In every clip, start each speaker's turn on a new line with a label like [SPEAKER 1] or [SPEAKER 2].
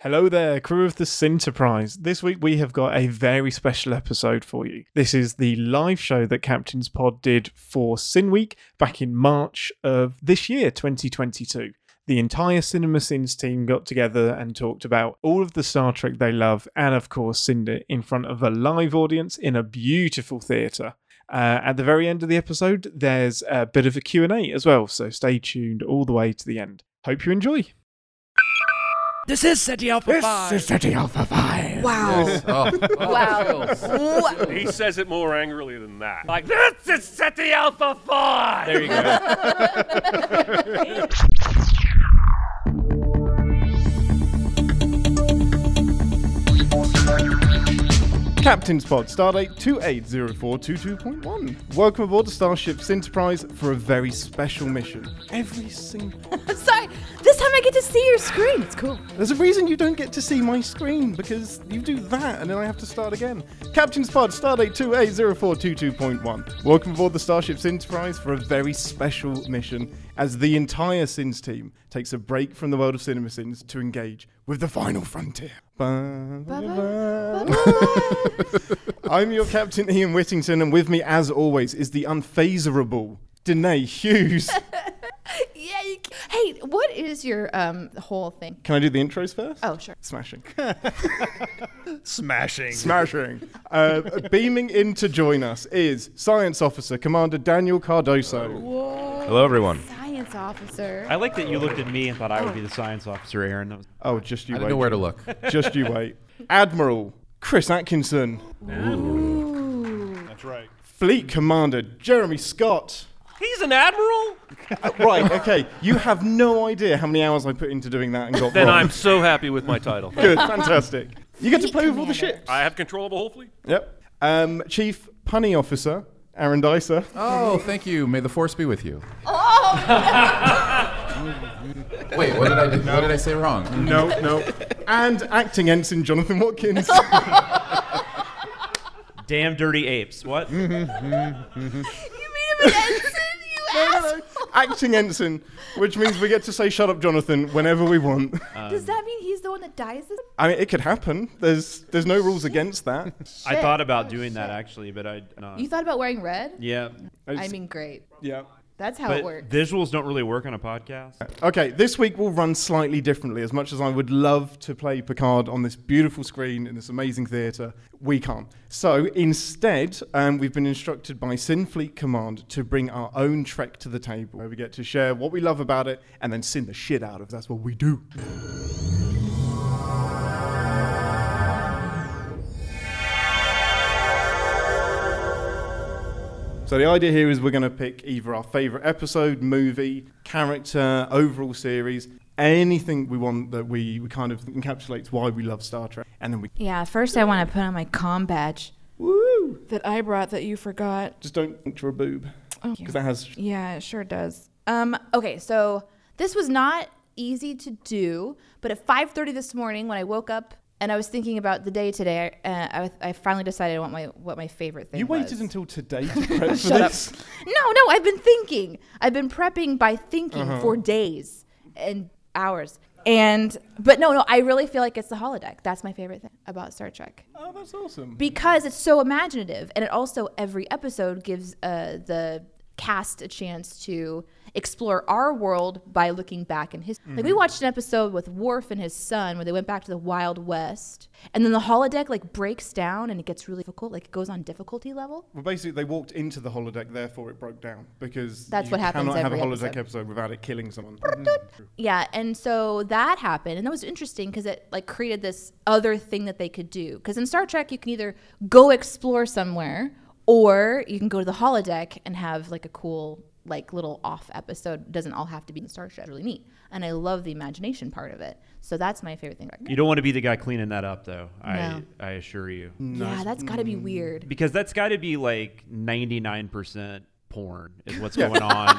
[SPEAKER 1] Hello there, crew of the Sinterprise. This week we have got a very special episode for you. This is the live show that Captain's Pod did for Sin Week back in March of this year, 2022. The entire Cinema Sins team got together and talked about all of the Star Trek they love, and of course, Cinder in front of a live audience in a beautiful theatre. Uh, at the very end of the episode, there's a bit of a Q&A as well, so stay tuned all the way to the end. Hope you enjoy.
[SPEAKER 2] This is City Alpha 5.
[SPEAKER 1] City Alpha 5.
[SPEAKER 3] Wow. Wow. Wha-
[SPEAKER 4] He says it more angrily than that. Like, this is SETI Alpha 5! There you go.
[SPEAKER 1] Captain's Pod, Stardate 280422.1. Welcome aboard the Starship Enterprise for a very special mission. Every single.
[SPEAKER 3] I'm sorry. This time I get to see your screen. It's cool.
[SPEAKER 1] There's a reason you don't get to see my screen because you do that and then I have to start again. Captain's Pod, Stardate 280422.1. Welcome aboard the Starship Enterprise for a very special mission as the entire Sins team takes a break from the world of cinema sins to engage with the final frontier. Ba- ba- ba- I'm your captain, Ian Whittington, and with me, as always, is the unfazerable Danae Hughes.
[SPEAKER 3] Yeah. You c- hey, what is your um whole thing?
[SPEAKER 1] Can I do the intros first?
[SPEAKER 3] Oh, sure.
[SPEAKER 1] Smashing.
[SPEAKER 2] Smashing.
[SPEAKER 1] Smashing. Uh, beaming in to join us is Science Officer Commander Daniel Cardoso.
[SPEAKER 5] Hello, everyone.
[SPEAKER 3] Science officer.
[SPEAKER 6] I like that you looked at me and thought I would be the science officer, Aaron. That was-
[SPEAKER 1] Oh, just you
[SPEAKER 5] I
[SPEAKER 1] wait.
[SPEAKER 5] don't know where to look.
[SPEAKER 1] Just you wait. Admiral Chris Atkinson.
[SPEAKER 3] Ooh.
[SPEAKER 4] That's right.
[SPEAKER 1] Fleet Commander Jeremy Scott.
[SPEAKER 4] He's an admiral?
[SPEAKER 1] Right, okay. You have no idea how many hours I put into doing that and got
[SPEAKER 4] Then
[SPEAKER 1] wrong.
[SPEAKER 4] I'm so happy with my title.
[SPEAKER 1] good. Fantastic. You get to
[SPEAKER 3] Fleet
[SPEAKER 1] play with all the
[SPEAKER 3] Commander.
[SPEAKER 1] ships.
[SPEAKER 4] I have control of a whole fleet.
[SPEAKER 1] Yep. Um, Chief Punny Officer Aaron Dicer.
[SPEAKER 5] Oh, thank you. May the force be with you.
[SPEAKER 3] Oh.
[SPEAKER 5] Wait, what did I, do? what did I say wrong?
[SPEAKER 1] No, no. And acting ensign Jonathan Watkins.
[SPEAKER 6] Damn dirty apes. What?
[SPEAKER 3] you made him an ensign, you asshole.
[SPEAKER 1] acting ensign, which means we get to say "Shut up, Jonathan" whenever we want.
[SPEAKER 3] Does that mean he's the one that dies? This?
[SPEAKER 1] I mean, it could happen. There's there's no rules against that.
[SPEAKER 6] I
[SPEAKER 3] Shit.
[SPEAKER 6] thought about doing that actually, but I. Uh,
[SPEAKER 3] You thought about wearing red?
[SPEAKER 6] yeah.
[SPEAKER 3] I mean, great.
[SPEAKER 1] yeah.
[SPEAKER 3] That's how
[SPEAKER 6] But
[SPEAKER 3] it works.
[SPEAKER 6] visuals don't really work on a podcast.
[SPEAKER 1] Okay, this week will run slightly differently. As much as I would love to play Picard on this beautiful screen in this amazing theatre, we can't. So instead, um, we've been instructed by Sin Fleet Command to bring our own Trek to the table, where we get to share what we love about it and then sin the shit out of. That's what we do. So the idea here is we're going to pick either our favorite episode, movie, character, overall series, anything we want that we, we kind of encapsulates why we love Star Trek, and then we
[SPEAKER 3] yeah. First, I want to put on my com badge.
[SPEAKER 1] woo
[SPEAKER 7] that I brought that you forgot.
[SPEAKER 1] just don't puncture a boob
[SPEAKER 7] Oh,
[SPEAKER 1] because that has
[SPEAKER 7] yeah, it sure does.
[SPEAKER 3] Um, okay, so this was not easy to do, but at 5:30 this morning when I woke up and I was thinking about the day today, I, uh, I, I finally decided what my what my favorite thing
[SPEAKER 1] you
[SPEAKER 3] was.
[SPEAKER 1] waited until today to prep for this.
[SPEAKER 3] No, no, I've been thinking. I've been prepping by thinking
[SPEAKER 1] Uh-huh.
[SPEAKER 3] for days and hours. And but no, no, I really feel like it's the holodeck. That's my favorite thing about Star Trek
[SPEAKER 1] Oh, that's awesome.
[SPEAKER 3] because it's so imaginative and it also every episode gives uh, the cast a chance to explore our world by looking back in history like we watched an episode with Worf and his son where they went back to the wild west and then the holodeck like breaks down and it gets really difficult like it goes on difficulty level
[SPEAKER 1] Well, basically, they walked into the holodeck, therefore it broke down because
[SPEAKER 3] That's
[SPEAKER 1] you
[SPEAKER 3] what happens
[SPEAKER 1] cannot have a
[SPEAKER 3] every
[SPEAKER 1] holodeck
[SPEAKER 3] episode.
[SPEAKER 1] without it killing someone.
[SPEAKER 3] yeah and so that happened and that was interesting because it like created this other thing that they could do because in star trek you can either go explore somewhere or you can go to the holodeck and have like a cool like little off episode doesn't all have to be in starship really neat and i love the imagination part of it so that's my favorite thing
[SPEAKER 6] You don't want to be the guy cleaning that up, though. I
[SPEAKER 3] No.
[SPEAKER 6] I assure you,
[SPEAKER 3] yeah that's got to be weird
[SPEAKER 6] because that's got to be like ninety nine percent porn is what's going on.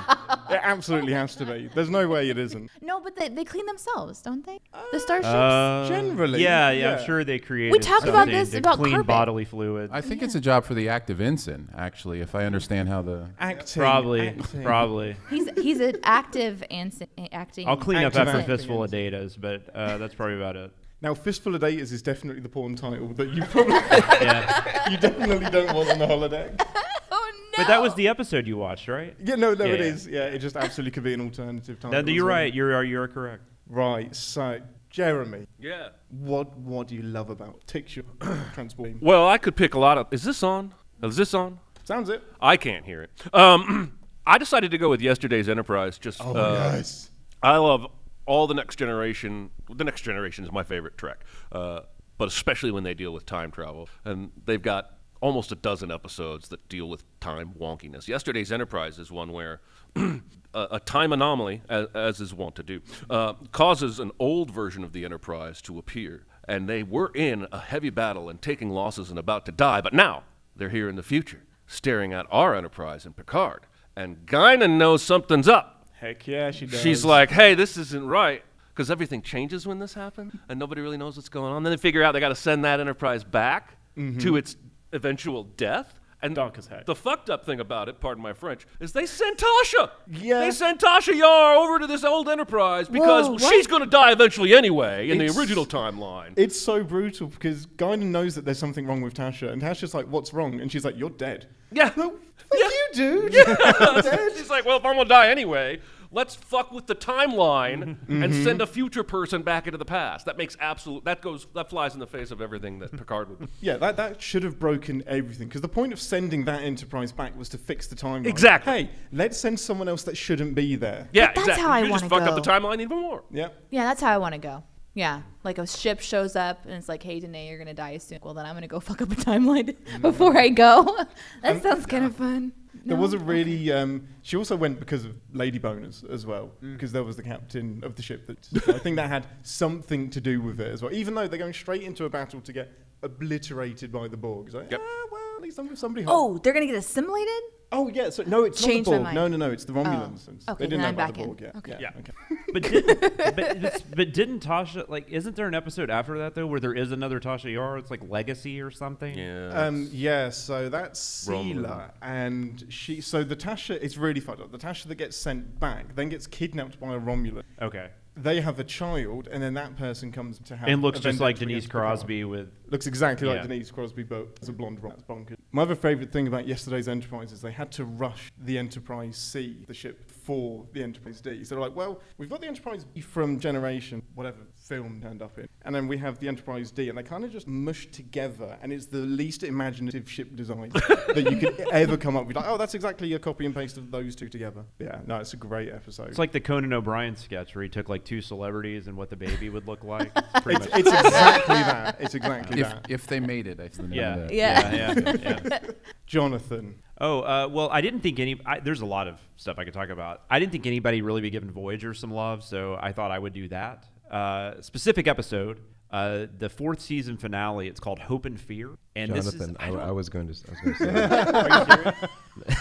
[SPEAKER 1] it absolutely has to be. There's no way it isn't.
[SPEAKER 3] no but they, they clean themselves don't they the starships
[SPEAKER 6] Uh,
[SPEAKER 1] Generally,
[SPEAKER 6] yeah, yeah,
[SPEAKER 1] yeah.
[SPEAKER 6] I'm sure they created.
[SPEAKER 3] talked about
[SPEAKER 6] something
[SPEAKER 3] this
[SPEAKER 6] to
[SPEAKER 3] about
[SPEAKER 6] clean
[SPEAKER 3] carpet.
[SPEAKER 6] bodily fluids.
[SPEAKER 5] I think it's a job for the active ensign, actually, if I understand how the.
[SPEAKER 1] Acting,
[SPEAKER 6] probably,
[SPEAKER 1] acting.
[SPEAKER 6] probably.
[SPEAKER 3] he's he's an active and acting
[SPEAKER 6] I'll clean up
[SPEAKER 1] Active
[SPEAKER 6] after a
[SPEAKER 1] acting.
[SPEAKER 6] fistful of datas, but uh, that's probably about it.
[SPEAKER 1] Now, Fistful of Daters is definitely the porn title that you probably
[SPEAKER 8] Yeah.
[SPEAKER 1] you definitely don't want on the holodeck.
[SPEAKER 3] Oh no!
[SPEAKER 6] But that was the episode you watched, right?
[SPEAKER 1] Yeah, no, no,
[SPEAKER 6] Yeah,
[SPEAKER 1] it
[SPEAKER 6] yeah.
[SPEAKER 1] is. Yeah, it just absolutely could be an alternative title.
[SPEAKER 6] No, you're
[SPEAKER 1] as well.
[SPEAKER 6] right. You're you're correct.
[SPEAKER 1] Right. So, Jeremy,
[SPEAKER 4] Yeah.
[SPEAKER 1] what what do you love about Tickshop Transport?
[SPEAKER 4] Well, I could pick a lot of. Is this on? Is this on?
[SPEAKER 1] Sounds it.
[SPEAKER 4] I can't hear it. Um, I decided to go with yesterday's Enterprise. Just
[SPEAKER 1] Oh
[SPEAKER 4] uh,
[SPEAKER 1] yes.
[SPEAKER 4] I love all the Next Generation. The Next Generation is my favorite Trek, uh, but especially when they deal with time travel. And they've got almost a dozen episodes that deal with time wonkiness. Yesterday's Enterprise is one where a, a time anomaly, as, as is wont to do, uh, causes an old version of the Enterprise to appear. And they were in a heavy battle and taking losses and about to die, but now they're here in the future, staring at our Enterprise and Picard. And Guinan knows something's up.
[SPEAKER 1] Heck yeah, she does.
[SPEAKER 4] She's like, hey, this isn't right. Because everything changes when this happens, and nobody really knows what's going on. Then they figure out they got to send that Enterprise back to its eventual death. And
[SPEAKER 1] Mm-hmm. Dark as heck.
[SPEAKER 4] the fucked up thing about it, pardon my French, is they sent Tasha.
[SPEAKER 1] Yeah.
[SPEAKER 4] They sent Tasha Yar over to this old Enterprise because
[SPEAKER 1] Whoa,
[SPEAKER 4] she's going to die eventually anyway in
[SPEAKER 1] It's-
[SPEAKER 4] the original timeline.
[SPEAKER 1] It's so brutal because Guinan knows that there's something wrong with Tasha, and Tasha's like, "What's wrong?" And she's like, "You're dead."
[SPEAKER 4] Yeah.
[SPEAKER 1] No, fuck
[SPEAKER 4] Yeah.
[SPEAKER 1] you, dude. You're dead.
[SPEAKER 4] She's like, well, if I'm gonna die anyway, let's fuck with the timeline and
[SPEAKER 1] Mm-hmm.
[SPEAKER 4] send a future person back into the past. That makes absolute. That goes. That flies in the face of everything that Picard would.
[SPEAKER 1] Yeah, that, that should have broken everything because the point of sending that Enterprise back was to fix the timeline.
[SPEAKER 4] Exactly.
[SPEAKER 1] Hey, let's send someone else that shouldn't be there.
[SPEAKER 4] Yeah,
[SPEAKER 3] that's
[SPEAKER 4] exactly.
[SPEAKER 3] how I
[SPEAKER 4] you just
[SPEAKER 3] wanna
[SPEAKER 4] fucked up the
[SPEAKER 3] go.
[SPEAKER 4] timeline even more.
[SPEAKER 1] Yeah.
[SPEAKER 3] yeah, that's how I want to go. Yeah, like a ship shows up and it's like, "Hey, Danae, you're gonna die soon." Well, then I'm gonna go fuck up a timeline before I go. that sounds kind of fun.
[SPEAKER 1] There was a really. Um, she also went because of lady boners as well,
[SPEAKER 4] Mm.
[SPEAKER 1] because there was the captain of the ship. That I think that had something to do with it as well. Even though they're going straight into a battle to get obliterated by the Borg. It's like,
[SPEAKER 4] Yep.
[SPEAKER 1] "Ah, well, at least I'm with somebody. hot."
[SPEAKER 3] Oh, they're gonna get assimilated.
[SPEAKER 1] Oh yeah, so no, it's
[SPEAKER 3] Changed my
[SPEAKER 1] not the Borg.
[SPEAKER 3] mind. Oh.
[SPEAKER 1] No, no, no, it's the Romulans.
[SPEAKER 3] Okay,
[SPEAKER 1] they didn't
[SPEAKER 3] then
[SPEAKER 1] know
[SPEAKER 3] I'm
[SPEAKER 1] about
[SPEAKER 3] back
[SPEAKER 1] the
[SPEAKER 3] in.
[SPEAKER 1] Borg yet.
[SPEAKER 3] Okay.
[SPEAKER 1] Yeah,
[SPEAKER 4] Yeah.
[SPEAKER 1] okay.
[SPEAKER 6] But did, but, this, but didn't Tasha like? Isn't there an episode after that though where there is another Tasha Yar? It's like Legacy or something.
[SPEAKER 4] Yeah.
[SPEAKER 1] Um, yeah, so that's
[SPEAKER 5] Romulan.
[SPEAKER 1] Sela, and she. So the Tasha, it's really fucked up. The Tasha that gets sent back, then gets kidnapped by a Romulan.
[SPEAKER 6] Okay.
[SPEAKER 1] They have a child, and then that person comes to have
[SPEAKER 6] And looks just
[SPEAKER 1] vengeance
[SPEAKER 6] like
[SPEAKER 1] against
[SPEAKER 6] Denise
[SPEAKER 1] Picard.
[SPEAKER 6] Crosby with.
[SPEAKER 1] Looks exactly
[SPEAKER 6] Yeah.
[SPEAKER 1] like Denise Crosby, but as a blonde rock. That's bonkers. My other favourite thing about yesterday's Enterprise is they had to rush the Enterprise C, the ship, for the Enterprise D. So they're like, well, we've got the Enterprise B from Generation, whatever film turned up in, and then we have the Enterprise D, and they kind of just mushed together, and it's the least imaginative ship design that you could ever come up with. Like, oh, that's exactly a copy and paste of those two together. Yeah, no, it's a great episode.
[SPEAKER 6] It's like the Conan O'Brien sketch where he took like two celebrities and what the baby would look like. It's pretty much.
[SPEAKER 1] it's exactly that. It's exactly
[SPEAKER 5] If,
[SPEAKER 1] that.
[SPEAKER 5] if they made it, I think.
[SPEAKER 6] yeah,
[SPEAKER 3] Yeah.
[SPEAKER 6] yeah, yeah, yeah.
[SPEAKER 1] Jonathan.
[SPEAKER 6] Oh uh, well, I didn't think any. I, there's a lot of stuff I could talk about. I didn't think anybody really be giving Voyager some love, so I thought I would do that. Uh, specific episode, uh, the fourth season finale. It's called Hope and Fear, and this is.
[SPEAKER 9] Jonathan,
[SPEAKER 6] I
[SPEAKER 9] I,
[SPEAKER 6] don't-
[SPEAKER 9] I was going to. s- I was going to say. that.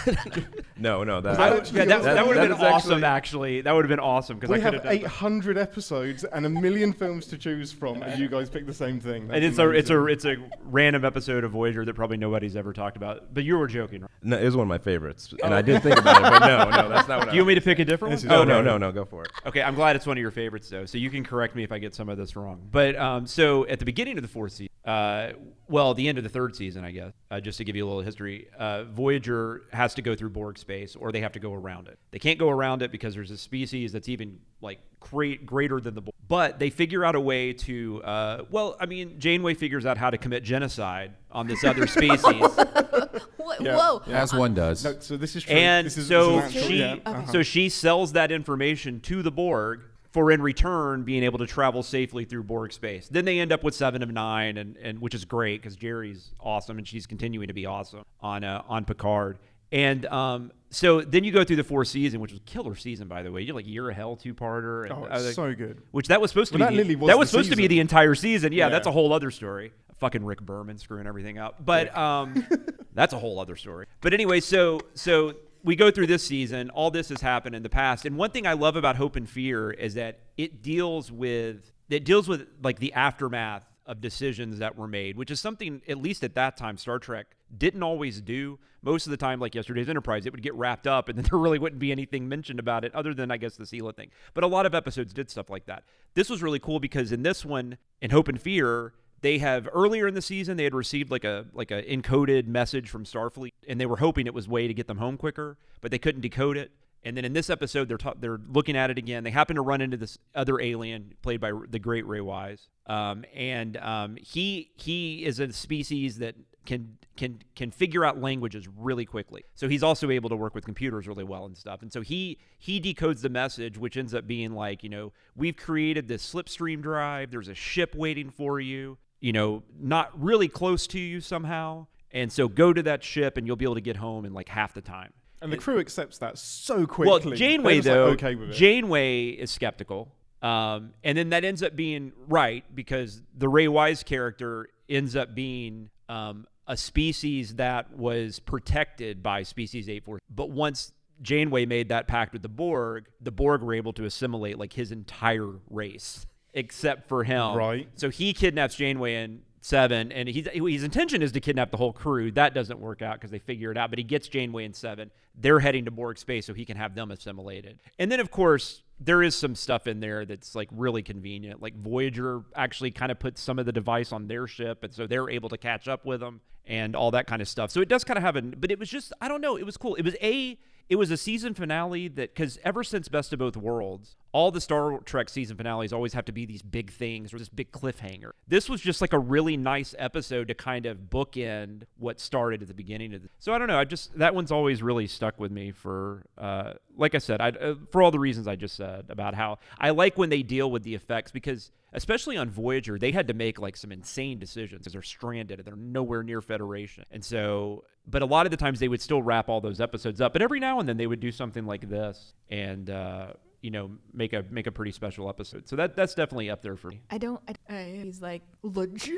[SPEAKER 9] no, no, that.
[SPEAKER 1] that
[SPEAKER 9] I-
[SPEAKER 1] what you
[SPEAKER 6] Yeah, that,
[SPEAKER 1] That-
[SPEAKER 6] that would have
[SPEAKER 9] that
[SPEAKER 6] been
[SPEAKER 9] is
[SPEAKER 6] awesome. Actually, that would have been awesome because I
[SPEAKER 1] We
[SPEAKER 6] could have.
[SPEAKER 1] have
[SPEAKER 6] done-
[SPEAKER 1] 800 episodes and a million films to choose from, and you guys pick the same thing.
[SPEAKER 6] And
[SPEAKER 1] That's
[SPEAKER 6] it's a it's a
[SPEAKER 1] amazing.
[SPEAKER 6] it's a random episode of Voyager that probably nobody's ever talked about. But you were joking. Right?
[SPEAKER 9] no, it was one of my favorites, and I did think about it, but no, no, that's not what.
[SPEAKER 6] Do
[SPEAKER 9] Oh,
[SPEAKER 6] Oh. you want me to pick a different
[SPEAKER 1] This
[SPEAKER 6] one? Oh,
[SPEAKER 1] is-
[SPEAKER 9] No, no, no, no. Go for it.
[SPEAKER 6] Okay, I'm glad it's one of your favorites though, so you can correct me if I get some of this wrong. But um, so at the beginning of the fourth season, uh, well, the end of the third season, I guess, uh, just to give you a little history, uh, Voyager has to go through Borg space, or they have to go around it. They can't go around it because there's a species that's even like cra- greater than the Borg. But they figure out a way to, uh, well, I mean, Janeway figures out how to commit genocide on this other species.
[SPEAKER 3] What?
[SPEAKER 1] Yeah.
[SPEAKER 3] Whoa.
[SPEAKER 5] As one does.
[SPEAKER 1] No, so this is true.
[SPEAKER 6] and
[SPEAKER 1] this is,
[SPEAKER 6] so
[SPEAKER 1] this is actual-
[SPEAKER 6] she
[SPEAKER 1] yeah, uh-huh.
[SPEAKER 6] so she sells that information to the Borg for in return being able to travel safely through Borg space. Then they end up with Seven of Nine, and, and which is great because Jerry's awesome and she's continuing to be awesome on uh, on Picard. And um, so then you go through the fourth season, which was a killer season by the way. You're like year of hell two parter.
[SPEAKER 1] Oh, it's so good.
[SPEAKER 6] Which that was supposed to
[SPEAKER 1] Well,
[SPEAKER 6] be
[SPEAKER 1] that
[SPEAKER 6] the-
[SPEAKER 1] literally was
[SPEAKER 6] that
[SPEAKER 1] the
[SPEAKER 6] was supposed to be
[SPEAKER 1] season.
[SPEAKER 6] the entire season. Yeah,
[SPEAKER 1] Yeah.
[SPEAKER 6] that's a whole other story. Fucking Rick Berman screwing everything up. But um, that's a whole other story. But anyway, so so we go through this season. All this has happened in the past. And one thing I love about Hope and Fear is that it deals with it deals with like the aftermath of decisions that were made, which is something, at least at that time, Star Trek didn't always do. Most of the time, like yesterday's Enterprise, it would get wrapped up and then there really wouldn't be anything mentioned about it other than, I guess, the Sela thing. But a lot of episodes did stuff like that. This was really cool because in this one, in Hope and Fear, they have earlier in the season they had received like a like a encoded message from Starfleet and they were hoping it was way to get them home quicker, but they couldn't decode it. And then in this episode, they're ta- they're looking at it again. They happen to run into this other alien played by the great Ray Wise, um, and um, he he is a species that can can can figure out languages really quickly. So he's also able to work with computers really well and stuff. And so he he decodes the message, which ends up being like, you know, we've created this slipstream drive. There's a ship waiting for you. You know, not really close to you somehow. And so go to that ship, and you'll be able to get home in like half the time.
[SPEAKER 2] And the crew accepts that so quickly.
[SPEAKER 6] Well, Janeway
[SPEAKER 2] They're just, like,
[SPEAKER 6] though,
[SPEAKER 2] okay with it.
[SPEAKER 6] Janeway is skeptical, um, and then that ends up being right because the Ray Wise character ends up being um, a species that was protected by Species Eight Four. But once Janeway made that pact with the Borg, the Borg were able to assimilate like his entire race except for him.
[SPEAKER 2] Right.
[SPEAKER 6] So he kidnaps Janeway and Seven, and he's, his intention is to kidnap the whole crew. That doesn't work out because they figure it out, but he gets Janeway and Seven. They're heading to Borg space so he can have them assimilated. And then, of course, there is some stuff in there that's like really convenient. Like Voyager actually kind of puts some of the device on their ship, and so they're able to catch up with them and all that kind of stuff. So it does kind of have an, but it was just, I don't know, it was cool. It was a, it was a season finale that because ever since best of both worlds all the star trek season finales always have to be these big things or this big cliffhanger this was just like a really nice episode to kind of bookend what started at the beginning of the so i don't know i just that one's always really stuck with me for uh, like i said I, uh, for all the reasons i just said about how i like when they deal with the effects because especially on Voyager, they had to make like some insane decisions because they're stranded and they're nowhere near Federation. And so, but a lot of the times they would still wrap all those episodes up. But every now and then they would do something like this and, uh, you know, make a make a pretty special episode. So that that's definitely up there for me.
[SPEAKER 3] I don't. I, he's like legit.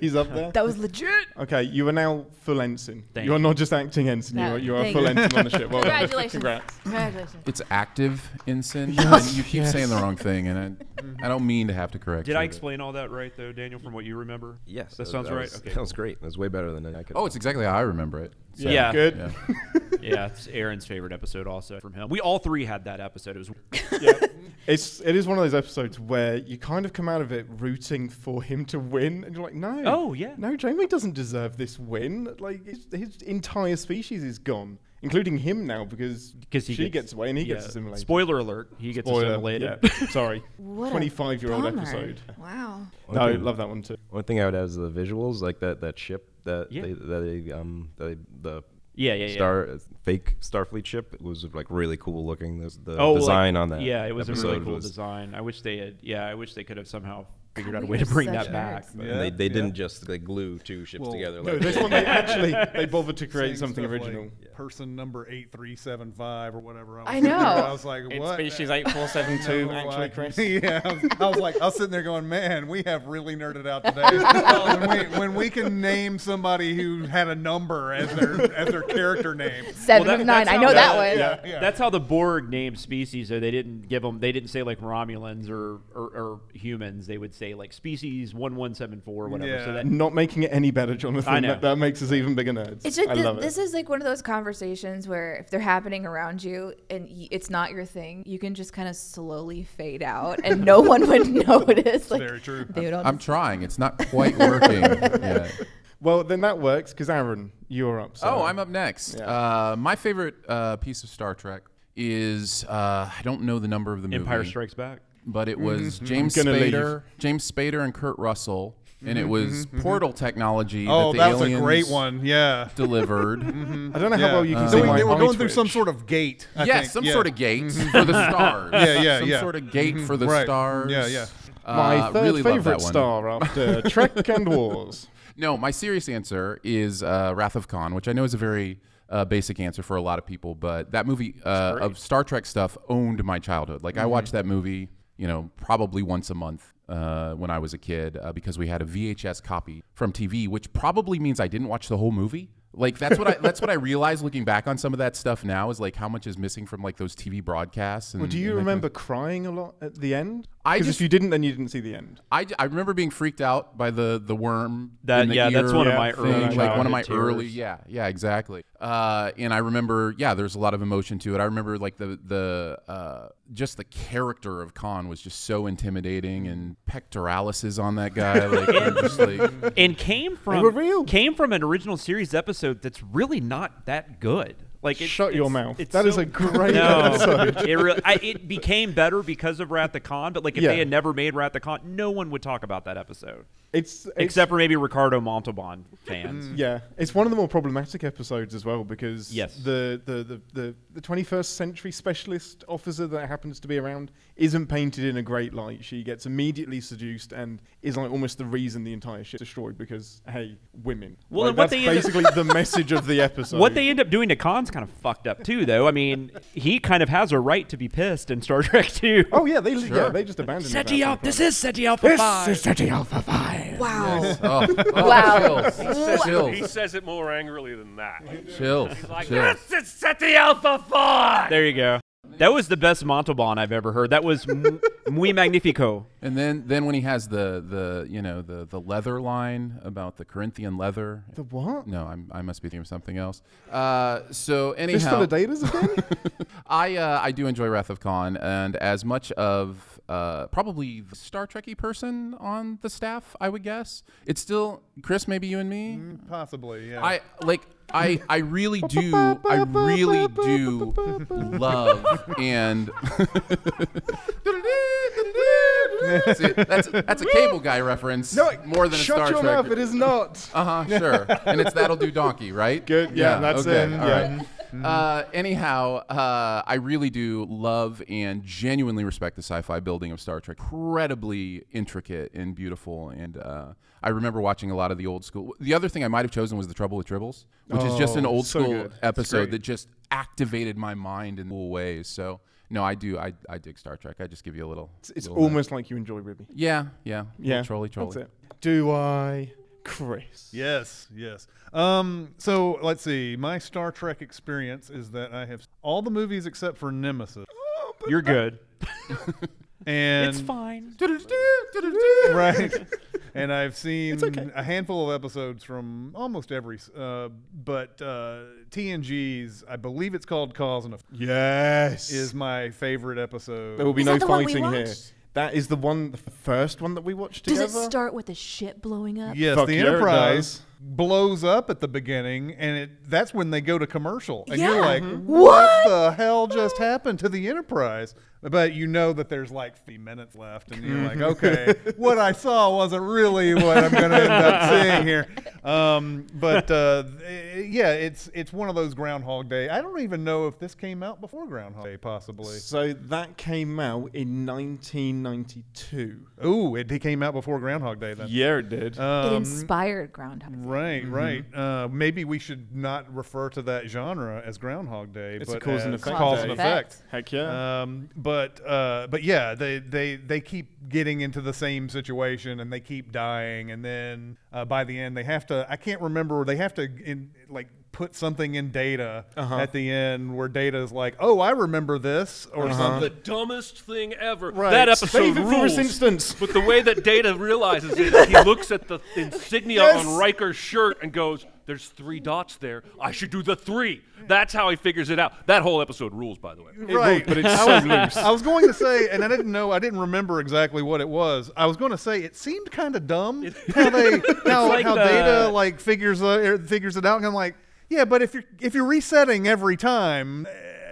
[SPEAKER 2] He's up there.
[SPEAKER 3] That was legit.
[SPEAKER 2] Okay, you are now full ensign. You're not just acting ensign. You
[SPEAKER 3] No,
[SPEAKER 2] are, you are
[SPEAKER 3] thank
[SPEAKER 2] full
[SPEAKER 3] you.
[SPEAKER 2] ensign on the ship. Well done.
[SPEAKER 3] Congratulations.
[SPEAKER 2] Congrats.
[SPEAKER 3] Congratulations.
[SPEAKER 5] It's active ensign. and you keep saying the wrong thing, and I, I don't mean to have to correct.
[SPEAKER 10] Did
[SPEAKER 5] you,
[SPEAKER 10] I
[SPEAKER 5] but-
[SPEAKER 10] explain all that right though, Daniel? From what you remember?
[SPEAKER 9] Yes,
[SPEAKER 10] that sounds right.
[SPEAKER 9] was-
[SPEAKER 10] okay.
[SPEAKER 9] That was great. That was way better than I could.
[SPEAKER 5] Oh, it's exactly how I remember it. So,
[SPEAKER 6] Yeah.
[SPEAKER 2] Good.
[SPEAKER 5] yeah.
[SPEAKER 10] yeah, it's
[SPEAKER 6] Aaron's favorite episode also from him. We all three had that episode. It was
[SPEAKER 2] It's it is one of those episodes where you kind of come out of it rooting for him to win, and you're like, no,
[SPEAKER 6] Oh, yeah.
[SPEAKER 2] no, Janeway doesn't deserve this win. Like his, his entire species is gone, including him now because
[SPEAKER 6] because he
[SPEAKER 2] she gets, away and he gets assimilated.
[SPEAKER 6] Spoiler alert: he gets
[SPEAKER 2] Spoiler,
[SPEAKER 6] assimilated.
[SPEAKER 2] yeah. Sorry,
[SPEAKER 3] What a
[SPEAKER 2] twenty-five-year-old
[SPEAKER 3] bummer.
[SPEAKER 2] episode.
[SPEAKER 7] Wow.
[SPEAKER 2] No, love that one too.
[SPEAKER 9] One thing I would add is the visuals, like that that ship that
[SPEAKER 6] Yeah.
[SPEAKER 9] they, that they um they, the
[SPEAKER 6] Yeah, yeah, yeah.
[SPEAKER 9] star fake Starfleet ship was like really cool looking. The, the
[SPEAKER 6] Oh, like-
[SPEAKER 9] design on that.
[SPEAKER 6] Yeah, it was a really
[SPEAKER 9] episode
[SPEAKER 6] cool
[SPEAKER 9] was-
[SPEAKER 6] design. I wish they had. Yeah, I wish they could have somehow figured
[SPEAKER 3] God,
[SPEAKER 6] out a
[SPEAKER 3] we
[SPEAKER 6] way to
[SPEAKER 3] are
[SPEAKER 6] bring
[SPEAKER 3] such
[SPEAKER 6] that back.
[SPEAKER 3] nerds.
[SPEAKER 6] but-
[SPEAKER 9] They, they didn't just like glue two ships together.
[SPEAKER 2] No,
[SPEAKER 9] like
[SPEAKER 2] this
[SPEAKER 9] they-
[SPEAKER 2] one they actually they bothered to create
[SPEAKER 11] saying
[SPEAKER 2] something
[SPEAKER 11] stuff like,
[SPEAKER 2] original.
[SPEAKER 11] person number eight three seven five or whatever. I, was
[SPEAKER 3] I
[SPEAKER 11] looking at it,
[SPEAKER 3] know.
[SPEAKER 11] I was like, what?
[SPEAKER 1] Species 8472,
[SPEAKER 11] No,
[SPEAKER 1] actually,
[SPEAKER 11] I-
[SPEAKER 1] Chris.
[SPEAKER 11] Yeah, I was, I was like, I was sitting there going, man, we have really nerded out today. when, we, when we can name somebody who had a number as their as their character name.
[SPEAKER 3] Seven
[SPEAKER 6] Well,
[SPEAKER 3] of
[SPEAKER 6] that-
[SPEAKER 3] nine.
[SPEAKER 6] that's
[SPEAKER 3] I
[SPEAKER 6] how-
[SPEAKER 3] know that
[SPEAKER 6] that-
[SPEAKER 3] one.
[SPEAKER 11] Yeah, yeah.
[SPEAKER 6] That's how the Borg named species. Though they didn't give them, they didn't say like Romulans or or, or humans. They would say like species one one seven four or whatever. So
[SPEAKER 11] Yeah.
[SPEAKER 6] that
[SPEAKER 2] Not making it any better, Jonathan.
[SPEAKER 6] I know.
[SPEAKER 2] That, that makes us even bigger nerds.
[SPEAKER 7] It's just
[SPEAKER 2] I
[SPEAKER 7] thi-
[SPEAKER 2] love it.
[SPEAKER 7] this is like one of those conversations where if they're happening around you and y- it's not your thing,
[SPEAKER 3] You can just kind of slowly fade out, and no one would notice. Like,
[SPEAKER 11] Very true.
[SPEAKER 3] They would all
[SPEAKER 5] I'm
[SPEAKER 3] just-
[SPEAKER 5] trying. It's not quite working. yet.
[SPEAKER 2] Well, then that works because Aaron, you're up. So.
[SPEAKER 5] Oh, I'm up next. Uh, my favorite uh, piece of Star Trek is uh, I don't know the number of the movie.
[SPEAKER 9] Mm.
[SPEAKER 6] Empire Strikes Back.
[SPEAKER 5] but it was
[SPEAKER 11] Mm-hmm.
[SPEAKER 5] James
[SPEAKER 2] gonna leave.
[SPEAKER 5] Spader, James Spader and Kurt Russell, and it was portal technology.
[SPEAKER 11] Mm-hmm. Oh,
[SPEAKER 5] that the
[SPEAKER 11] that was a
[SPEAKER 5] aliens
[SPEAKER 11] great one. Yeah.
[SPEAKER 5] Delivered.
[SPEAKER 2] I don't know how
[SPEAKER 1] Oh,
[SPEAKER 11] Yeah.
[SPEAKER 2] well you can
[SPEAKER 1] uh,
[SPEAKER 11] So
[SPEAKER 2] see
[SPEAKER 11] we-
[SPEAKER 2] my
[SPEAKER 11] they were
[SPEAKER 2] eye
[SPEAKER 11] going through some
[SPEAKER 2] twitch.
[SPEAKER 11] sort of gate. I
[SPEAKER 5] yes,
[SPEAKER 11] think.
[SPEAKER 5] some
[SPEAKER 11] Yeah. Mm-hmm.
[SPEAKER 5] sort of gate for the stars.
[SPEAKER 11] Yeah, yeah,
[SPEAKER 5] some
[SPEAKER 11] yeah. Mm-hmm.
[SPEAKER 5] sort of gate for the
[SPEAKER 11] right.
[SPEAKER 5] stars.
[SPEAKER 11] Yeah, yeah.
[SPEAKER 2] My
[SPEAKER 5] Uh,
[SPEAKER 2] third
[SPEAKER 5] really love
[SPEAKER 2] favorite
[SPEAKER 5] that one.
[SPEAKER 2] star after Trek and Wars.
[SPEAKER 5] No, my serious answer is uh, Wrath of Khan, which I know is a very uh, basic answer for a lot of people, but that movie uh, of Star Trek stuff owned my childhood. Like
[SPEAKER 2] Mm-hmm.
[SPEAKER 5] I watched that movie, you know, probably once a month uh, when I was a kid uh, because we had a VHS copy from TV, which probably means I didn't watch the whole movie. Like that's what I that's what I realized looking back on some of that stuff now is like how much is missing from like those TV broadcasts. And,
[SPEAKER 2] Well, do you
[SPEAKER 5] and, like,
[SPEAKER 2] remember crying a lot at the end?
[SPEAKER 5] I
[SPEAKER 1] Because if you didn't, then you didn't see the end.
[SPEAKER 5] I, I remember being freaked out by the the worm.
[SPEAKER 6] That-
[SPEAKER 5] in the
[SPEAKER 6] yeah, that's
[SPEAKER 5] ear
[SPEAKER 6] one of my
[SPEAKER 5] thing,
[SPEAKER 6] early
[SPEAKER 5] like one of
[SPEAKER 6] childhood
[SPEAKER 5] my
[SPEAKER 6] terrors.
[SPEAKER 5] early yeah yeah exactly. Uh, and I remember yeah, there's a lot of emotion to it. I remember like the the uh, just the character of Khan was just so intimidating and pectoralis is on that guy. Like, I'm just like
[SPEAKER 6] and came from
[SPEAKER 1] were real.
[SPEAKER 6] came from an original series episode that's really not that good. Like it,
[SPEAKER 1] Shut your
[SPEAKER 6] it's-
[SPEAKER 1] mouth.
[SPEAKER 6] It's
[SPEAKER 1] That
[SPEAKER 6] so,
[SPEAKER 1] is a great
[SPEAKER 6] no,
[SPEAKER 1] episode.
[SPEAKER 6] It, really, I, it became better because of Wrath the Khan, but like if
[SPEAKER 1] Yeah.
[SPEAKER 6] they had never made Wrath the Khan, no one would talk about that episode
[SPEAKER 1] It's, it's
[SPEAKER 6] except for maybe Ricardo Montalban fans.
[SPEAKER 1] Yeah, it's one of the more problematic episodes as well because
[SPEAKER 6] Yes.
[SPEAKER 1] the, the, the, the, the 21st century specialist officer that happens to be around isn't painted in a great light. She gets immediately seduced and is like almost the reason the entire ship's destroyed because, hey, women.
[SPEAKER 6] Well,
[SPEAKER 1] Like,
[SPEAKER 6] and what
[SPEAKER 1] that's
[SPEAKER 6] they end up-
[SPEAKER 1] basically the message of the episode.
[SPEAKER 6] What they end up doing to Khan's kind of fucked up too, though. I mean, he kind of has a right to be pissed in Star Trek too.
[SPEAKER 1] Oh, yeah, they, yeah, they just abandoned
[SPEAKER 12] SETI
[SPEAKER 1] that.
[SPEAKER 12] Alpha. This is SETI Alpha Five.
[SPEAKER 1] SETI Alpha 5.
[SPEAKER 13] Wow.
[SPEAKER 5] oh, oh,
[SPEAKER 13] Wow.
[SPEAKER 5] chills,
[SPEAKER 4] He
[SPEAKER 5] chills,
[SPEAKER 4] says it more angrily than that.
[SPEAKER 5] chills,
[SPEAKER 4] Like,
[SPEAKER 5] chills.
[SPEAKER 4] this is SETI Alpha 4!
[SPEAKER 6] There you go. That was the best Montalban I've ever heard. That was mu- muy magnifico.
[SPEAKER 5] And then then when he has the the you know the the leather line about the Corinthian leather.
[SPEAKER 1] The what?
[SPEAKER 5] No, I'm, I must be thinking of something else. Uh, so anyhow,
[SPEAKER 1] Fistful of datas again?
[SPEAKER 5] I uh, I do enjoy Wrath of Khan, and as much of uh, probably the Star Trekky person on the staff, I would guess it's still Chris, maybe you and me.
[SPEAKER 11] Mm. Possibly, yeah.
[SPEAKER 5] I like I I really do I really do love and See, that's that's a cable guy reference.
[SPEAKER 1] No,
[SPEAKER 5] more than a
[SPEAKER 1] Shut
[SPEAKER 5] Star
[SPEAKER 1] your
[SPEAKER 5] Trek.
[SPEAKER 1] mouth, it is not.
[SPEAKER 5] Uh huh. Sure. and it's that'll do donkey, right?
[SPEAKER 1] Good, yeah, that's
[SPEAKER 5] okay,
[SPEAKER 1] it,
[SPEAKER 5] all
[SPEAKER 1] yeah.
[SPEAKER 5] right. Uh, anyhow, uh, I really do love and genuinely respect the sci-fi building of Star Trek. Incredibly intricate and beautiful, and uh, I remember watching a lot of the old school. The other thing I might have chosen was the Trouble with Tribbles, which is just an
[SPEAKER 1] Oh,
[SPEAKER 5] old
[SPEAKER 1] so
[SPEAKER 5] school
[SPEAKER 1] good. It's
[SPEAKER 5] episode
[SPEAKER 1] great.
[SPEAKER 5] that just activated my mind in cool ways. So no, I do. I, I dig Star Trek. I just give you a little.
[SPEAKER 1] It's, it's
[SPEAKER 5] little nod.
[SPEAKER 1] almost like you enjoy Ruby.
[SPEAKER 5] yeah, yeah,
[SPEAKER 1] Yeah.
[SPEAKER 5] Trolley, trolley.
[SPEAKER 1] That's it. Do I, Chris?
[SPEAKER 11] Yes, yes. Um, so let's see. My Star Trek experience is that I have all the movies except for Nemesis,
[SPEAKER 6] You're good.
[SPEAKER 11] and
[SPEAKER 6] It's fine.
[SPEAKER 11] right. And I've seen
[SPEAKER 1] okay.
[SPEAKER 11] a handful of episodes from almost every, uh, but uh, TNG's, I believe it's called Cause and Effect,
[SPEAKER 1] Yes.
[SPEAKER 11] is my favorite episode.
[SPEAKER 1] There will be
[SPEAKER 3] Is
[SPEAKER 1] no
[SPEAKER 3] that the one we
[SPEAKER 1] fighting here.
[SPEAKER 3] watched?
[SPEAKER 1] That is the one, the first one that we watched
[SPEAKER 3] Does
[SPEAKER 1] together.
[SPEAKER 3] it start with a ship blowing up?
[SPEAKER 11] Yes,
[SPEAKER 1] Fuck
[SPEAKER 11] the
[SPEAKER 1] yeah, it
[SPEAKER 11] Enterprise
[SPEAKER 1] does.
[SPEAKER 11] blows up at the beginning, and it that's when they go to commercial, and
[SPEAKER 3] Yeah.
[SPEAKER 11] you're like,
[SPEAKER 3] Mhm.
[SPEAKER 11] "What the hell just happened to the Enterprise?" But you know that there's like three minutes left, and you're like, "Okay, what I saw wasn't really what I'm going to end up seeing here." Um, but uh, th- yeah, it's it's one of those Groundhog Day. I don't even know if this came out before Groundhog Day, possibly.
[SPEAKER 1] So that came out in 1992.
[SPEAKER 11] Ooh, it, it came out before Groundhog Day then.
[SPEAKER 1] Yeah, it did.
[SPEAKER 3] It
[SPEAKER 11] Um,
[SPEAKER 3] inspired Groundhog. Day.
[SPEAKER 11] Right,
[SPEAKER 1] Mm-hmm.
[SPEAKER 11] right. Uh, maybe we should not refer to that genre as Groundhog Day,
[SPEAKER 1] It's a
[SPEAKER 11] but
[SPEAKER 1] cause and
[SPEAKER 11] as
[SPEAKER 1] effect
[SPEAKER 11] cause
[SPEAKER 1] day.
[SPEAKER 11] and effect.
[SPEAKER 1] Heck yeah.
[SPEAKER 11] Um, but uh, but yeah, they, they they keep getting into the same situation and they keep dying, and then uh, by the end they have to. I can't remember. They have to in, like put something in data
[SPEAKER 1] Uh-huh.
[SPEAKER 11] at the end where data is like, oh, I remember this or
[SPEAKER 1] Uh-huh.
[SPEAKER 4] The
[SPEAKER 11] something.
[SPEAKER 4] dumbest thing ever.
[SPEAKER 1] Right.
[SPEAKER 4] That episode
[SPEAKER 1] Save it for
[SPEAKER 4] rules.
[SPEAKER 1] this instance.
[SPEAKER 4] But the way that Data realizes it, he looks at the insignia
[SPEAKER 1] Yes.
[SPEAKER 4] on Riker's shirt and goes, "There's three dots there. I should do the three. That's how he figures it out. That whole episode rules, by the way.
[SPEAKER 11] right,
[SPEAKER 1] but it's
[SPEAKER 11] I
[SPEAKER 1] so
[SPEAKER 11] was,
[SPEAKER 1] loose.
[SPEAKER 11] I was going to say, and I didn't know, I didn't remember exactly what it was. I was going to say it seemed kind of dumb how they how,
[SPEAKER 6] like
[SPEAKER 11] how
[SPEAKER 6] the-
[SPEAKER 11] data like figures uh, er, figures it out, and I'm like, yeah, but if you're if you're resetting every time,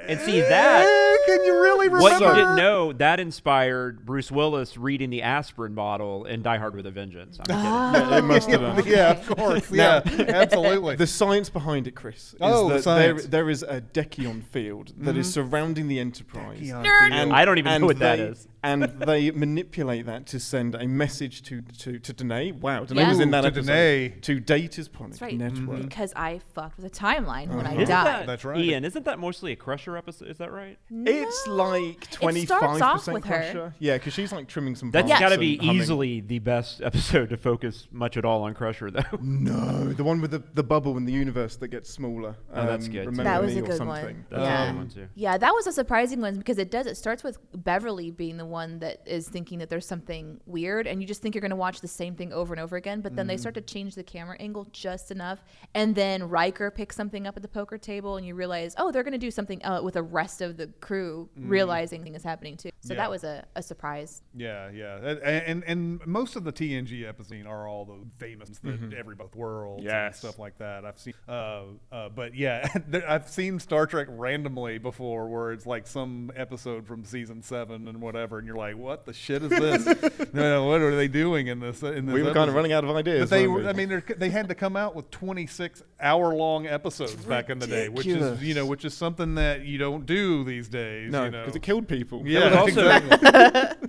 [SPEAKER 6] And see that.
[SPEAKER 11] eh, can you really remember?
[SPEAKER 6] What you didn't know, that inspired Bruce Willis reading the aspirin bottle in Die Hard with a Vengeance. I'm kidding.
[SPEAKER 1] Yeah, it must have done.
[SPEAKER 11] yeah, of course. Yeah, absolutely.
[SPEAKER 1] uh, The science behind it, Chris, is
[SPEAKER 11] Oh,
[SPEAKER 1] that
[SPEAKER 11] science.
[SPEAKER 1] There, there is a Decion field that is surrounding the Enterprise.
[SPEAKER 11] Nerd.
[SPEAKER 6] I don't even
[SPEAKER 1] and
[SPEAKER 6] know what that
[SPEAKER 1] they-
[SPEAKER 6] is.
[SPEAKER 1] And they manipulate that to send a message to to to Danae. Wow, Danae was
[SPEAKER 3] Yeah.
[SPEAKER 1] in that
[SPEAKER 11] Ooh, to
[SPEAKER 1] episode.
[SPEAKER 11] Danae. Mm-hmm.
[SPEAKER 1] To Data's Ponic
[SPEAKER 3] That's right.
[SPEAKER 1] network.
[SPEAKER 3] Because I fucked with a timeline when I
[SPEAKER 1] Uh-huh.
[SPEAKER 6] Isn't
[SPEAKER 3] died.
[SPEAKER 11] That's right.
[SPEAKER 6] Ian, isn't that mostly a Crusher episode? Is that right?
[SPEAKER 1] It's like twenty
[SPEAKER 3] It starts
[SPEAKER 1] five
[SPEAKER 3] off
[SPEAKER 1] percent
[SPEAKER 3] with her.
[SPEAKER 1] pressure. Yeah, because she's like trimming some.
[SPEAKER 6] That's
[SPEAKER 1] plants
[SPEAKER 6] got to
[SPEAKER 1] and
[SPEAKER 6] be
[SPEAKER 1] humming.
[SPEAKER 6] easily the best episode to focus much at all on Crusher, though.
[SPEAKER 1] No, the one with the, the bubble in the universe that gets smaller. Um,
[SPEAKER 6] Oh, that's good.
[SPEAKER 1] Remember
[SPEAKER 3] That was
[SPEAKER 1] me
[SPEAKER 3] a
[SPEAKER 1] or
[SPEAKER 3] good
[SPEAKER 1] something.
[SPEAKER 3] one.
[SPEAKER 6] That's a
[SPEAKER 3] yeah.
[SPEAKER 6] good one, too.
[SPEAKER 3] yeah, that was a surprising one because it does. It starts with Beverly being the one that is thinking that there's something weird and you just think you're going to watch the same thing over and over again but then they start to
[SPEAKER 1] Mm.
[SPEAKER 3] change the camera angle just enough and then Riker picks something up at the poker table and you realize oh they're going to do something uh, with the rest of the crew
[SPEAKER 1] Mm.
[SPEAKER 3] realizing something is happening too so
[SPEAKER 11] Yeah.
[SPEAKER 3] that was a, a surprise
[SPEAKER 11] Yeah, yeah, and and, and most of the TNG episodes are all the famous that every both worlds and
[SPEAKER 1] Mm-hmm. Yes.
[SPEAKER 11] stuff like that. I've seen, uh, uh, but yeah, there- I've seen Star Trek randomly before, where it's like some episode from season seven and whatever, and you're like, "What the shit is this? no, no, what are they doing in this?" In this
[SPEAKER 1] We were kind of
[SPEAKER 11] episode?"
[SPEAKER 1] running out of ideas.
[SPEAKER 11] But they,
[SPEAKER 1] weren't
[SPEAKER 11] were,
[SPEAKER 1] we?
[SPEAKER 11] I mean, they're- they had to come out with 26 hour-long episodes back in the day, which is
[SPEAKER 1] ridiculous.
[SPEAKER 11] you know, which is something that you don't do these days.
[SPEAKER 1] no,
[SPEAKER 11] you
[SPEAKER 1] because
[SPEAKER 11] know.
[SPEAKER 1] it killed people.
[SPEAKER 11] yeah,
[SPEAKER 6] was also-
[SPEAKER 11] exactly.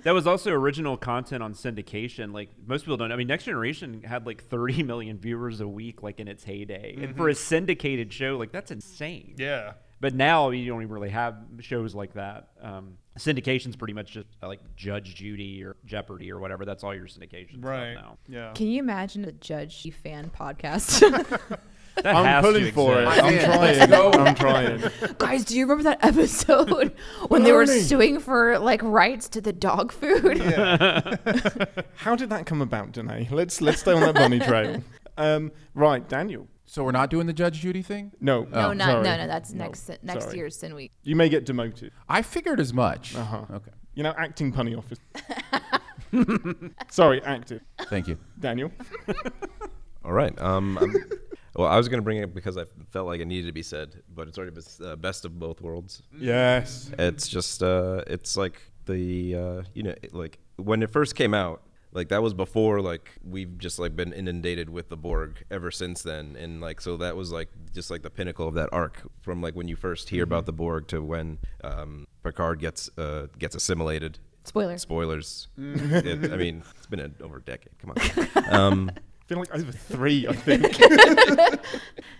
[SPEAKER 6] that was also original content on syndication. Like most people don't. I mean, Next Generation had like 30 million viewers a week, like in its heyday, and for a syndicated show, like that's insane.
[SPEAKER 11] Mm-hmm. yeah.
[SPEAKER 6] But now you don't even really have shows like that. Um, syndication's pretty much just uh, like Judge Judy or Jeopardy or whatever. That's all your syndication. stuff
[SPEAKER 11] Right.
[SPEAKER 6] now.
[SPEAKER 11] Yeah.
[SPEAKER 1] Oh.
[SPEAKER 3] can you imagine a judge fan podcast
[SPEAKER 6] That
[SPEAKER 1] I'm
[SPEAKER 6] has to
[SPEAKER 1] pulling for it.
[SPEAKER 6] exist.
[SPEAKER 1] I'm trying. I'm trying.
[SPEAKER 3] guys do you remember that episode when they were
[SPEAKER 1] Barney.
[SPEAKER 3] suing for like rights to the dog food
[SPEAKER 1] How did that come about, Danae? Let's let's stay on that bunny trail. Um, right, Daniel.
[SPEAKER 5] So we're not doing the Judge Judy thing.
[SPEAKER 1] No,
[SPEAKER 3] no
[SPEAKER 1] oh,
[SPEAKER 3] not,
[SPEAKER 1] sorry.
[SPEAKER 3] no no that's next next
[SPEAKER 1] sorry.
[SPEAKER 3] year's sin week
[SPEAKER 1] You may get demoted.
[SPEAKER 5] I figured as much.
[SPEAKER 1] Uh-huh.
[SPEAKER 5] Okay.
[SPEAKER 1] You know, acting punny office. sorry, active.
[SPEAKER 5] Thank you.
[SPEAKER 1] Daniel.
[SPEAKER 9] All right. Um, I'm- well, I was going to bring it up because I felt like it needed to be said, but it's already been uh, best of both worlds.
[SPEAKER 1] Mm-hmm. Yes.
[SPEAKER 9] It's just, uh, it's like the, uh, you know, it- like when it first came out, like that was before, like we've just like been inundated with the Borg ever since then, and like so that was like just like the pinnacle of that arc from like when you first hear about the Borg to when um, Picard gets uh, gets assimilated.
[SPEAKER 3] Spoiler.
[SPEAKER 9] Spoilers. It- I mean, it's been a, over a decade. Come on. Um,
[SPEAKER 1] I feel like over three, I think.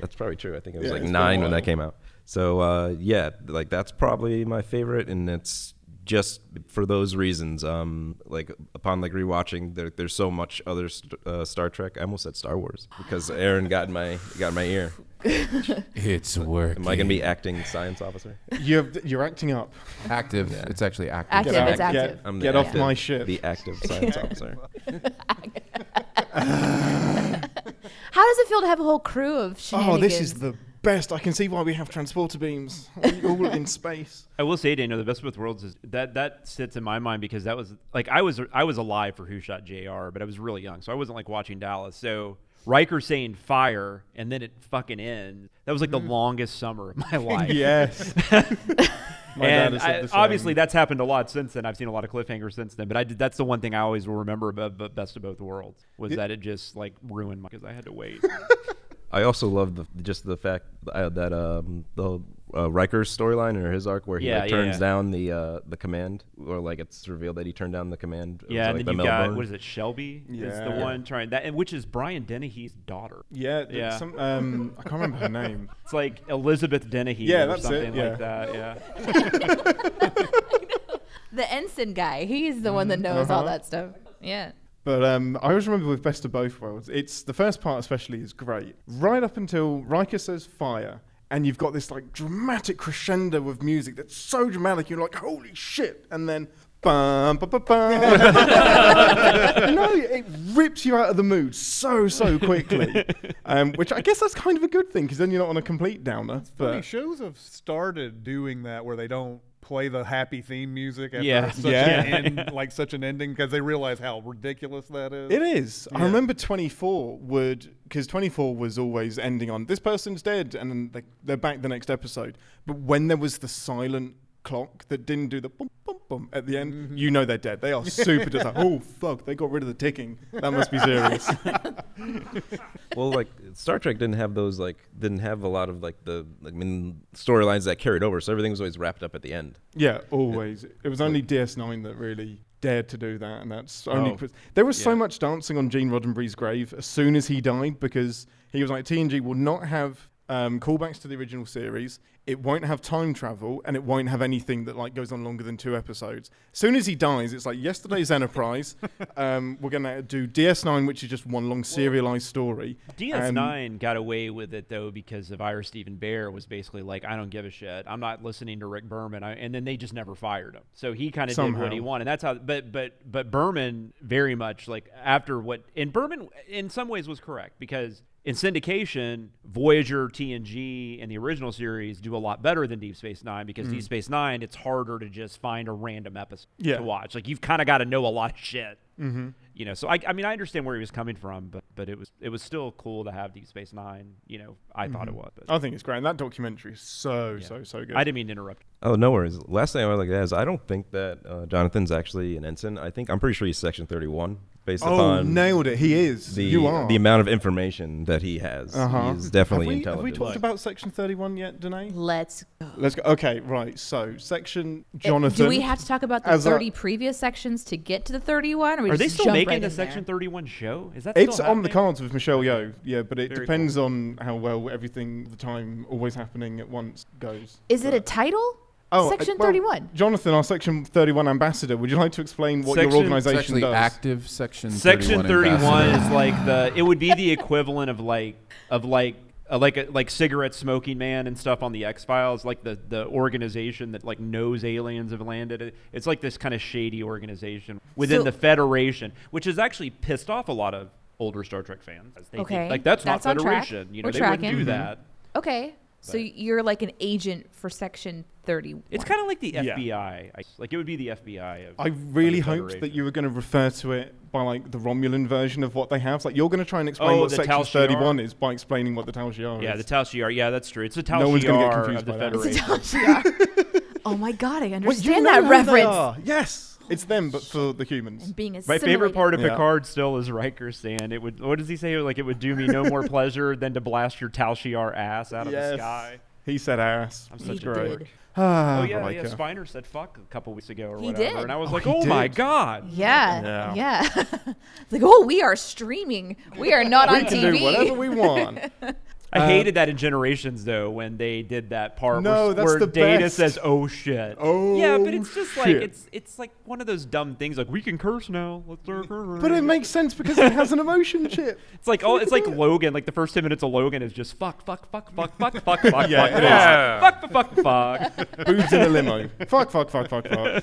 [SPEAKER 9] That's probably true. I think it was
[SPEAKER 1] Yeah,
[SPEAKER 9] like
[SPEAKER 1] it's been a
[SPEAKER 9] nine when
[SPEAKER 1] while.
[SPEAKER 9] that came out. So uh, yeah, like that's probably my favorite, and it's just for those reasons. Um, like upon like rewatching, there, there's so much other st- uh, Star Trek. I almost said Star Wars because Aaron got in my got in my ear.
[SPEAKER 5] It's working.
[SPEAKER 9] Am I gonna be acting science officer?
[SPEAKER 1] you're, you're acting up.
[SPEAKER 5] active? It's actually active.
[SPEAKER 3] Active,
[SPEAKER 1] Get
[SPEAKER 3] it's
[SPEAKER 1] back. Get-
[SPEAKER 3] active.
[SPEAKER 9] I'm the
[SPEAKER 1] Get off
[SPEAKER 9] active-
[SPEAKER 1] my ship.
[SPEAKER 9] The active science officer.
[SPEAKER 3] How does it feel to have a whole crew of shenanigans?
[SPEAKER 1] Oh, this is the best. I can see why we have transporter beams. All in space.
[SPEAKER 6] I will say, Daniel, the best of both worlds is that that sits in my mind because that was like I was I was alive for Who Shot Jr. But I was really young, so I wasn't like watching Dallas. So Riker saying fire and then it fucking ends. That was like
[SPEAKER 1] Hmm.
[SPEAKER 6] the longest summer of my life.
[SPEAKER 1] Yes. My dad
[SPEAKER 6] and
[SPEAKER 1] has said
[SPEAKER 6] I-
[SPEAKER 1] the same.
[SPEAKER 6] obviously that's happened a lot since then. I've seen a lot of cliffhangers since then, but I did, that's the one thing I always will remember about the Best of Both Worlds was that it just like ruined my because I had to wait.
[SPEAKER 9] I also love the just the fact uh, that um, the uh, Riker's storyline or his arc where he
[SPEAKER 6] Yeah,
[SPEAKER 9] like,
[SPEAKER 6] yeah,
[SPEAKER 9] turns
[SPEAKER 6] yeah.
[SPEAKER 9] down the uh, the command or like it's revealed that he turned down the command. of,
[SPEAKER 6] yeah,
[SPEAKER 9] like,
[SPEAKER 6] and
[SPEAKER 9] the
[SPEAKER 6] then you
[SPEAKER 9] Mel
[SPEAKER 6] got
[SPEAKER 9] Bone.
[SPEAKER 6] what is it? Shelby is the
[SPEAKER 1] Yeah.
[SPEAKER 6] one trying that, and which is Brian Dennehy's daughter.
[SPEAKER 1] Yeah. th-
[SPEAKER 6] Yeah.
[SPEAKER 1] Some, um, I can't remember her name.
[SPEAKER 6] It's like Elizabeth Dennehy
[SPEAKER 1] Yeah,
[SPEAKER 6] or
[SPEAKER 1] that's it,
[SPEAKER 6] something
[SPEAKER 1] yeah.
[SPEAKER 6] like that. Yeah.
[SPEAKER 3] the ensign guy. He's the
[SPEAKER 1] Mm,
[SPEAKER 3] one that knows
[SPEAKER 1] uh-huh.
[SPEAKER 3] all that stuff. Yeah.
[SPEAKER 1] But um, I always remember with Best of Both Worlds, it's the first part especially is great. Right up until Riker says fire, and you've got this like dramatic crescendo of music that's so dramatic, you're like, holy shit! And then bum ba ba bum. no, it rips you out of the mood so so quickly, um, which I guess that's kind of a good thing because then you're not on a complete downer.
[SPEAKER 11] Funny,
[SPEAKER 1] But
[SPEAKER 11] shows have started doing that where they don't play the happy theme music after
[SPEAKER 6] Yeah.
[SPEAKER 11] such
[SPEAKER 1] Yeah.
[SPEAKER 11] an end, like such an ending because they realize how ridiculous that is.
[SPEAKER 1] It is. I remember 24 would because 24 was always ending on this person's dead and then they, they're back the next episode. But when there was the silent clock that didn't do the boom boom boom at the end, you know they're dead. They are super just like, oh fuck, they got rid of the ticking. That must be serious.
[SPEAKER 9] well, like Star Trek didn't have those like didn't have a lot of like the like, I mean storylines that carried over, so everything was always wrapped up at the end.
[SPEAKER 1] yeah, always. It was only DS9 that really dared to do that, and that's only
[SPEAKER 6] Oh,
[SPEAKER 1] because there was so much dancing on Gene Roddenberry's grave as soon as he died because he was like TNG will not have um, callbacks to the original series. It won't have time travel, and it won't have anything that like goes on longer than two episodes. As soon as he dies, it's like yesterday's Enterprise. Um, we're gonna do DS9, which is just one long serialized story.
[SPEAKER 6] DS9 got away with it though because the Ira Stephen Bear was basically like, I don't give a shit. I'm not listening to Rick Berman. I, and then they just never fired him. So he kind of did
[SPEAKER 1] Somehow.
[SPEAKER 6] what he wanted. That's how. But but but Berman very much like after what and Berman in some ways was correct because in syndication, Voyager, TNG, and the original series do a lot better than Deep Space Nine because
[SPEAKER 1] Mm.
[SPEAKER 6] Deep Space Nine it's harder to just find a random episode
[SPEAKER 1] Yeah.
[SPEAKER 6] to watch. Like you've kind of got to know a lot of shit.
[SPEAKER 1] Mhm.
[SPEAKER 6] You know, so I, I mean, I understand where he was coming from, but but it was it was still cool to have Deep Space Nine. You know, I thought it
[SPEAKER 1] Mhm.
[SPEAKER 6] was. But
[SPEAKER 1] I think it's great. And that documentary is so
[SPEAKER 6] Yeah.
[SPEAKER 1] so so good.
[SPEAKER 6] I didn't mean to interrupt.
[SPEAKER 9] Oh, no worries. Last thing I would like to add is I don't think that uh, Jonathan's actually an ensign. I think I'm pretty sure he's Section 31 based
[SPEAKER 1] Oh,
[SPEAKER 9] upon
[SPEAKER 1] nailed it. He is.
[SPEAKER 9] The,
[SPEAKER 1] You are.
[SPEAKER 9] the amount of information that he has.
[SPEAKER 1] Uh-huh.
[SPEAKER 9] He's definitely
[SPEAKER 1] have we, Have we
[SPEAKER 9] intelligent.
[SPEAKER 1] talked about Section 31 yet, Danae?
[SPEAKER 3] Let's go.
[SPEAKER 1] Let's go. Okay, right. So, Section
[SPEAKER 3] It- Uh,
[SPEAKER 1] Jonathan.
[SPEAKER 3] do we have to talk about the
[SPEAKER 1] as a-
[SPEAKER 3] 30 previous sections to get to the 31? Or we
[SPEAKER 6] Are they
[SPEAKER 3] just
[SPEAKER 6] still
[SPEAKER 3] jump
[SPEAKER 6] making
[SPEAKER 3] right
[SPEAKER 6] the
[SPEAKER 3] in there?
[SPEAKER 6] Section Thirty One show? Is that
[SPEAKER 1] It's
[SPEAKER 6] still
[SPEAKER 1] on the
[SPEAKER 6] happening?
[SPEAKER 1] cards with Michelle Yeoh, yeah, but it
[SPEAKER 6] Very
[SPEAKER 1] depends on how well everything, the time, always happening at once goes.
[SPEAKER 3] Is it a title?
[SPEAKER 1] Oh, uh,
[SPEAKER 3] Section
[SPEAKER 1] well,
[SPEAKER 3] 31.
[SPEAKER 1] Jonathan, our Section 31 ambassador, would you like to explain what
[SPEAKER 5] Section-
[SPEAKER 1] your
[SPEAKER 5] it's
[SPEAKER 1] organization
[SPEAKER 5] actually
[SPEAKER 1] does?
[SPEAKER 5] active Section
[SPEAKER 6] Section
[SPEAKER 5] 31
[SPEAKER 6] Thirty One is
[SPEAKER 5] ambassador.
[SPEAKER 6] like the it would be the equivalent of like of like. Uh, like a, like cigarette smoking man and stuff on the X Files, like the, the organization that like knows aliens have landed. It- It's like this kind of shady organization within
[SPEAKER 3] So-
[SPEAKER 6] the Federation, which has actually pissed off a lot of older Star Trek fans. as they think,
[SPEAKER 3] Okay,
[SPEAKER 6] like that's,
[SPEAKER 3] on
[SPEAKER 6] not
[SPEAKER 3] track.
[SPEAKER 6] Federation. You know
[SPEAKER 3] We're
[SPEAKER 6] they
[SPEAKER 3] tracking.
[SPEAKER 6] wouldn't do that.
[SPEAKER 3] Okay. So you're like an agent for Section 31.
[SPEAKER 6] It's kind of like the
[SPEAKER 1] Yeah.
[SPEAKER 6] FBI. I, like it would be the FBI. Of,
[SPEAKER 1] I
[SPEAKER 6] of the
[SPEAKER 1] really hoped that
[SPEAKER 6] Federation.
[SPEAKER 1] you were going to refer to it by like the Romulan version of what they have. Like you're going to try and explain
[SPEAKER 6] Oh,
[SPEAKER 1] what
[SPEAKER 6] the
[SPEAKER 1] Section
[SPEAKER 6] Tal Shiar?
[SPEAKER 1] 31 is by explaining what the Tal Shiar
[SPEAKER 6] Yeah,
[SPEAKER 1] is.
[SPEAKER 6] the Tao Shiar. Yeah, that's true. It's the Tao
[SPEAKER 1] No one's gonna get
[SPEAKER 6] Shiar
[SPEAKER 1] confused
[SPEAKER 6] of the
[SPEAKER 1] by that.
[SPEAKER 6] Federation.
[SPEAKER 3] oh my God, I
[SPEAKER 1] Wait, you
[SPEAKER 3] understand
[SPEAKER 1] know
[SPEAKER 3] that
[SPEAKER 1] who they
[SPEAKER 3] reference.
[SPEAKER 1] are. Yes, it's them, but for the humans.
[SPEAKER 3] Being
[SPEAKER 6] My favorite
[SPEAKER 3] assimilated.
[SPEAKER 6] part of
[SPEAKER 1] Yeah.
[SPEAKER 6] Picard still is Riker saying it would. What does he say? Like it would do me no more pleasure than to blast your Tao Shiar ass out of the
[SPEAKER 1] Yes.
[SPEAKER 6] sky.
[SPEAKER 1] He said ass.
[SPEAKER 6] I'm
[SPEAKER 1] That's
[SPEAKER 6] such a
[SPEAKER 1] great.
[SPEAKER 6] dork.
[SPEAKER 1] Ah,
[SPEAKER 6] Oh yeah, yeah.
[SPEAKER 1] Riker.
[SPEAKER 6] Spiner said fuck a couple weeks ago or
[SPEAKER 3] He
[SPEAKER 6] whatever,
[SPEAKER 3] did.
[SPEAKER 6] and I was
[SPEAKER 1] Oh,
[SPEAKER 6] like,
[SPEAKER 1] he
[SPEAKER 6] oh my
[SPEAKER 1] did.
[SPEAKER 6] god.
[SPEAKER 3] Yeah,
[SPEAKER 1] Yeah.
[SPEAKER 3] yeah. it's like, oh, we are streaming. We are not
[SPEAKER 1] we
[SPEAKER 3] on
[SPEAKER 1] can
[SPEAKER 3] TV.
[SPEAKER 1] do whatever we want.
[SPEAKER 6] I
[SPEAKER 1] Uh,
[SPEAKER 6] hated that in Generations though when they did that part
[SPEAKER 1] No,
[SPEAKER 6] where,
[SPEAKER 1] that's
[SPEAKER 6] where
[SPEAKER 1] the
[SPEAKER 6] Data
[SPEAKER 1] best.
[SPEAKER 6] says oh shit.
[SPEAKER 1] Oh,
[SPEAKER 6] yeah, but it's just like
[SPEAKER 1] shit.
[SPEAKER 6] it's it's like one of those dumb things like we can curse now. Let's start cursing.
[SPEAKER 1] but it makes sense because it has an emotion chip.
[SPEAKER 6] It's like oh, it's like Logan. Like the first ten minutes of Logan is just fuck, fuck, fuck, fuck, fuck, fuck, fuck,
[SPEAKER 1] Yeah,
[SPEAKER 6] fuck,
[SPEAKER 1] it
[SPEAKER 6] fuck,
[SPEAKER 4] is.
[SPEAKER 6] fuck, fuck, fuck.
[SPEAKER 1] Boobs in a limo. fuck, fuck, fuck, fuck, fuck.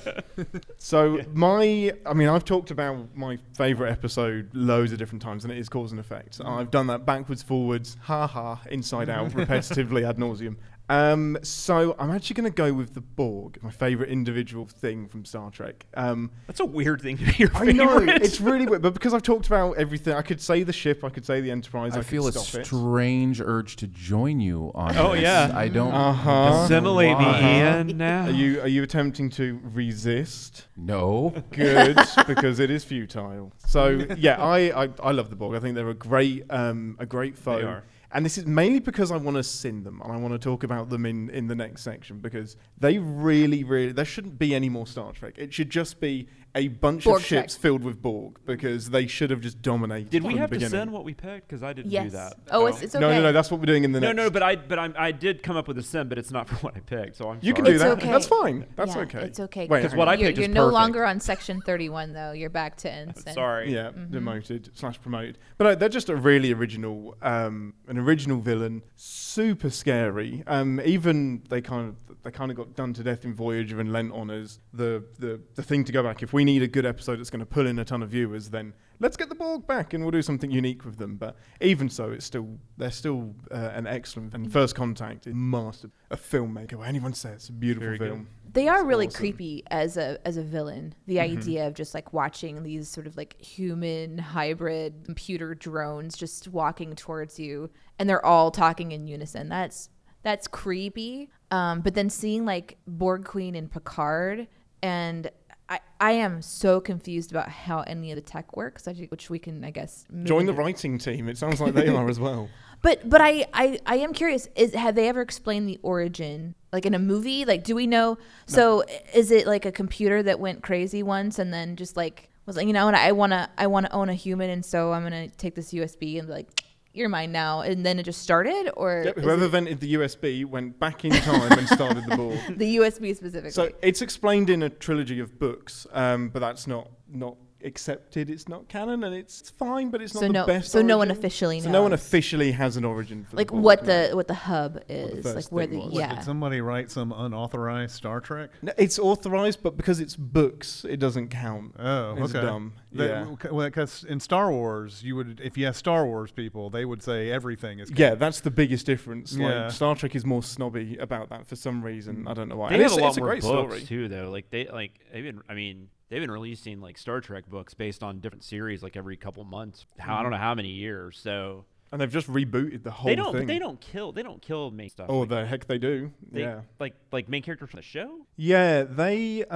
[SPEAKER 1] So my, I mean, I've talked about my favorite episode loads of different times, and it is cause and effect. I've done that backwards, forwards, ha ha, inside out, repetitively ad nauseum. Um, so I'm actually going to go with the Borg, my favorite individual thing from Star Trek. Um,
[SPEAKER 6] That's a weird thing to be your
[SPEAKER 1] I
[SPEAKER 6] favorite.
[SPEAKER 1] know it's really weird, but because I've talked about everything, I could say the ship, I could say the Enterprise, I,
[SPEAKER 5] I
[SPEAKER 1] could
[SPEAKER 5] feel a
[SPEAKER 1] stop it.
[SPEAKER 5] strange urge to join you on
[SPEAKER 6] Oh,
[SPEAKER 5] this.
[SPEAKER 6] yeah.
[SPEAKER 5] I don't.
[SPEAKER 1] Uh-huh.
[SPEAKER 5] don't know
[SPEAKER 6] Assimilate me,
[SPEAKER 5] why.
[SPEAKER 6] Ian. Now.
[SPEAKER 1] Are you are you attempting to resist?
[SPEAKER 5] No.
[SPEAKER 1] Good, because it is futile. So yeah, I, I, I love the Borg. I think they're a great um, a great foe.
[SPEAKER 6] are.
[SPEAKER 1] And this is mainly because I want to sin them, and I want to talk about them in, in the next section because they really, really there shouldn't be any more Star Trek. It should just be a bunch
[SPEAKER 3] Borg
[SPEAKER 1] of
[SPEAKER 3] Trek.
[SPEAKER 1] ships filled with Borg because they should have just dominated.
[SPEAKER 6] Did
[SPEAKER 1] from
[SPEAKER 6] we
[SPEAKER 1] the
[SPEAKER 6] have to
[SPEAKER 1] beginning.
[SPEAKER 6] send what we picked? Because I didn't do
[SPEAKER 3] Yes.
[SPEAKER 6] that.
[SPEAKER 3] Oh, it's, it's okay.
[SPEAKER 1] No, no, no. That's what we're doing in the
[SPEAKER 6] no,
[SPEAKER 1] next.
[SPEAKER 6] no. But I, but I'm, I did come up with a sim, but it's not for what I picked. So I'm.
[SPEAKER 1] you can
[SPEAKER 6] sorry.
[SPEAKER 1] do that.
[SPEAKER 3] okay.
[SPEAKER 1] That's fine. That's
[SPEAKER 3] Yeah,
[SPEAKER 1] okay.
[SPEAKER 3] It's okay.
[SPEAKER 1] Wait,
[SPEAKER 6] 'Cause
[SPEAKER 1] hang
[SPEAKER 6] what
[SPEAKER 1] on.
[SPEAKER 6] I
[SPEAKER 3] you're
[SPEAKER 6] picked
[SPEAKER 3] you're
[SPEAKER 6] is
[SPEAKER 3] no
[SPEAKER 6] perfect.
[SPEAKER 3] longer on Section 31, though. You're back to ensign.
[SPEAKER 6] Sorry.
[SPEAKER 1] Yeah, demoted slash promoted. But uh, they're just a really original, um, an original villain. Super scary. Um, even they kind of they kind of got done to death in Voyager and lent on as the, the the thing to go back. If we need a good episode that's going to pull in a ton of viewers, then let's get the Borg back and we'll do something unique with them. But even so, it's still they're still uh, an excellent and First Contact is master a filmmaker. What anyone says, a beautiful
[SPEAKER 6] Very good.
[SPEAKER 1] film.
[SPEAKER 3] They are really
[SPEAKER 1] awesome. Mm-hmm.
[SPEAKER 3] creepy as a as a villain. The idea of just like watching these sort of like human hybrid computer drones just walking towards you, and they're all talking in unison. That's that's creepy. Um, but then seeing like Borg Queen and Picard, and I I am so confused about how any of the tech works, I ju- which we can I guess move
[SPEAKER 1] Join the
[SPEAKER 3] into-
[SPEAKER 1] writing team. It sounds like they are as well.
[SPEAKER 3] But but I, I I am curious is have they ever explained the origin like in a movie like do we know so i- is it like a computer that went crazy once and then just like was like you know what I want to I want to own a human and so I'm going to take this USB and be like you're mine now, and then it just started, or
[SPEAKER 1] yep, whoever
[SPEAKER 3] is it-
[SPEAKER 1] invented the USB went back in time and started the ball.
[SPEAKER 3] the USB specifically.
[SPEAKER 1] So it's explained in a trilogy of books, um, but that's not not accepted. It's not canon, and it's fine, but it's not
[SPEAKER 3] So
[SPEAKER 1] the
[SPEAKER 3] no-
[SPEAKER 1] best.
[SPEAKER 3] so no one
[SPEAKER 1] origin.
[SPEAKER 3] officially
[SPEAKER 1] So no one
[SPEAKER 3] knows.
[SPEAKER 1] officially has an origin for
[SPEAKER 3] like
[SPEAKER 1] the ball,
[SPEAKER 3] what
[SPEAKER 1] no.
[SPEAKER 3] the what the hub is, like
[SPEAKER 1] first
[SPEAKER 3] where the
[SPEAKER 1] thing was.
[SPEAKER 11] What,
[SPEAKER 3] yeah.
[SPEAKER 11] Did somebody write some unauthorized Star Trek?
[SPEAKER 1] No, it's authorized, but because it's books, it doesn't count.
[SPEAKER 11] Oh,
[SPEAKER 1] It's
[SPEAKER 11] okay.
[SPEAKER 1] dumb. yeah.
[SPEAKER 11] Because in Star Wars, you would if you ask Star Wars people, they would say everything is.
[SPEAKER 1] Yeah, that's the biggest difference. Like
[SPEAKER 11] Yeah.
[SPEAKER 1] Star Trek is more snobby about that for some reason. I don't know why.
[SPEAKER 6] They
[SPEAKER 1] And
[SPEAKER 6] have
[SPEAKER 1] it's,
[SPEAKER 6] a lot
[SPEAKER 1] it's
[SPEAKER 6] more
[SPEAKER 1] great
[SPEAKER 6] books
[SPEAKER 1] story.
[SPEAKER 6] too, though. Like they like they've been. I mean, they've been releasing like Star Trek books based on different series, like every couple months. How
[SPEAKER 1] Mm-hmm.
[SPEAKER 6] I don't know how many years. So
[SPEAKER 1] And they've just rebooted the whole
[SPEAKER 6] they don't. but
[SPEAKER 1] thing.
[SPEAKER 6] They don't kill. They don't kill main stuff.
[SPEAKER 1] Oh,
[SPEAKER 6] like,
[SPEAKER 1] the heck they do.
[SPEAKER 6] they,
[SPEAKER 1] yeah.
[SPEAKER 6] Like like main characters from the show.
[SPEAKER 1] Yeah, they.
[SPEAKER 6] Mm,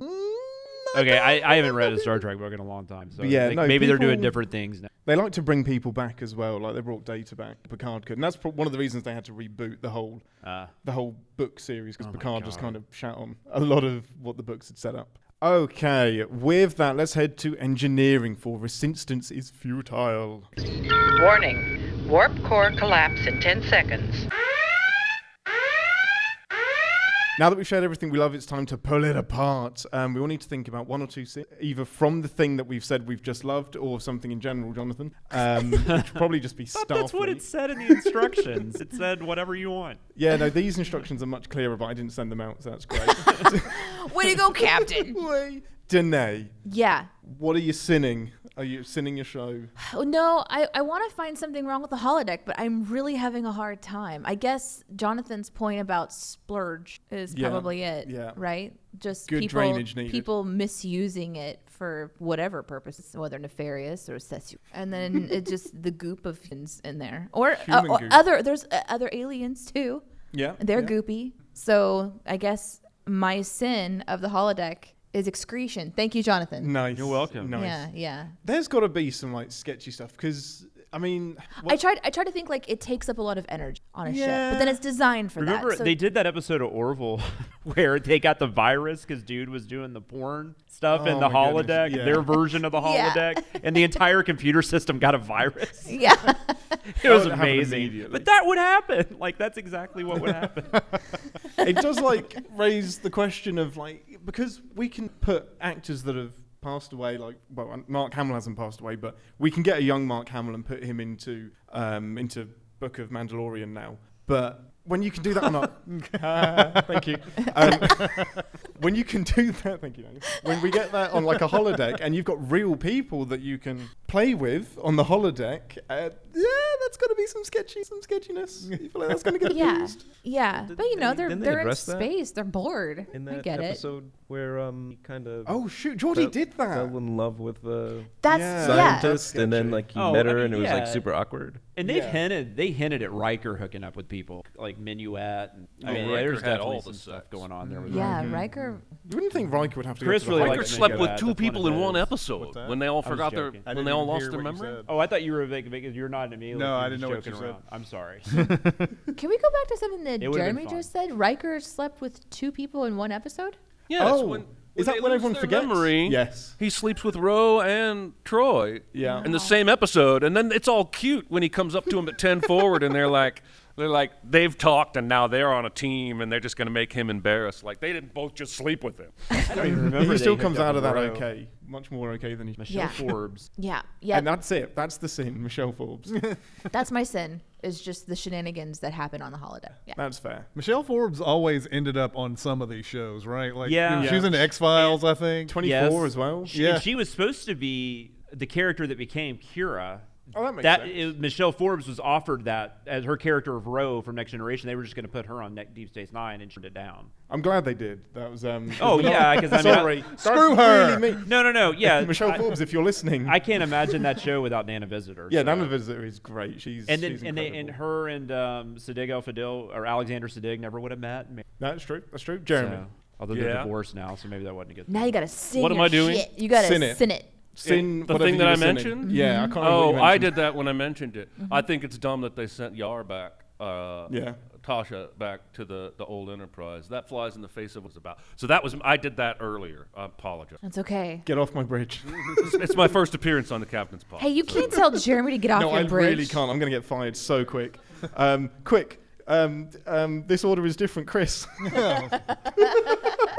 [SPEAKER 1] Um,
[SPEAKER 6] Okay, I, I haven't read a Star Trek book in a long time. So
[SPEAKER 1] But yeah,
[SPEAKER 6] like,
[SPEAKER 1] no,
[SPEAKER 6] maybe they're doing
[SPEAKER 1] people-
[SPEAKER 6] different things now.
[SPEAKER 1] They like to bring people back as well. Like they brought Data back. Picard could, and that's pro- one of the reasons they had to reboot the whole
[SPEAKER 6] Ah.
[SPEAKER 1] the whole book series because
[SPEAKER 6] Oh my
[SPEAKER 1] Picard just
[SPEAKER 6] God.
[SPEAKER 1] kind of shat on a lot of what the books had set up. Okay, with that, let's head to engineering for resistance is futile.
[SPEAKER 14] Warning. Warp core collapse in 10 seconds.
[SPEAKER 1] Now that we've shared everything we love, it's time to pull it apart. Um, we all need to think about one or two, si- either from the thing that we've said we've just loved, or something in general, Jonathan. Um, which would probably just be Starfleet.
[SPEAKER 6] That's what it said in the instructions. it said whatever you want.
[SPEAKER 1] Yeah, no, these instructions are much clearer, but I didn't send them out, so that's great.
[SPEAKER 3] Way to go, Captain!
[SPEAKER 1] Danae,
[SPEAKER 3] yeah.
[SPEAKER 1] what are you sinning? Are you sinning your show?
[SPEAKER 3] Oh, no, I, I want to find something wrong with the holodeck, but I'm really having a hard time. I guess Jonathan's point about splurge is
[SPEAKER 1] Yeah.
[SPEAKER 3] probably it.
[SPEAKER 1] Yeah.
[SPEAKER 3] Right? Just
[SPEAKER 1] Good
[SPEAKER 3] people,
[SPEAKER 1] drainage needed.
[SPEAKER 3] people misusing it for whatever purpose, whether nefarious or sexual. And then it just the goop of humans in there. Or, uh,
[SPEAKER 1] Human
[SPEAKER 3] or
[SPEAKER 1] goop.
[SPEAKER 3] other, there's uh, other aliens too.
[SPEAKER 1] Yeah,
[SPEAKER 3] They're
[SPEAKER 1] yeah.
[SPEAKER 3] goopy. So I guess my sin of the holodeck is excretion. Thank you, Jonathan.
[SPEAKER 1] Nice. You're welcome. Nice.
[SPEAKER 3] Yeah, yeah.
[SPEAKER 1] There's got to be some like sketchy stuff because I mean,
[SPEAKER 3] I tried. I tried to think like it takes up a lot of energy on a ship, but then
[SPEAKER 1] Yeah.
[SPEAKER 3] it's designed for
[SPEAKER 6] Remember,
[SPEAKER 3] that. so-
[SPEAKER 6] they did that episode of Orville where they got the virus because dude was doing the porn stuff in
[SPEAKER 1] Oh
[SPEAKER 6] the
[SPEAKER 1] my goodness,
[SPEAKER 6] holodeck,
[SPEAKER 1] yeah.
[SPEAKER 6] their version of the
[SPEAKER 3] Yeah.
[SPEAKER 6] holodeck, and the entire computer system got a virus.
[SPEAKER 3] yeah.
[SPEAKER 6] It was
[SPEAKER 1] would happen
[SPEAKER 6] amazing.
[SPEAKER 1] immediately.
[SPEAKER 6] But that would happen. Like, that's exactly what would happen.
[SPEAKER 1] it does like raise the question of like because we can put actors that have passed away like well uh, Mark Hamill hasn't passed away but we can get a young Mark Hamill and put him into um, into Book of Mandalorian now but when you can do that on a Ah, thank you um, when you can do that thank you Daniel. when we get that on like a holodeck and you've got real people that you can play with on the holodeck uh, yeah that's got to be some sketchy some sketchiness you feel like that's going to get
[SPEAKER 3] yeah,
[SPEAKER 1] abused
[SPEAKER 3] yeah. But you know,
[SPEAKER 9] they-
[SPEAKER 3] they're
[SPEAKER 9] didn't they
[SPEAKER 3] they're in
[SPEAKER 9] address that
[SPEAKER 3] space. They're bored.
[SPEAKER 9] in
[SPEAKER 3] I
[SPEAKER 9] that
[SPEAKER 3] get it.
[SPEAKER 9] episode where um he kind of
[SPEAKER 1] oh shoot Geordie
[SPEAKER 9] fell-
[SPEAKER 1] did that
[SPEAKER 9] fell in love with the
[SPEAKER 3] That's
[SPEAKER 1] Yeah.
[SPEAKER 3] yeah.
[SPEAKER 9] scientist and then like he
[SPEAKER 6] Oh,
[SPEAKER 9] met
[SPEAKER 6] I
[SPEAKER 9] her
[SPEAKER 6] mean,
[SPEAKER 9] and it was
[SPEAKER 6] yeah.
[SPEAKER 9] like super awkward.
[SPEAKER 6] And they've
[SPEAKER 1] Yeah.
[SPEAKER 6] hinted, they hinted at Riker hooking up with people, like Minuet. And, I
[SPEAKER 4] Oh,
[SPEAKER 6] mean,
[SPEAKER 4] Riker
[SPEAKER 6] there's
[SPEAKER 4] had
[SPEAKER 6] definitely
[SPEAKER 4] all the
[SPEAKER 6] some stuff
[SPEAKER 4] sex.
[SPEAKER 6] going on there. With
[SPEAKER 3] Yeah, mm-hmm. Riker.
[SPEAKER 1] You wouldn't think Riker would have to
[SPEAKER 6] Chris
[SPEAKER 1] go to the
[SPEAKER 6] really
[SPEAKER 1] height
[SPEAKER 6] likes
[SPEAKER 4] Riker
[SPEAKER 1] of
[SPEAKER 6] to
[SPEAKER 4] slept
[SPEAKER 6] make
[SPEAKER 4] with
[SPEAKER 6] it- that's
[SPEAKER 4] two
[SPEAKER 6] one
[SPEAKER 4] people
[SPEAKER 6] of
[SPEAKER 4] in one
[SPEAKER 6] those.
[SPEAKER 11] What's
[SPEAKER 4] episode
[SPEAKER 11] that?
[SPEAKER 4] when they all
[SPEAKER 6] I was
[SPEAKER 4] forgot their
[SPEAKER 6] joking. I
[SPEAKER 4] when
[SPEAKER 11] didn't
[SPEAKER 4] they all
[SPEAKER 11] even
[SPEAKER 4] lost
[SPEAKER 11] hear
[SPEAKER 4] their
[SPEAKER 11] what you
[SPEAKER 4] memory.
[SPEAKER 11] said.
[SPEAKER 6] Oh, I thought you were Vic because you're not an Amelia.
[SPEAKER 11] No,
[SPEAKER 6] You're
[SPEAKER 11] I
[SPEAKER 6] just
[SPEAKER 11] didn't know what
[SPEAKER 6] joking
[SPEAKER 11] you said.
[SPEAKER 6] around. I'm sorry.
[SPEAKER 3] Can we go back to something that
[SPEAKER 6] It would've been
[SPEAKER 3] Jeremy
[SPEAKER 6] fun.
[SPEAKER 3] just said? Riker slept with two people in one episode.
[SPEAKER 4] Yeah, that's
[SPEAKER 1] Oh,
[SPEAKER 4] when, when
[SPEAKER 1] is that
[SPEAKER 4] they
[SPEAKER 1] when
[SPEAKER 4] lose
[SPEAKER 1] everyone
[SPEAKER 4] their
[SPEAKER 1] forgets?
[SPEAKER 4] Memory,
[SPEAKER 1] Yes.
[SPEAKER 4] he sleeps with Ro and Troy.
[SPEAKER 1] Yeah.
[SPEAKER 4] in the same episode, and then it's all cute when he comes up to him at ten forward, and they're like, they're like, they've talked, and now they're on a team, and they're just gonna make him embarrassed. Like they didn't both just sleep with him.
[SPEAKER 6] I don't even
[SPEAKER 1] But
[SPEAKER 6] remember.
[SPEAKER 1] he
[SPEAKER 6] they
[SPEAKER 1] still
[SPEAKER 6] hooked
[SPEAKER 1] comes
[SPEAKER 6] up
[SPEAKER 1] out of
[SPEAKER 6] with
[SPEAKER 1] that
[SPEAKER 6] Ro.
[SPEAKER 1] okay, much more okay than he.
[SPEAKER 6] Michelle
[SPEAKER 3] Yeah.
[SPEAKER 6] Forbes.
[SPEAKER 3] Yeah, yeah.
[SPEAKER 1] And that's it. That's the sin, Michelle Forbes.
[SPEAKER 3] that's my sin. Is just the shenanigans that happen on the holiday. Yeah.
[SPEAKER 1] that's fair.
[SPEAKER 11] Michelle Forbes always ended up on some of these shows, right? Like,
[SPEAKER 6] Yeah.
[SPEAKER 11] you know,
[SPEAKER 6] Yeah.
[SPEAKER 11] she was in X Files, I think.
[SPEAKER 1] Twenty-four as well.
[SPEAKER 6] She,
[SPEAKER 11] Yeah.
[SPEAKER 6] she was supposed to be the character that became Kira.
[SPEAKER 1] Oh, that makes sense.
[SPEAKER 6] it- Michelle Forbes was offered that as her character of Ro from Next Generation. They were just going to put her on Ne- Deep Space Nine and turned it down.
[SPEAKER 1] I'm glad they did. That was. Um,
[SPEAKER 6] Oh, yeah, 'cause I mean, I-
[SPEAKER 1] sorry.
[SPEAKER 11] Screw
[SPEAKER 1] That's
[SPEAKER 11] her.
[SPEAKER 1] Really me.
[SPEAKER 6] No, no, no. Yeah,
[SPEAKER 1] Michelle
[SPEAKER 6] I,
[SPEAKER 1] Forbes, if you're listening.
[SPEAKER 6] I can't imagine that show without Nana Visitor.
[SPEAKER 1] yeah,
[SPEAKER 6] so.
[SPEAKER 1] none of us are- is great. She's
[SPEAKER 6] And then
[SPEAKER 1] she's
[SPEAKER 6] and they and
[SPEAKER 1] incredible.
[SPEAKER 6] her and um, Sadiq El Fadil or Alexander Sadiq never would have met. and married,
[SPEAKER 1] That's true. That's true. Jeremy.
[SPEAKER 6] so- although
[SPEAKER 4] Yeah.
[SPEAKER 6] they're divorced now, so maybe that wasn't a good.
[SPEAKER 3] Now
[SPEAKER 6] thing.
[SPEAKER 3] you gotta sin.
[SPEAKER 4] What am
[SPEAKER 3] your
[SPEAKER 4] I doing?
[SPEAKER 3] Shit. You gotta
[SPEAKER 1] Sin
[SPEAKER 3] sin
[SPEAKER 1] it.
[SPEAKER 3] it.
[SPEAKER 1] Sin.
[SPEAKER 4] the
[SPEAKER 1] whatever
[SPEAKER 4] thing
[SPEAKER 1] you
[SPEAKER 4] that
[SPEAKER 1] were
[SPEAKER 4] I
[SPEAKER 1] sinning.
[SPEAKER 4] mentioned.
[SPEAKER 1] Yeah, I can't. remember what
[SPEAKER 4] Oh,
[SPEAKER 1] you
[SPEAKER 4] I
[SPEAKER 1] mentioned.
[SPEAKER 4] did that when I mentioned it. I think it's dumb that they sent Yar back. Uh,
[SPEAKER 1] Yeah.
[SPEAKER 4] Tasha back to the, the old Enterprise. That flies in the face of what it's about. So that was I did that earlier. I apologize.
[SPEAKER 3] That's okay.
[SPEAKER 1] Get off my bridge.
[SPEAKER 4] it's, it's my first appearance on the Captain's Pod.
[SPEAKER 3] Hey, you can't tell Jeremy to get off
[SPEAKER 1] no,
[SPEAKER 3] your
[SPEAKER 1] I
[SPEAKER 3] bridge.
[SPEAKER 1] really can't. I'm going to get fired so quick. Um, quick. Um, um, this order is different, Chris.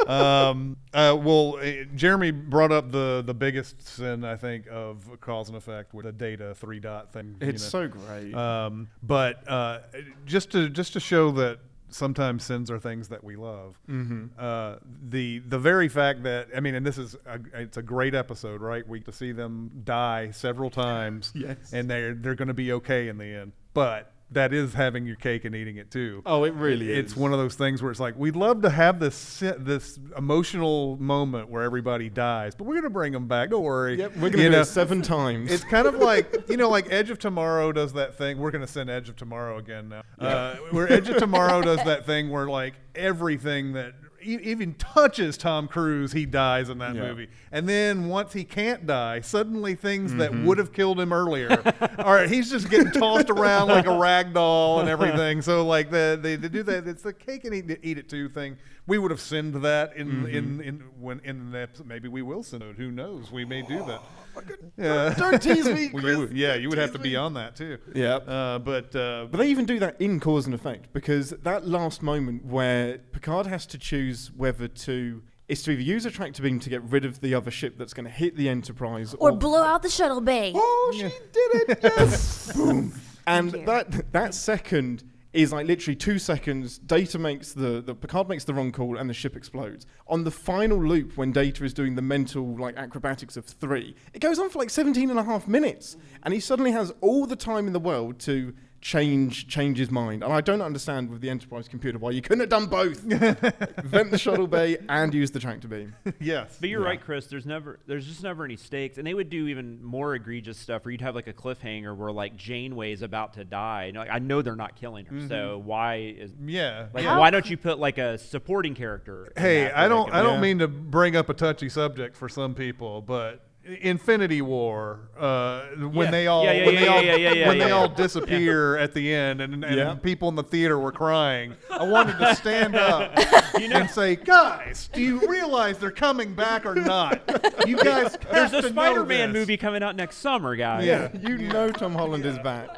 [SPEAKER 11] um, uh, well, uh, Jeremy brought up the the biggest sin I think of cause and effect with the data three dot thing. you
[SPEAKER 1] It's
[SPEAKER 11] know.
[SPEAKER 1] so great.
[SPEAKER 11] Um, but uh, just to just to show that sometimes sins are things that we love.
[SPEAKER 1] Mhm.
[SPEAKER 11] Uh, the the very fact that I mean, and this is a, it's a great episode, right? We to see them die several times,
[SPEAKER 1] Yes.
[SPEAKER 11] and they're they're going to be okay in the end, but. That is having your cake and eating it too.
[SPEAKER 1] Oh, it really
[SPEAKER 11] It's
[SPEAKER 1] is.
[SPEAKER 11] one of those things where it's like we'd love to have this si- this emotional moment where everybody dies, but we're gonna bring them back. Don't worry.
[SPEAKER 1] Yep, we're gonna
[SPEAKER 11] You
[SPEAKER 1] do
[SPEAKER 11] know?
[SPEAKER 1] it seven times.
[SPEAKER 11] It's kind of like you know, like Edge of Tomorrow does that thing. We're gonna send Edge of Tomorrow again now. Uh, where Edge of Tomorrow does that thing where like everything that e- even touches Tom Cruise, he dies in that
[SPEAKER 1] Yeah.
[SPEAKER 11] movie. And then once he can't die, suddenly things that
[SPEAKER 1] Mhm.
[SPEAKER 11] would have killed him earlier. all right, he's just getting tossed around like a rag doll and everything. So like the they, they do that. It's the cake and eat, eat it too thing. We would have sinned that in
[SPEAKER 1] Mm-hmm.
[SPEAKER 11] in, in when in the episode. Maybe we will send it. Who knows? We may do
[SPEAKER 1] Oh,
[SPEAKER 11] that. Yeah.
[SPEAKER 1] Don't tease me,
[SPEAKER 11] Well, you
[SPEAKER 1] Chris.
[SPEAKER 11] would- yeah, you would have to
[SPEAKER 1] Tease
[SPEAKER 11] be
[SPEAKER 1] me.
[SPEAKER 11] on that too.
[SPEAKER 1] Yeah.
[SPEAKER 11] Uh, but uh,
[SPEAKER 1] But they even do that in cause and effect because that last moment where Picard has to choose whether to is to either use a tractor beam to get rid of the other ship that's going to hit the Enterprise,
[SPEAKER 3] Or blow out the shuttle bay.
[SPEAKER 1] Oh, she did it! Yes. Boom. And
[SPEAKER 3] Thank you.
[SPEAKER 1] that that second is like literally two seconds. Data makes the, the Picard makes the wrong call and the ship explodes. On the final loop, when Data is doing the mental like acrobatics of three, it goes on for like 17 and a half minutes, and he suddenly has all the time in the world to change change his mind. And I don't understand with the Enterprise computer why you couldn't have done both: vent the shuttle bay and use the tractor beam.
[SPEAKER 11] yes,
[SPEAKER 6] But you're right, Chris. There's never, there's just never any stakes, and they would do even more egregious stuff. Where you'd have like a cliffhanger where like Janeway's about to die. And, like, I know they're not killing her, so why is
[SPEAKER 11] Yeah.
[SPEAKER 6] Like,
[SPEAKER 11] Mm-hmm. Yeah.
[SPEAKER 6] why don't you put like a supporting character? in
[SPEAKER 11] Hey,
[SPEAKER 6] that
[SPEAKER 11] I don't. I
[SPEAKER 6] predicament?
[SPEAKER 11] don't mean to bring up a touchy subject for some people, but Infinity War, uh, when
[SPEAKER 6] Yeah.
[SPEAKER 11] they all
[SPEAKER 6] Yeah, yeah,
[SPEAKER 11] when they
[SPEAKER 6] yeah,
[SPEAKER 11] all
[SPEAKER 6] yeah, yeah, yeah,
[SPEAKER 11] when they
[SPEAKER 6] yeah.
[SPEAKER 11] all disappear at the end, and, and
[SPEAKER 1] Yeah.
[SPEAKER 11] people in the theater were crying. I wanted to stand up and say, guys, do you realize they're coming back or not? You guys, have
[SPEAKER 6] There's a
[SPEAKER 11] to know
[SPEAKER 6] Spider-Man
[SPEAKER 11] this."
[SPEAKER 6] movie coming out next summer, guys.
[SPEAKER 1] Yeah, you know Tom Holland is back.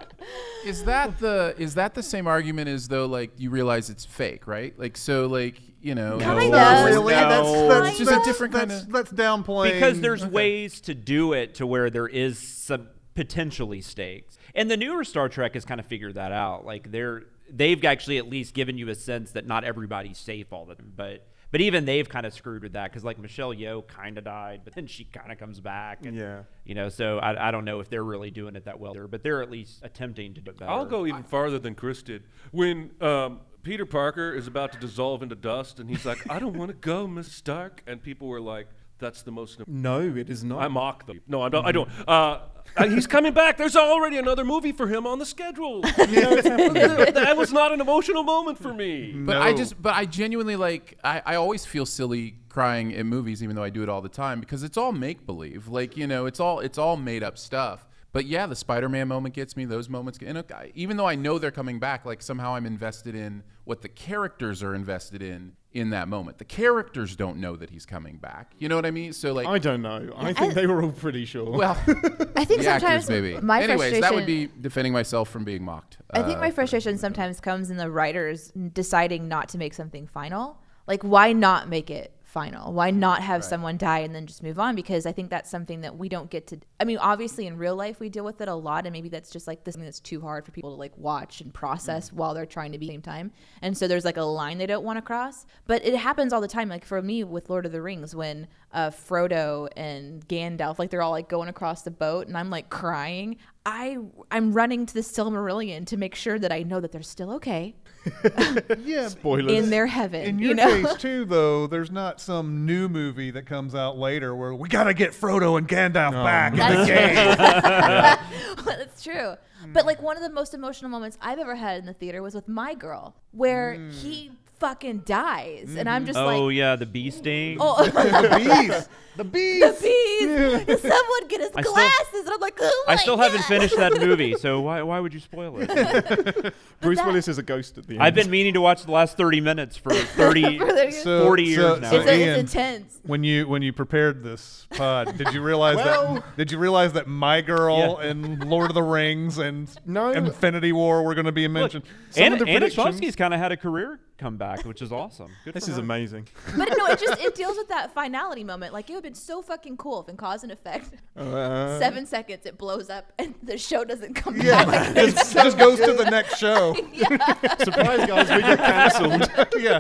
[SPEAKER 5] is that the is that the same argument as though like you realize it's fake, right? Like so like you know
[SPEAKER 3] Kind
[SPEAKER 5] it's-
[SPEAKER 3] of.
[SPEAKER 11] Really?
[SPEAKER 5] Oh, no,
[SPEAKER 11] That's, that's,
[SPEAKER 5] it's just
[SPEAKER 11] that's-
[SPEAKER 5] a different kind
[SPEAKER 11] that's,
[SPEAKER 5] of
[SPEAKER 11] That's downplaying.
[SPEAKER 6] because there's ways to do it to where there is some potentially stakes. And the newer Star Trek has kind of figured that out. Like they're they've actually at least given you a sense that not everybody's safe all the time, but but even they've kind of screwed with that because like Michelle Yeoh kind of died, but then she kind of comes back. And,
[SPEAKER 1] Yeah.
[SPEAKER 6] you know. So I, I don't know if they're really doing it that well, there, but they're at least attempting to do it better.
[SPEAKER 4] I'll go even farther than Chris did. When um, Peter Parker is about to dissolve into dust, and he's like, "I don't want to go, Miss Stark," and people were like, "That's the most."
[SPEAKER 1] No, it is not.
[SPEAKER 4] I mock them. No, I don't. I don't. Uh, uh, he's coming back. There's already another movie for him on the schedule. You know, that was not an emotional moment for me.
[SPEAKER 5] But I just, but I genuinely like, I, I always feel silly crying in movies, even though I do it all the time because it's all make believe. Like, you know, it's all, it's all made up stuff. But yeah, the Spider-Man moment gets me. Those moments, get, and look, I- even though I know they're coming back, like somehow I'm invested in what the characters are invested in in that moment. The characters don't know that he's coming back. You know what I mean? So like,
[SPEAKER 1] I don't know. I think they were all pretty sure.
[SPEAKER 5] well,
[SPEAKER 3] I think
[SPEAKER 5] the
[SPEAKER 3] sometimes
[SPEAKER 5] actors maybe.
[SPEAKER 3] my
[SPEAKER 5] Anyways,
[SPEAKER 3] frustration.
[SPEAKER 5] that would be defending myself from being mocked.
[SPEAKER 3] I think
[SPEAKER 5] Uh,
[SPEAKER 3] my frustration sometimes comes in the writers deciding not to make something final. Like, why not make it final? Why not have someone die and then just move on? Because I think that's something that we don't get to. I mean, obviously, in real life, we deal with it a lot, and maybe that's just like this thing that's too hard for people to like watch and process while they're trying to be at the same time. And so there's like a line they don't want to cross. But it happens all the time. Like for me with Lord of the Rings, when uh, Frodo and Gandalf, like they're all like going across the boat, and I'm like crying. I I'm running to the Silmarillion to make sure that I know that they're still okay
[SPEAKER 11] yeah,
[SPEAKER 1] Spoilers.
[SPEAKER 3] in their heaven.
[SPEAKER 11] In your
[SPEAKER 3] you know,
[SPEAKER 11] case too, though, there's not some new movie that comes out later where we gotta get Frodo and Gandalf
[SPEAKER 1] Oh,
[SPEAKER 11] back in the game.
[SPEAKER 3] that's true.
[SPEAKER 11] Mm.
[SPEAKER 3] But like one of the most emotional moments I've ever had in the theater was with my girl, where he fucking dies, and I'm just
[SPEAKER 6] oh,
[SPEAKER 11] Mm-hmm.
[SPEAKER 3] like,
[SPEAKER 6] yeah, the bee sting.
[SPEAKER 3] Oh,
[SPEAKER 11] the
[SPEAKER 3] bees, the bees. Did someone get his
[SPEAKER 6] I still-
[SPEAKER 3] glasses? and I'm like, oh
[SPEAKER 6] I
[SPEAKER 3] my
[SPEAKER 6] still
[SPEAKER 3] God."
[SPEAKER 6] haven't finished that movie, so why, why would you spoil it?
[SPEAKER 2] Bruce Willis is a ghost at the end.
[SPEAKER 6] I've been meaning to watch the last 30 minutes for 30,
[SPEAKER 3] For the-
[SPEAKER 6] 40 years now.
[SPEAKER 11] Ian,
[SPEAKER 3] intense.
[SPEAKER 11] When you when you prepared this pod, did you realize
[SPEAKER 2] Well-
[SPEAKER 11] that did you realize that My Girl
[SPEAKER 6] Yeah.
[SPEAKER 11] and Lord of the Rings and
[SPEAKER 2] No.
[SPEAKER 11] Infinity War were going to be mentioned? Some
[SPEAKER 6] Anna,
[SPEAKER 11] of the
[SPEAKER 6] Anna
[SPEAKER 11] predictions-
[SPEAKER 6] Chomsky's kind of had a career comeback, which is awesome. Good
[SPEAKER 2] This
[SPEAKER 6] for
[SPEAKER 2] is
[SPEAKER 6] her.
[SPEAKER 2] amazing.
[SPEAKER 3] But no, it just it deals with that finality moment. Like it would have been so fucking cool if in cause and effect,
[SPEAKER 1] Uh-huh.
[SPEAKER 11] Uh.
[SPEAKER 3] seven seconds it blows up and the show doesn't come
[SPEAKER 11] Yeah,
[SPEAKER 3] back.
[SPEAKER 11] it just goes to the next show.
[SPEAKER 2] Surprise, guys, we get cancelled.
[SPEAKER 11] yeah,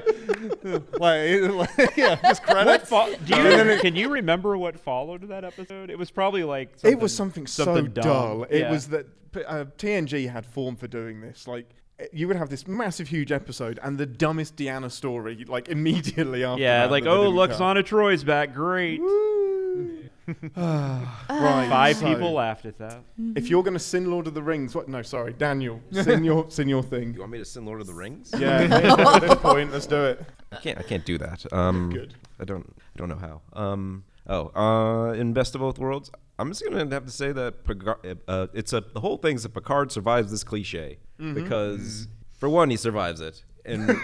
[SPEAKER 11] like, it- like, yeah, just
[SPEAKER 6] What
[SPEAKER 11] credits.
[SPEAKER 6] fo- do
[SPEAKER 11] And then
[SPEAKER 6] you,
[SPEAKER 11] it-
[SPEAKER 6] can you remember what followed that episode? It was probably like something,
[SPEAKER 1] it was something,
[SPEAKER 6] something
[SPEAKER 1] so dull. It
[SPEAKER 6] Yeah.
[SPEAKER 1] was that uh, TNG had form for doing this. Like eh, you would have this massive, huge episode and the dumbest Deanna story, like immediately after.
[SPEAKER 6] yeah,
[SPEAKER 1] that,
[SPEAKER 6] like
[SPEAKER 1] that they
[SPEAKER 6] oh,
[SPEAKER 1] didn't cut.
[SPEAKER 6] Luxana Troy's back. Great.
[SPEAKER 1] right,
[SPEAKER 6] Five
[SPEAKER 1] so-
[SPEAKER 6] people laughed at that.
[SPEAKER 1] If you're going to sin Lord of the Rings, what? No, sorry, Daniel, sin your sin your thing.
[SPEAKER 9] You want me to send Lord of the Rings?
[SPEAKER 1] Yeah, at this point, let's do it.
[SPEAKER 9] I can't. I can't do that. Um,
[SPEAKER 1] Good.
[SPEAKER 9] I don't. I don't know how. Um, oh, uh, in Best of Both Worlds, I'm just gonna have to say that Picard, uh, it's a the whole thing's that Picard survives this cliche
[SPEAKER 1] Mm-hmm.
[SPEAKER 9] because
[SPEAKER 3] Mm-hmm.
[SPEAKER 9] for one, he survives it, and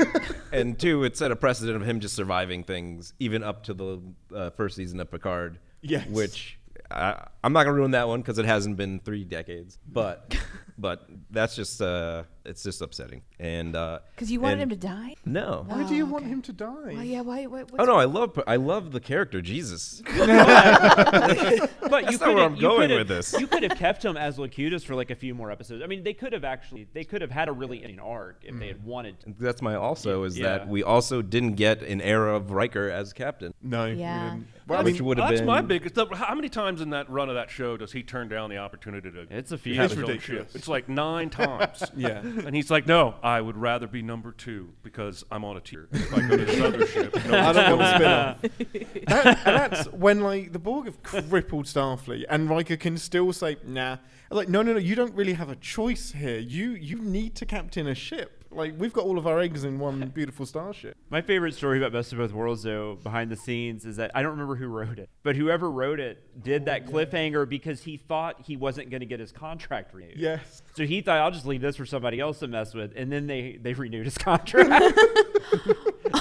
[SPEAKER 9] and two, it set a precedent of him just surviving things even up to the uh, first season of Picard.
[SPEAKER 1] Yes.
[SPEAKER 9] Which I, I'm not gonna ruin that one because it hasn't been three decades, but. But that's just uh, it's just upsetting, and because
[SPEAKER 3] Because you wanted him to die.
[SPEAKER 9] No,
[SPEAKER 1] Why do you want him to die?
[SPEAKER 3] Oh, Well, yeah. Why? What,
[SPEAKER 9] Oh no, I love I love the character Jesus.
[SPEAKER 6] But you
[SPEAKER 9] That's
[SPEAKER 6] could
[SPEAKER 9] not where I'm
[SPEAKER 6] you
[SPEAKER 9] going
[SPEAKER 6] could've-
[SPEAKER 9] with this.
[SPEAKER 6] You could have kept him as Locutus for like a few more episodes. I mean, they could have actually they could have had a really interesting arc if they had wanted. to.
[SPEAKER 9] That's my also is
[SPEAKER 6] Yeah.
[SPEAKER 9] that we also didn't get an era of Riker as captain.
[SPEAKER 1] No. we
[SPEAKER 3] Yeah.
[SPEAKER 1] didn't.
[SPEAKER 9] Well, which would have
[SPEAKER 4] That's
[SPEAKER 9] been
[SPEAKER 4] my biggest. How many times in that run of that show does he turn down the opportunity to?
[SPEAKER 6] It's a few.
[SPEAKER 4] have
[SPEAKER 6] It's
[SPEAKER 4] his own
[SPEAKER 1] ridiculous.
[SPEAKER 4] ship? It's like nine times.
[SPEAKER 1] Yeah.
[SPEAKER 4] and he's like, "No, I would rather be number two because I'm on a tier. If I go to this other ship, no
[SPEAKER 1] I
[SPEAKER 4] one's
[SPEAKER 1] don't
[SPEAKER 4] going."
[SPEAKER 1] want to spin off. That, and that's when like the Borg have crippled Starfleet, and Riker can still say, "Nah." Like, no, no, no. You don't really have a choice here. You you need to captain a ship. Like, we've got all of our eggs in one beautiful starship.
[SPEAKER 6] My favorite story about Best of Both Worlds, though, behind the scenes, is that I don't remember who wrote it, but whoever wrote it did that cliffhanger because he thought he wasn't going to get his contract renewed.
[SPEAKER 1] Yes.
[SPEAKER 6] So he thought I'll just leave this for somebody else to mess with, and then they they renewed his contract.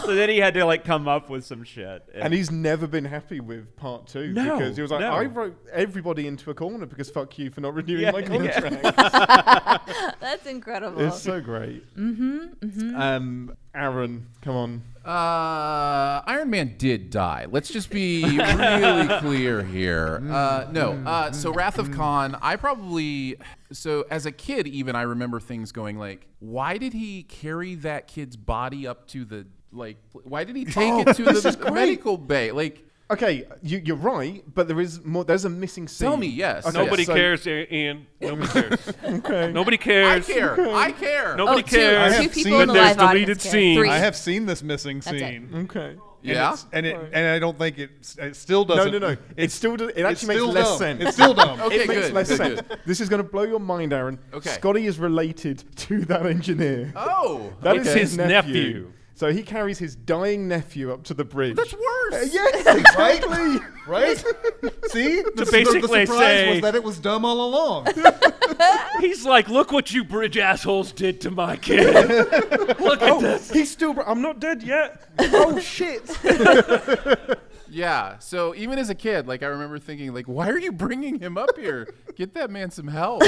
[SPEAKER 6] so then he had to like come up with some shit.
[SPEAKER 1] And he's never been happy with part two
[SPEAKER 6] No,
[SPEAKER 1] because he was like,
[SPEAKER 6] no.
[SPEAKER 1] I wrote everybody into a corner because fuck you for not renewing
[SPEAKER 6] Yeah,
[SPEAKER 1] my
[SPEAKER 6] yeah.
[SPEAKER 1] contract.
[SPEAKER 3] That's incredible.
[SPEAKER 1] It's so great.
[SPEAKER 6] Mm-hmm,
[SPEAKER 1] Um, Aaron, come on.
[SPEAKER 5] Uh, Iron Man did die. Let's just be really clear here.
[SPEAKER 1] Mm-hmm.
[SPEAKER 5] Uh, no, uh, so Wrath of Khan, I probably, so as a kid, even I remember things going like, why did he carry that kid's body up to the, like, why did he take it to
[SPEAKER 1] Oh, this is
[SPEAKER 5] the
[SPEAKER 1] great.
[SPEAKER 5] medical bay? Like,
[SPEAKER 1] Okay, you, you're right, but there is more. There's a missing scene.
[SPEAKER 5] Tell me, yes.
[SPEAKER 1] Okay,
[SPEAKER 4] Nobody
[SPEAKER 1] so-
[SPEAKER 4] cares, Ian. Nobody cares. Nobody
[SPEAKER 5] I
[SPEAKER 4] cares.
[SPEAKER 5] care. I care.
[SPEAKER 4] Nobody
[SPEAKER 3] Oh, two-
[SPEAKER 4] cares.
[SPEAKER 11] I
[SPEAKER 3] Two,
[SPEAKER 11] have
[SPEAKER 3] people
[SPEAKER 11] seen-
[SPEAKER 4] But
[SPEAKER 3] in the
[SPEAKER 4] there's
[SPEAKER 3] live
[SPEAKER 4] deleted
[SPEAKER 3] audience. care.
[SPEAKER 4] scenes.
[SPEAKER 3] Three.
[SPEAKER 11] I have seen this missing
[SPEAKER 3] That's it.
[SPEAKER 11] scene.
[SPEAKER 1] Okay.
[SPEAKER 11] And
[SPEAKER 5] Yeah.
[SPEAKER 11] it's- and it and I don't think it it still
[SPEAKER 1] No,
[SPEAKER 11] doesn't.
[SPEAKER 1] no, no. It still does. It
[SPEAKER 11] it's
[SPEAKER 1] actually makes
[SPEAKER 11] still
[SPEAKER 1] less
[SPEAKER 11] dumb.
[SPEAKER 1] sense.
[SPEAKER 11] It's still dumb.
[SPEAKER 5] Okay,
[SPEAKER 1] it makes
[SPEAKER 5] good,
[SPEAKER 1] less
[SPEAKER 5] good,
[SPEAKER 1] sense. This is going to blow your mind, Aaron.
[SPEAKER 5] Okay.
[SPEAKER 1] Scotty is related to that engineer.
[SPEAKER 5] Oh,
[SPEAKER 1] That is
[SPEAKER 4] It's
[SPEAKER 1] his,
[SPEAKER 4] his
[SPEAKER 1] nephew.
[SPEAKER 4] nephew.
[SPEAKER 1] So he carries his dying nephew up to the bridge.
[SPEAKER 5] that's worse.
[SPEAKER 1] yes, exactly.
[SPEAKER 11] Right? See, the, the,
[SPEAKER 4] basically
[SPEAKER 11] surprise
[SPEAKER 4] say-
[SPEAKER 11] was that it was dumb all along.
[SPEAKER 4] He's like, "Look what you bridge assholes did to my kid. Look
[SPEAKER 1] Oh.
[SPEAKER 4] at this."
[SPEAKER 1] He's still. I'm not dead yet. oh shit.
[SPEAKER 5] Yeah. So even as a kid, like I remember thinking, like, why are you bringing him up here? Get that man some help.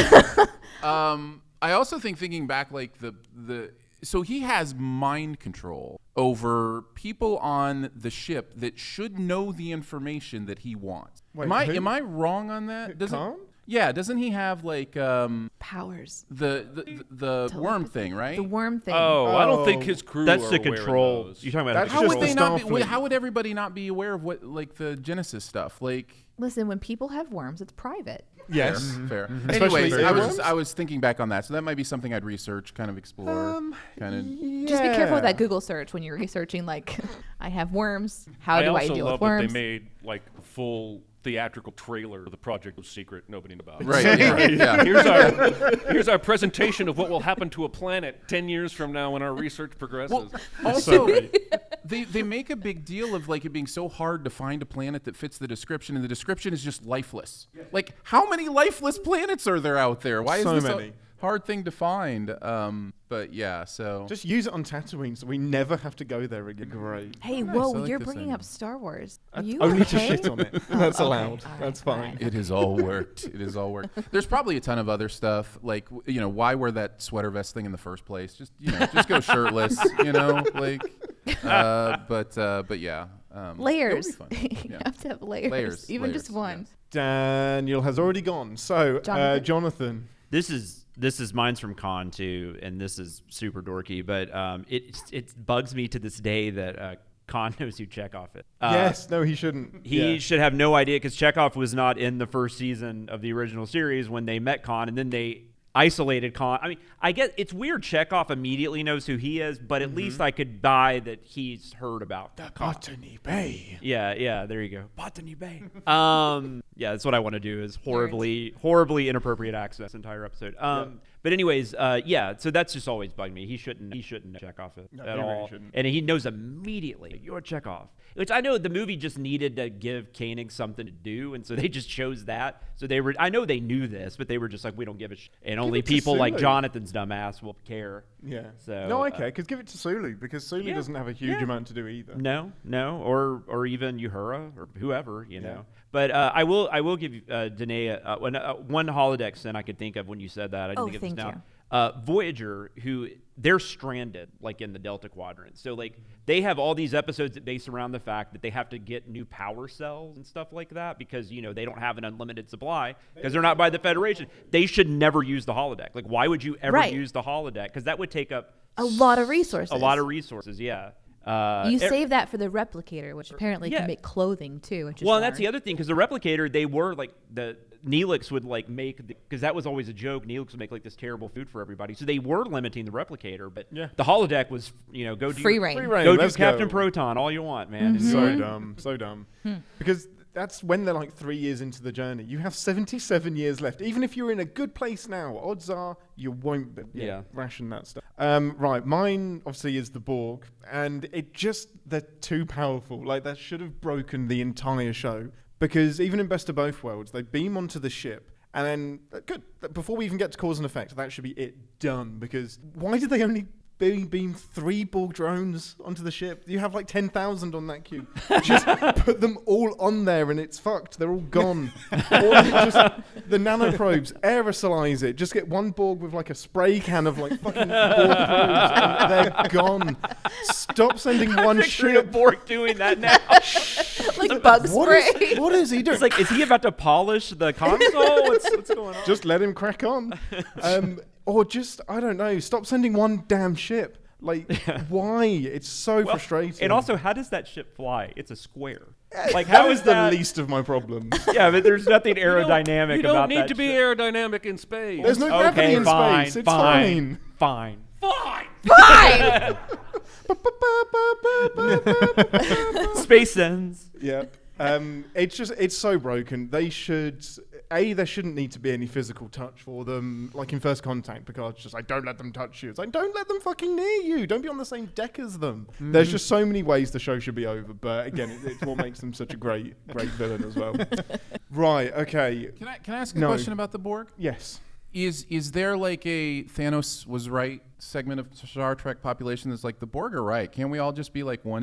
[SPEAKER 5] um, I also think thinking back, like the the so he has mind control over people on the ship that should know the information that he wants. am I
[SPEAKER 1] who?
[SPEAKER 5] am I wrong on that?
[SPEAKER 1] Khan?
[SPEAKER 5] yeah? Doesn't he have like um,
[SPEAKER 3] powers.
[SPEAKER 5] the the, the, the worm thing? Right.
[SPEAKER 3] The worm thing.
[SPEAKER 4] Oh, I don't think
[SPEAKER 1] Oh.
[SPEAKER 4] his crew.
[SPEAKER 6] That's
[SPEAKER 4] are
[SPEAKER 6] the
[SPEAKER 4] aware of
[SPEAKER 6] control.
[SPEAKER 4] those.
[SPEAKER 6] You're talking about
[SPEAKER 1] That's
[SPEAKER 6] the
[SPEAKER 5] how would
[SPEAKER 6] control.
[SPEAKER 5] they not?
[SPEAKER 1] Starfleet.
[SPEAKER 5] Be, how would everybody not be aware of what like the Genesis stuff? Like
[SPEAKER 3] Listen, when people have worms, it's private.
[SPEAKER 1] Yes.
[SPEAKER 5] Fair.
[SPEAKER 1] Especially
[SPEAKER 5] Anyways, I
[SPEAKER 1] earworms.
[SPEAKER 5] was I was thinking back on that, so that might be something I'd research, kind of explore,
[SPEAKER 1] Um,
[SPEAKER 5] kind of.
[SPEAKER 3] Just be careful with
[SPEAKER 1] Yeah.
[SPEAKER 3] that Google search when you're researching. Like, I have worms. How
[SPEAKER 4] I
[SPEAKER 3] do
[SPEAKER 4] also
[SPEAKER 3] I deal with
[SPEAKER 4] love that
[SPEAKER 3] worms?
[SPEAKER 4] they made like a full theatrical trailer. The project was secret. Nobody knew about it.
[SPEAKER 5] Right, yeah, right, yeah.
[SPEAKER 4] Here's our here's our presentation of what will happen to a planet ten years from now when our research progresses.
[SPEAKER 5] Well, also, they, they make a big deal of like it being so hard to find a planet that fits the description, and the description is just lifeless. Like, how many lifeless planets are there out there? Why is
[SPEAKER 1] So
[SPEAKER 5] this
[SPEAKER 1] many.
[SPEAKER 5] a hard thing to find? Um, but yeah, so
[SPEAKER 1] Just use it on Tatooine, so we never have to go there again. Great.
[SPEAKER 3] Hey, whoa, you're bringing up Star Wars. Are you
[SPEAKER 1] only to
[SPEAKER 3] okay?
[SPEAKER 1] shit on it.
[SPEAKER 3] Oh,
[SPEAKER 1] That's
[SPEAKER 3] okay.
[SPEAKER 1] allowed.
[SPEAKER 3] All right,
[SPEAKER 1] That's
[SPEAKER 3] all
[SPEAKER 1] fine.
[SPEAKER 5] It has all worked. It has all worked. There's probably a ton of other stuff, like w- you know, why wear that sweater vest thing in the first place? Just you know, just go shirtless. You know, like, uh, but uh, but yeah, um,
[SPEAKER 3] Layers.
[SPEAKER 5] it'll be fun.
[SPEAKER 3] you have to have layers.
[SPEAKER 5] Layers,
[SPEAKER 3] Even
[SPEAKER 5] layers,
[SPEAKER 3] just one.
[SPEAKER 1] Daniel has already gone. So, Uh,
[SPEAKER 3] Jonathan?
[SPEAKER 1] Jonathan.
[SPEAKER 6] This is this is mine's from Con too, and this is super dorky, but um, it it bugs me to this day that uh, Con knows who Chekhov is. Uh,
[SPEAKER 1] yes, no, he shouldn't.
[SPEAKER 6] He
[SPEAKER 1] Yeah.
[SPEAKER 6] should have no idea because Chekhov was not in the first season of the original series when they met Khan, and then they isolated Khan. I mean, I guess it's weird. Chekhov immediately knows who he is, but at least I could buy that he's heard about the Khan.
[SPEAKER 1] Botany Bay.
[SPEAKER 6] Yeah, yeah. There you go. Botany Bay. Um, yeah, that's what I want to do is horribly, horribly inappropriate accents entire episode. Um, but anyways, uh, yeah. So that's just always bugged me. He shouldn't, he shouldn't check off it
[SPEAKER 1] No,
[SPEAKER 6] at
[SPEAKER 1] he really
[SPEAKER 6] all.
[SPEAKER 1] shouldn't.
[SPEAKER 6] and he knows immediately you're Chekhov, which I know the movie just needed to give Koenig something to do, and so they just chose that. So they were, I know they knew this, but they were just like, we don't give a sh-. and only
[SPEAKER 1] it to
[SPEAKER 6] people like
[SPEAKER 1] Sulu.
[SPEAKER 6] Jonathan's dumbass will care.
[SPEAKER 1] Yeah.
[SPEAKER 6] So
[SPEAKER 1] no,
[SPEAKER 6] uh,
[SPEAKER 1] okay, because give it to Sulu because Sulu
[SPEAKER 6] yeah,
[SPEAKER 1] doesn't have a huge
[SPEAKER 6] yeah.
[SPEAKER 1] amount to do either.
[SPEAKER 6] No, no, or or even Uhura or whoever you
[SPEAKER 1] Yeah.
[SPEAKER 6] know. But uh, I will I will give uh, Danae uh, one, uh, one holodeck sin I could think of when you said that. I didn't
[SPEAKER 3] Oh,
[SPEAKER 6] think of
[SPEAKER 3] thank
[SPEAKER 6] this now.
[SPEAKER 3] you.
[SPEAKER 6] Uh, Voyager, who they're stranded like in the Delta Quadrant, so like they have all these episodes that base around the fact that they have to get new power cells and stuff like that because you know they don't have an unlimited supply because they're not by the Federation. They should never use the holodeck. Like, why would you ever
[SPEAKER 3] Right.
[SPEAKER 6] use the holodeck? Because that would take up
[SPEAKER 3] A lot of resources.
[SPEAKER 6] a lot of resources. Yeah. Uh,
[SPEAKER 3] you
[SPEAKER 6] er-
[SPEAKER 3] save that for the replicator, which apparently
[SPEAKER 6] Yeah.
[SPEAKER 3] can make clothing too. Which is
[SPEAKER 6] well, and that's
[SPEAKER 3] smart.
[SPEAKER 6] the other thing because the replicator, they were like the Neelix would like make because that was always a joke. Neelix would make like this terrible food for everybody, so they were limiting the replicator. But
[SPEAKER 1] Yeah.
[SPEAKER 6] the holodeck was you know go do
[SPEAKER 3] Free reign.
[SPEAKER 1] Free reign,
[SPEAKER 6] go do
[SPEAKER 1] let's
[SPEAKER 6] Captain
[SPEAKER 1] go. Mm-hmm.
[SPEAKER 6] Proton all you want, man. It's
[SPEAKER 1] So
[SPEAKER 6] like-
[SPEAKER 1] dumb, so dumb.
[SPEAKER 6] Hmm.
[SPEAKER 1] Because that's when they're like three years into the journey. You have 77 years left. Even if you're in a good place now, odds are you won't be, yeah,
[SPEAKER 6] Yeah.
[SPEAKER 1] ration that stuff. Um, right, mine obviously is the Borg, and it just, they're too powerful. Like, that should have broken the entire show. Because even in Best of Both Worlds, they beam onto the ship. And then, uh, good. th- Before we even get to cause and effect, that should be it done. Because why did they only beam, beam three Borg drones onto the ship? You have like 10,000 on that cube. Just put them all on there and it's fucked. They're all gone. or just the nanoprobes, aerosolize it. Just get one Borg with like a spray can of like fucking Borg probes and they're gone. Stop sending one
[SPEAKER 6] Picturing a
[SPEAKER 1] ship.
[SPEAKER 6] Borg doing that now.
[SPEAKER 3] like bug
[SPEAKER 1] What is-
[SPEAKER 3] spray.
[SPEAKER 1] what is he doing?
[SPEAKER 6] it's like, is he about to polish the console? What's, what's going on?
[SPEAKER 1] just let him crack on. Um, or just, I don't know, stop sending one damn ship. Like, why? It's so
[SPEAKER 6] Well,
[SPEAKER 1] frustrating.
[SPEAKER 6] And also, how does that ship fly? It's a square. Like,
[SPEAKER 1] that
[SPEAKER 6] how
[SPEAKER 1] was
[SPEAKER 6] is
[SPEAKER 1] the
[SPEAKER 6] that?
[SPEAKER 1] least of my problems.
[SPEAKER 6] Yeah, but there's nothing
[SPEAKER 4] You don't-
[SPEAKER 6] aerodynamic
[SPEAKER 4] You don't
[SPEAKER 6] about
[SPEAKER 4] need
[SPEAKER 6] that
[SPEAKER 4] to be
[SPEAKER 6] ship.
[SPEAKER 4] aerodynamic in space.
[SPEAKER 1] There's no gravity in
[SPEAKER 6] fine,
[SPEAKER 1] space. It's
[SPEAKER 6] fine,
[SPEAKER 1] fine.
[SPEAKER 6] fine.
[SPEAKER 3] Fine.
[SPEAKER 6] Space sends.
[SPEAKER 1] yeah. Um, it's just it's so broken. They should a there shouldn't need to be any physical touch for them. Like in First Contact, Picard's just like don't let them touch you. It's like don't let them fucking near you. Don't be on the same deck as them.
[SPEAKER 3] Mm.
[SPEAKER 1] There's just so many ways the show should be over. But again, it, it's what makes them such a great great villain as well. right. Okay.
[SPEAKER 5] Can I can I ask a
[SPEAKER 1] No.
[SPEAKER 5] question about the Borg?
[SPEAKER 1] Yes.
[SPEAKER 5] Is is there like a Thanos was right segment of Star Trek population that's like the Borg are right? Can we all just be like one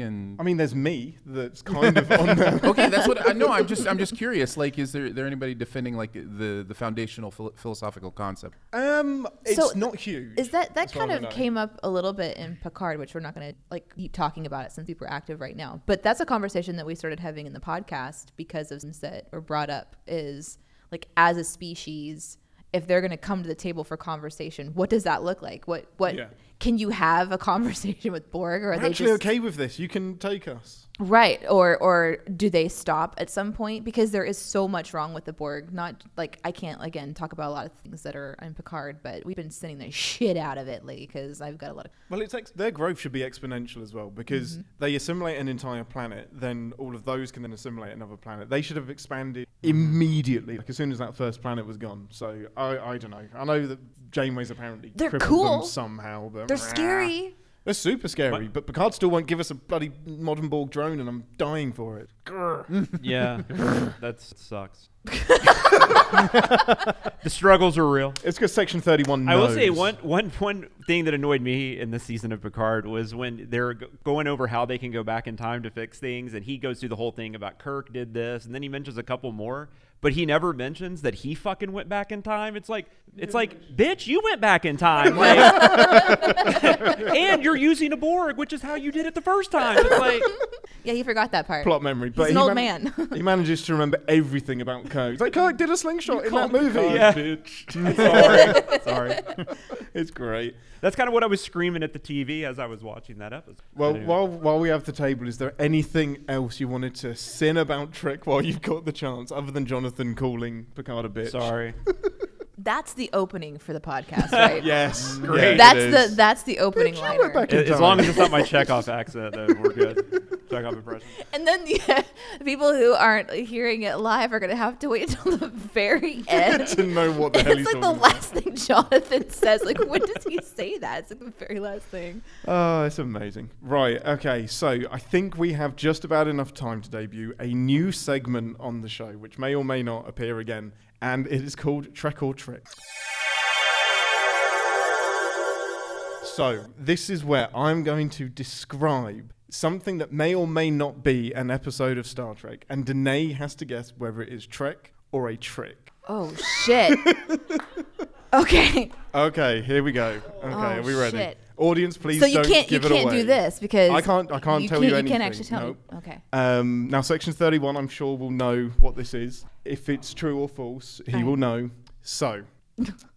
[SPEAKER 5] and
[SPEAKER 1] I mean, there's me that's kind of on there.
[SPEAKER 5] okay, that's what I know. I'm just I'm just curious. Like, is there there anybody defending like the the foundational phil- philosophical concept?
[SPEAKER 1] Um, it's
[SPEAKER 3] So,
[SPEAKER 1] not huge.
[SPEAKER 3] Is that that
[SPEAKER 1] That's all
[SPEAKER 3] kind
[SPEAKER 1] I
[SPEAKER 3] of
[SPEAKER 1] know.
[SPEAKER 3] came up a little bit in Picard, which we're not going to like keep talking about it since we're active right now. But that's a conversation that we started having in the podcast because of things that were brought up is like as a species if they're going to come to the table for conversation, what does that look like? What what yeah. can you have a conversation with Borg, or are
[SPEAKER 1] We're
[SPEAKER 3] they
[SPEAKER 1] actually
[SPEAKER 3] just,
[SPEAKER 1] okay with this? You can take us.
[SPEAKER 3] Right. Or or do they stop at some point? Because there is so much wrong with the Borg. Not like I can't again talk about a lot of things that are in Picard, but we've been sending the shit out of it lately because I've got a lot of.
[SPEAKER 1] Well, it's ex- their growth should be exponential as well because
[SPEAKER 3] Mhm.
[SPEAKER 1] they assimilate an entire planet, then all of those can then assimilate another planet. They should have expanded
[SPEAKER 3] Mm-hmm.
[SPEAKER 1] immediately, like as soon as that first planet was gone. So I, I don't know. I know that Janeway's apparently
[SPEAKER 3] They're
[SPEAKER 1] crippled
[SPEAKER 3] cool.
[SPEAKER 1] them somehow, but
[SPEAKER 3] They're scary.
[SPEAKER 1] They're super scary, but Picard still won't give us a bloody modern Borg drone, and I'm dying for it.
[SPEAKER 10] Yeah, that sucks. the struggles are real.
[SPEAKER 1] It's because Section 31
[SPEAKER 10] I will say
[SPEAKER 1] knows.
[SPEAKER 10] one, one, one thing that annoyed me in this season of Picard was when they're g- going over how they can go back in time to fix things, and he goes through the whole thing about Kirk did this, and then he mentions a couple more, but he never mentions that he fucking went back in time. It's like, it's like, bitch, you went back in time, like- and you're using a Borg, which is how you did it the first time. It's like,
[SPEAKER 3] Yeah, you forgot that part.
[SPEAKER 1] Plot memory, but
[SPEAKER 3] He's an
[SPEAKER 1] he
[SPEAKER 3] old
[SPEAKER 1] man-
[SPEAKER 3] man.
[SPEAKER 1] he manages to remember everything about Kirk. He's like, Kirk did a slingshot in that movie.
[SPEAKER 10] Yeah.
[SPEAKER 1] Sorry. Sorry. it's great.
[SPEAKER 10] That's kind of what I was screaming at the TV as I was watching that episode.
[SPEAKER 1] Well,
[SPEAKER 10] Anyway.
[SPEAKER 1] while, while we have the table, is there anything else you wanted to sin about Trek while you've got the chance, other than Jonathan calling Picard a bitch?
[SPEAKER 10] Sorry.
[SPEAKER 3] That's the opening for the podcast, right?
[SPEAKER 1] yes.
[SPEAKER 10] Great.
[SPEAKER 3] That's
[SPEAKER 10] Mm, It
[SPEAKER 3] the
[SPEAKER 10] is.
[SPEAKER 3] that's the opening
[SPEAKER 1] Bitch, you
[SPEAKER 3] liner.
[SPEAKER 1] went back in
[SPEAKER 10] as
[SPEAKER 1] time.
[SPEAKER 10] long as it's not my Chekhov accent, then we're good. Chekhov impression.
[SPEAKER 3] And then the, the people who aren't hearing it live are going to have to wait until the very end
[SPEAKER 1] to know what the hell he's
[SPEAKER 3] It's like the
[SPEAKER 1] talking
[SPEAKER 3] last thing Jonathan says. Like, when does he say that? It's like the very last thing.
[SPEAKER 1] Oh, that's amazing. Right, okay, so I think we have just about enough time to debut a new segment on the show, which may or may not appear again, and it is called Trek or Trick. So, this is where I'm going to describe something that may or may not be an episode of Star Trek, and Danae has to guess whether it is Trek or a trick.
[SPEAKER 3] Oh shit. okay.
[SPEAKER 1] Okay, here we go. Okay, are we ready?
[SPEAKER 3] Oh, shit.
[SPEAKER 1] Audience, please
[SPEAKER 3] So you
[SPEAKER 1] don't
[SPEAKER 3] can't- you
[SPEAKER 1] give it
[SPEAKER 3] can't do
[SPEAKER 1] away.
[SPEAKER 3] this because
[SPEAKER 1] I can't. I can't
[SPEAKER 3] you
[SPEAKER 1] tell
[SPEAKER 3] can't-
[SPEAKER 1] you
[SPEAKER 3] you
[SPEAKER 1] anything.
[SPEAKER 3] can't actually tell me.
[SPEAKER 1] Nope.
[SPEAKER 3] Okay.
[SPEAKER 1] Um, now, section thirty-one. I'm sure will know what this is. If it's true or false, he will know. So,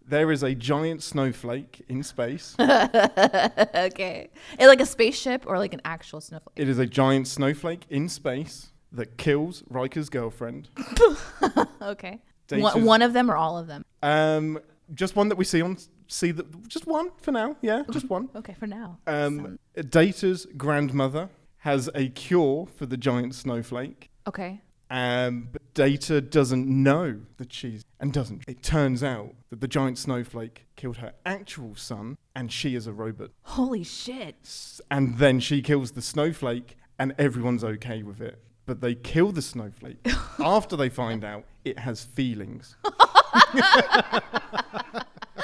[SPEAKER 1] there is a giant snowflake in space.
[SPEAKER 3] okay. It, like a spaceship or like an actual snowflake.
[SPEAKER 1] it is a giant snowflake in space that kills Riker's girlfriend.
[SPEAKER 3] okay.
[SPEAKER 1] Dates
[SPEAKER 3] One,
[SPEAKER 1] is-
[SPEAKER 3] one of them or all of them?
[SPEAKER 1] Um, just one that we see on see that just one for now. Yeah, just one.
[SPEAKER 3] Okay, for now.
[SPEAKER 1] Um, Data's grandmother has a cure for the giant snowflake.
[SPEAKER 3] Okay.
[SPEAKER 1] Um, but Data doesn't know that she's and doesn't. It turns out that the giant snowflake killed her actual son, and she is a robot.
[SPEAKER 3] Holy shit.
[SPEAKER 1] And then she kills the snowflake, and everyone's okay with it. But they kill the snowflake after they find out it has feelings.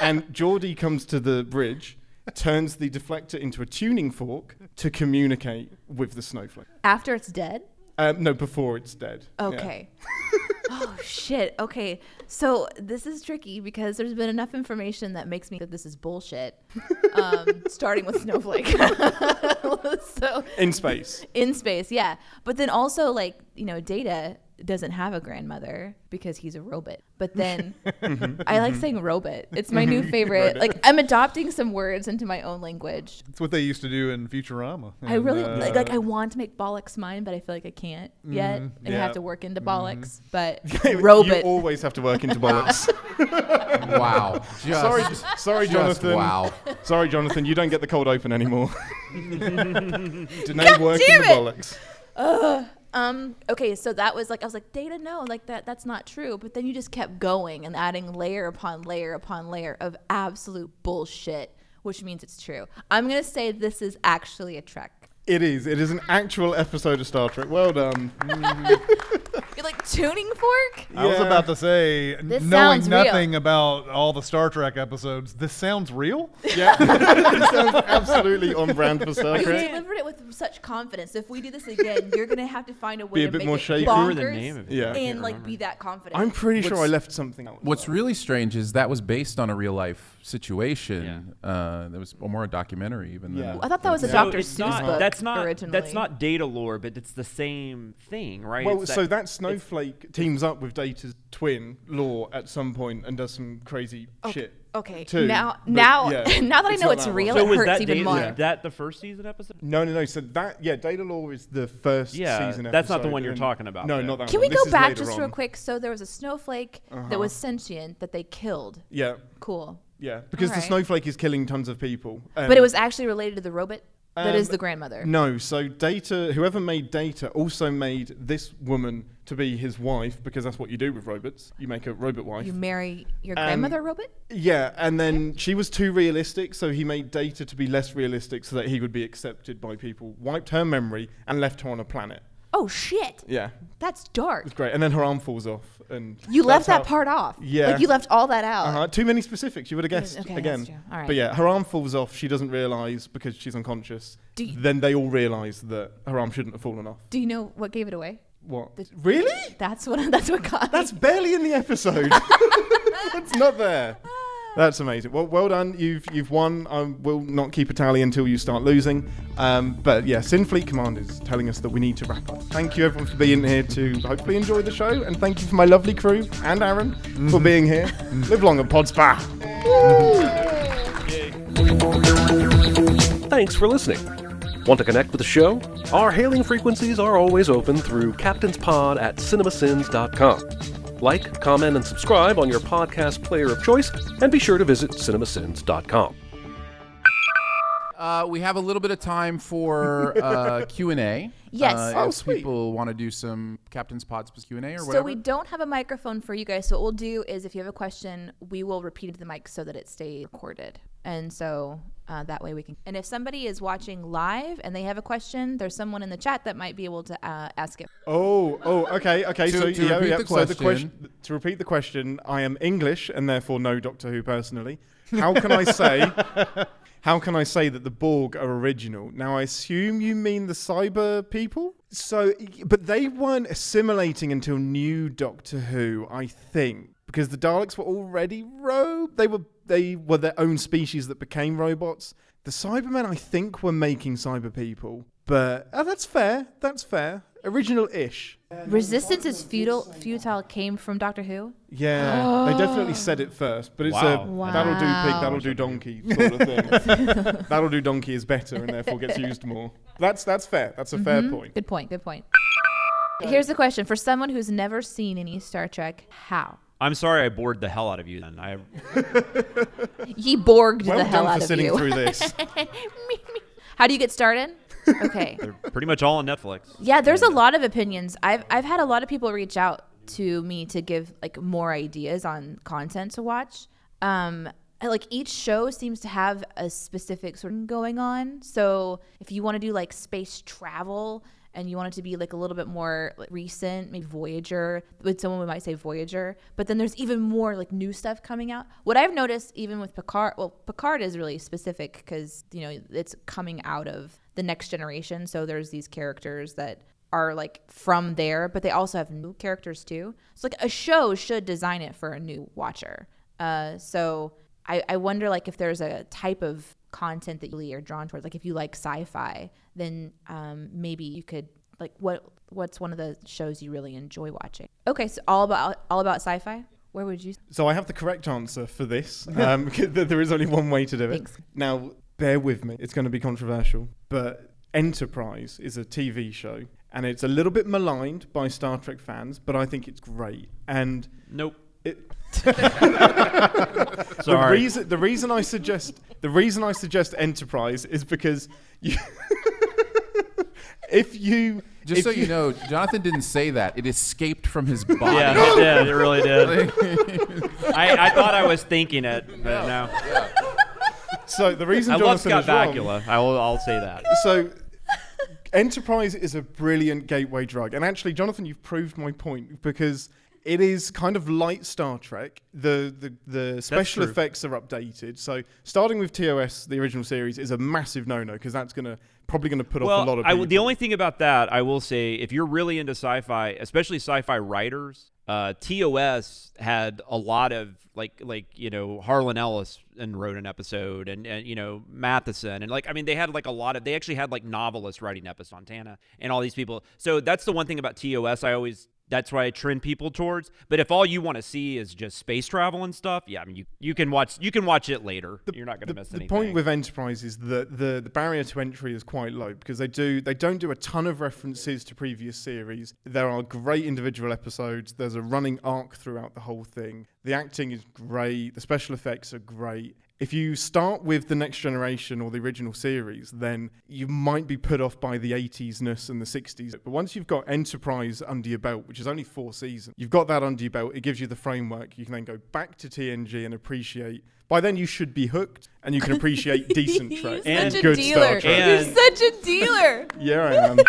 [SPEAKER 1] and Geordie comes to the bridge, turns the deflector into a tuning fork to communicate with the snowflake.
[SPEAKER 3] After it's dead?
[SPEAKER 1] Um, no, before it's dead. Yeah.
[SPEAKER 3] Okay. oh shit. Okay. So this is tricky because there's been enough information that makes me think this is bullshit. Um, starting with Snowflake. so
[SPEAKER 1] In space.
[SPEAKER 3] in space, yeah. But then also like, you know, Data doesn't have a grandmother because he's a robot. But then I like saying robot. It's my new favorite.
[SPEAKER 11] Robot.
[SPEAKER 3] Like I'm adopting some words into my own language.
[SPEAKER 11] It's what they used to do in Futurama.
[SPEAKER 3] I
[SPEAKER 11] And,
[SPEAKER 3] really
[SPEAKER 11] uh,
[SPEAKER 3] like, like I want to make bollocks mine, but I feel like I can't yet.
[SPEAKER 11] Mhm.
[SPEAKER 3] And I
[SPEAKER 11] Yeah.
[SPEAKER 3] have to work into bollocks. But
[SPEAKER 1] You
[SPEAKER 3] robot
[SPEAKER 1] always have to work into bollocks.
[SPEAKER 5] Wow. Just-
[SPEAKER 1] sorry, sorry,
[SPEAKER 5] just
[SPEAKER 1] Jonathan.
[SPEAKER 5] wow.
[SPEAKER 1] Sorry, Jonathan. You don't get the cold open anymore. Danae
[SPEAKER 3] God
[SPEAKER 1] work
[SPEAKER 3] damn
[SPEAKER 1] in the
[SPEAKER 3] it!
[SPEAKER 1] bollocks.
[SPEAKER 3] Ugh. Um. Okay. So that was like I was like data. No, like that. That's not true. But then you just kept going and adding layer upon layer upon layer of absolute bullshit, which means it's true. I'm gonna say this is actually a trek.
[SPEAKER 1] It is. It is an actual episode of Star Trek. Well done.
[SPEAKER 3] You're like tuning fork.
[SPEAKER 11] I was
[SPEAKER 1] Yeah.
[SPEAKER 11] about to say,
[SPEAKER 3] This
[SPEAKER 11] knowing
[SPEAKER 3] sounds real.
[SPEAKER 11] nothing about all the Star Trek episodes, this sounds real.
[SPEAKER 1] Yeah, it sounds absolutely on brand for Star
[SPEAKER 3] You
[SPEAKER 1] Trek.
[SPEAKER 3] delivered it with such confidence. If we do this again, you're gonna have to find a way
[SPEAKER 1] Be a
[SPEAKER 3] to
[SPEAKER 1] bit
[SPEAKER 3] make
[SPEAKER 1] more
[SPEAKER 3] it
[SPEAKER 1] shaky.
[SPEAKER 3] bonkers
[SPEAKER 1] Remember
[SPEAKER 10] the name of it.
[SPEAKER 1] Yeah. I
[SPEAKER 3] and
[SPEAKER 1] can't
[SPEAKER 3] like be that confident.
[SPEAKER 1] I'm pretty sure I
[SPEAKER 5] What's-
[SPEAKER 1] left something out.
[SPEAKER 5] What's really strange is that was based on a real life situation. Uh, that was more a documentary even
[SPEAKER 1] Yeah.
[SPEAKER 5] than.
[SPEAKER 3] I thought that was a
[SPEAKER 10] So
[SPEAKER 3] Dr.
[SPEAKER 10] it's
[SPEAKER 3] Seuss
[SPEAKER 10] not-
[SPEAKER 3] book.
[SPEAKER 10] that's not
[SPEAKER 3] originally.
[SPEAKER 10] that's not data lore, but it's the same thing, right?
[SPEAKER 1] Well,
[SPEAKER 10] It's
[SPEAKER 1] so that
[SPEAKER 10] it's-
[SPEAKER 1] Snowflake teams up with Data's twin, Law, at some point and does some crazy
[SPEAKER 3] Okay,
[SPEAKER 1] shit.
[SPEAKER 3] okay.
[SPEAKER 1] too.
[SPEAKER 3] Now-
[SPEAKER 1] But
[SPEAKER 3] now- now that I know
[SPEAKER 1] not
[SPEAKER 3] it's
[SPEAKER 1] one.
[SPEAKER 3] real,
[SPEAKER 10] So
[SPEAKER 3] it
[SPEAKER 10] was
[SPEAKER 3] hurts
[SPEAKER 10] that
[SPEAKER 3] even
[SPEAKER 10] data,
[SPEAKER 3] more.
[SPEAKER 10] Is that the first season episode?
[SPEAKER 1] No, no, no. So that, yeah, Data Law is the first
[SPEAKER 10] Yeah,
[SPEAKER 1] season.
[SPEAKER 10] that's not the
[SPEAKER 1] episode,
[SPEAKER 10] one you're
[SPEAKER 1] and-
[SPEAKER 10] talking about,
[SPEAKER 1] No,
[SPEAKER 10] though.
[SPEAKER 1] not that
[SPEAKER 3] Can we
[SPEAKER 1] one. This
[SPEAKER 3] go
[SPEAKER 1] is
[SPEAKER 3] back
[SPEAKER 1] later
[SPEAKER 3] just
[SPEAKER 1] on.
[SPEAKER 3] real quick? So there was a snowflake
[SPEAKER 1] Uh-huh.
[SPEAKER 3] that was sentient that they killed.
[SPEAKER 1] Yeah.
[SPEAKER 3] Cool.
[SPEAKER 1] Yeah, because the
[SPEAKER 3] Alright.
[SPEAKER 1] snowflake is killing tons of people.
[SPEAKER 3] but it
[SPEAKER 1] Um,
[SPEAKER 3] was actually related to the robot that is
[SPEAKER 1] Um,
[SPEAKER 3] the grandmother.
[SPEAKER 1] No, so Data, whoever made Data, also made this woman to be his wife because that's what you do with robots. You make a robot wife.
[SPEAKER 3] You marry your
[SPEAKER 1] Um,
[SPEAKER 3] grandmother robot?
[SPEAKER 1] yeah, and then she was too realistic, so he made Data to be less realistic so that he would be accepted by people. Wiped her memory and left her on a planet.
[SPEAKER 3] Oh shit.
[SPEAKER 1] Yeah,
[SPEAKER 3] That's dark.
[SPEAKER 1] it's great. And then her arm falls off, and
[SPEAKER 3] You left
[SPEAKER 1] that's
[SPEAKER 3] that
[SPEAKER 1] how-
[SPEAKER 3] part off.
[SPEAKER 1] Yeah,
[SPEAKER 3] Like you left all that out.
[SPEAKER 1] Uh-huh. Too many specifics. You would have guessed
[SPEAKER 3] Uh, okay, that's
[SPEAKER 1] again.
[SPEAKER 3] true. All right.
[SPEAKER 1] But yeah, her arm falls off. She doesn't realize because she's unconscious.
[SPEAKER 3] Do you-
[SPEAKER 1] then they all realize that her arm shouldn't have fallen off.
[SPEAKER 3] Do you know what gave it away?
[SPEAKER 1] What?
[SPEAKER 3] The-
[SPEAKER 1] really?
[SPEAKER 3] That's what that's what got
[SPEAKER 1] That's
[SPEAKER 3] me.
[SPEAKER 1] barely in the episode. it's not there. That's amazing. Well, well done. You've you've won. I will not keep a tally until you start losing. Um, but yeah, Sin Fleet Command is telling us that we need to wrap up. Thank you everyone for being here to hopefully enjoy the show, and thank you for my lovely crew and Aaron for being here. Live long and pod spa.
[SPEAKER 4] Thanks for listening. Want to connect with the show? Our hailing frequencies are always open through captainspod at cinemasins.com. Like, comment, and subscribe on your podcast player of choice, and be sure to visit cinemasins.com.
[SPEAKER 5] Uh, we have a little bit of time for uh, Q and A.
[SPEAKER 3] Yes.
[SPEAKER 5] Uh,
[SPEAKER 3] Oh,
[SPEAKER 5] if
[SPEAKER 3] sweet.
[SPEAKER 5] people want to do some Captain's Pods Q and A or whatever.
[SPEAKER 3] So we don't have a microphone for you guys. So what we'll do is, if you have a question, we will repeat it to the mic so that it stays recorded, and so uh, that way we can. And if somebody is watching live and they have a question, there's someone in the chat that might be able to uh, ask it.
[SPEAKER 1] Oh, oh, okay, okay.
[SPEAKER 5] To-
[SPEAKER 1] so,
[SPEAKER 5] to
[SPEAKER 1] yeah,
[SPEAKER 5] repeat
[SPEAKER 1] yeah,
[SPEAKER 5] the
[SPEAKER 1] so the
[SPEAKER 5] question-
[SPEAKER 1] question to repeat the question, I am English and therefore no Doctor Who personally. How can I say? how can I say that the Borg are original? Now I assume you mean the cyber people. So, but they weren't assimilating until new Doctor Who, I think, because the Daleks were already robe. They were they were their own species that became robots. The Cybermen, I think, were making cyber people. But oh, that's fair. That's fair. Original-ish.
[SPEAKER 3] Resistance is futile. Futile came from Doctor Who.
[SPEAKER 1] Yeah, they definitely said it first, but it's a
[SPEAKER 10] Wow.
[SPEAKER 1] that'll do pig,
[SPEAKER 3] Wow.
[SPEAKER 1] that'll do donkey sort of thing. that'll do donkey is better and therefore gets used more. That's that's fair. That's a fair
[SPEAKER 3] Mhm.
[SPEAKER 1] point.
[SPEAKER 3] Good point. Good point. Here's the question for someone who's never seen any Star Trek: How
[SPEAKER 10] I'm sorry, I bored the hell out of you. Then I
[SPEAKER 3] ye Borged
[SPEAKER 1] Well
[SPEAKER 3] the hell
[SPEAKER 1] done
[SPEAKER 3] out
[SPEAKER 1] for
[SPEAKER 3] of
[SPEAKER 1] sitting
[SPEAKER 3] you?
[SPEAKER 1] through this.
[SPEAKER 3] How do you get started? Okay.
[SPEAKER 10] pretty much all on Netflix.
[SPEAKER 3] Yeah, there's a lot of opinions. I've I've had a lot of people reach out to me to give like more ideas on content to watch. Um and, like each show seems to have a specific sort of going on. So if you want to do like space travel and you want it to be like a little bit more like, recent, maybe Voyager, with someone we might say Voyager, but then there's even more like new stuff coming out. What I've noticed even with Picard, well, Picard is really specific cuz you know, it's coming out of the next generation, so there's these characters that are like from there, but they also have new characters too. So like a show should design it for a new watcher. Uh, so I, I wonder like if there's a type of content that you really are drawn towards. Like if you like sci-fi, then um, maybe you could like what what's one of the shows you really enjoy watching? Okay, so all about all about sci-fi. Where would you?
[SPEAKER 1] So I have the correct answer for this. Um, 'cause th- there is only one way to do it.
[SPEAKER 3] Thanks.
[SPEAKER 1] Now, bear with me. It's going to be controversial, but Enterprise is a TV show, and it's a little bit maligned by Star Trek fans, but I think it's great. And
[SPEAKER 10] Nope.
[SPEAKER 1] it,
[SPEAKER 10] Sorry.
[SPEAKER 1] The reason the reason I suggest the reason I suggest Enterprise is because you if you
[SPEAKER 5] Just
[SPEAKER 1] if
[SPEAKER 5] so you know, Jonathan didn't say that. It escaped from his body.
[SPEAKER 10] Yeah, it did. It really did. I, I thought I was thinking it, but no.
[SPEAKER 1] so the reason
[SPEAKER 10] I love
[SPEAKER 1] Jonathan
[SPEAKER 10] Scott
[SPEAKER 1] is wrong-
[SPEAKER 10] Bakula. I will, I'll say that.
[SPEAKER 1] so Enterprise is a brilliant gateway drug. And actually, Jonathan, you've proved my point because it is kind of light Star Trek. The the, the special effects are updated. So starting with TOS, the original series, is a massive no-no because that's gonna probably gonna put
[SPEAKER 6] well,
[SPEAKER 1] off a lot of.
[SPEAKER 6] I
[SPEAKER 1] People.
[SPEAKER 6] w- the only thing about that I will say, if you're really into sci-fi, especially sci-fi writers, uh, TOS had a lot of like like you know Harlan Ellis and wrote an episode, and and you know Matheson, and like I mean they had like a lot of they actually had like novelists writing episodes, Montana and all these people. So that's the one thing about TOS I always. That's what I trend people towards. But if all you want to see is just space travel and stuff, yeah, I mean you, you can watch you can watch it later. You're not gonna
[SPEAKER 1] the,
[SPEAKER 6] miss
[SPEAKER 1] the
[SPEAKER 6] anything.
[SPEAKER 1] point with Enterprise is that the, the barrier to entry is quite low because they do they don't do a ton of references to previous series. There are great individual episodes. There's a running arc throughout the whole thing. The acting is great. The special effects are great. If you start with the next generation or the original series, then you might be put off by the 80s-ness and the 60s. But once you've got Enterprise under your belt, which is only four seasons, you've got that under your belt. It gives you the framework. You can then go back to TNG and appreciate. By then, you should be hooked and you can appreciate decent Trek
[SPEAKER 3] You're
[SPEAKER 1] and
[SPEAKER 3] such a
[SPEAKER 1] good
[SPEAKER 3] dealer.
[SPEAKER 1] Star Trek.
[SPEAKER 3] You're such a dealer.
[SPEAKER 1] yeah, I am. Uh,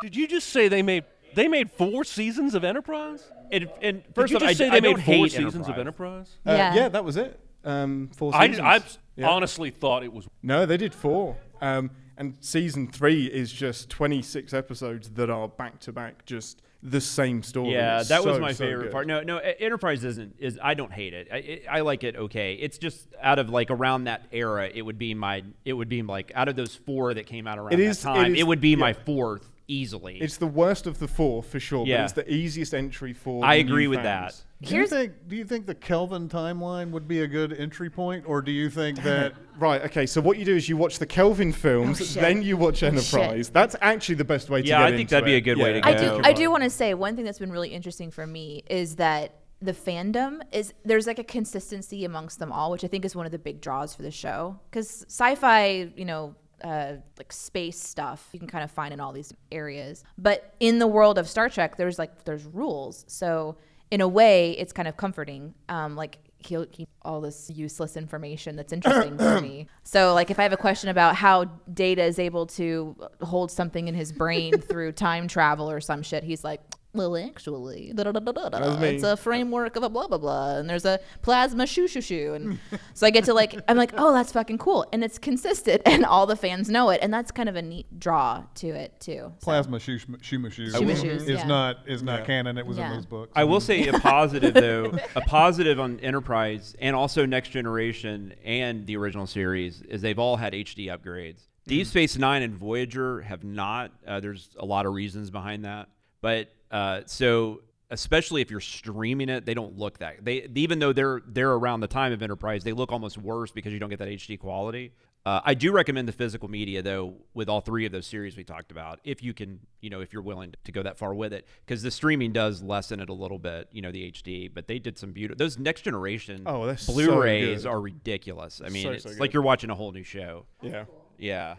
[SPEAKER 4] Did you just say they made they made four seasons of Enterprise?
[SPEAKER 6] And, and
[SPEAKER 4] Did
[SPEAKER 6] first
[SPEAKER 4] you
[SPEAKER 6] off,
[SPEAKER 4] just
[SPEAKER 6] I,
[SPEAKER 4] say
[SPEAKER 6] I
[SPEAKER 4] they
[SPEAKER 6] don't
[SPEAKER 4] made four
[SPEAKER 6] hate
[SPEAKER 4] seasons
[SPEAKER 6] Enterprise.
[SPEAKER 4] of Enterprise?
[SPEAKER 1] Uh,
[SPEAKER 3] Yeah.
[SPEAKER 1] yeah, that was it. Um, four
[SPEAKER 4] I,
[SPEAKER 1] seasons.
[SPEAKER 4] I
[SPEAKER 1] Yeah.
[SPEAKER 4] honestly thought it was
[SPEAKER 1] No, they did four. Um, and season three is just 26 episodes that are back to back, just the same story.
[SPEAKER 6] Yeah,
[SPEAKER 1] It's
[SPEAKER 6] that was
[SPEAKER 1] so,
[SPEAKER 6] my
[SPEAKER 1] so
[SPEAKER 6] favorite
[SPEAKER 1] good.
[SPEAKER 6] part. No, no, E- Enterprise isn't. Is I don't hate it. I, it. I like it. Okay, it's just out of like around that era, it would be my. It would be like out of those four that came out around
[SPEAKER 1] It
[SPEAKER 6] that
[SPEAKER 1] is- it
[SPEAKER 6] time, it,
[SPEAKER 1] is-
[SPEAKER 6] would be my
[SPEAKER 1] yeah.
[SPEAKER 6] fourth easily.
[SPEAKER 1] It's the worst of the four for sure,
[SPEAKER 6] Yeah.
[SPEAKER 1] but it's the easiest entry for.
[SPEAKER 6] I
[SPEAKER 1] the
[SPEAKER 6] agree
[SPEAKER 1] new
[SPEAKER 6] with
[SPEAKER 1] fans.
[SPEAKER 6] that.
[SPEAKER 11] Do you think do you think the Kelvin timeline would be a good entry point, or do you think that
[SPEAKER 1] Right, okay, so what you do is you watch the Kelvin
[SPEAKER 3] Oh,
[SPEAKER 1] films,
[SPEAKER 3] shit.
[SPEAKER 1] then you watch
[SPEAKER 3] Oh,
[SPEAKER 1] Enterprise.
[SPEAKER 3] shit.
[SPEAKER 1] That's actually the best way to
[SPEAKER 6] Yeah,
[SPEAKER 1] get
[SPEAKER 6] I think
[SPEAKER 1] into
[SPEAKER 6] that'd be
[SPEAKER 1] it.
[SPEAKER 6] a good way to
[SPEAKER 3] I
[SPEAKER 6] go.
[SPEAKER 3] do.
[SPEAKER 6] Yeah.
[SPEAKER 3] I do want to say one thing that's been really interesting for me is that the fandom is there's like a consistency amongst them all, which I think is one of the big draws for the show. Because sci-fi, you know, uh, like space stuff, you can kind of find in all these areas. But in the world of Star Trek, there's like there's rules. So in a way, it's kind of comforting. Um, like he'll keep all this useless information that's interesting for me. So, like, if I have a question about how Data is able to hold something in his brain through time travel or some shit, he's like, well, actually, da, da, da, da, da, da,
[SPEAKER 1] That was me.
[SPEAKER 3] it's a framework of a blah, blah, blah, and there's a plasma shoo, shoo, shoo. And so I get to, like, I'm like, oh, that's fucking cool. And it's consistent, and all the fans know it. And that's kind of a neat draw to it, too. So-
[SPEAKER 11] plasma shoosh- shumashu
[SPEAKER 3] Shumashoos,
[SPEAKER 11] is
[SPEAKER 3] yeah.
[SPEAKER 11] not is not canon? It was
[SPEAKER 3] Yeah.
[SPEAKER 11] in those books.
[SPEAKER 6] I will say a positive though, a positive on Enterprise and also Next Generation and the original series is they've all had HD upgrades. Deep Space Nine and Voyager have not. Uh, there's a lot of reasons behind that, but uh, so especially if you're streaming it, they don't look that. They even though they're they're around the time of Enterprise, they look almost worse because you don't get that HD quality. Uh, I do recommend the physical media though, with all three of those series we talked about, if you can, you know, if you're willing to go that far with it, because the streaming does lessen it a little bit, you know, the HD. But they did some beautiful. Those next generation
[SPEAKER 1] Oh, they're so
[SPEAKER 6] Blu-rays
[SPEAKER 1] good.
[SPEAKER 6] are ridiculous. I mean,
[SPEAKER 1] So,
[SPEAKER 6] it's
[SPEAKER 1] so
[SPEAKER 6] like
[SPEAKER 1] good.
[SPEAKER 6] you're watching a whole new show.
[SPEAKER 1] Yeah.
[SPEAKER 6] Yeah.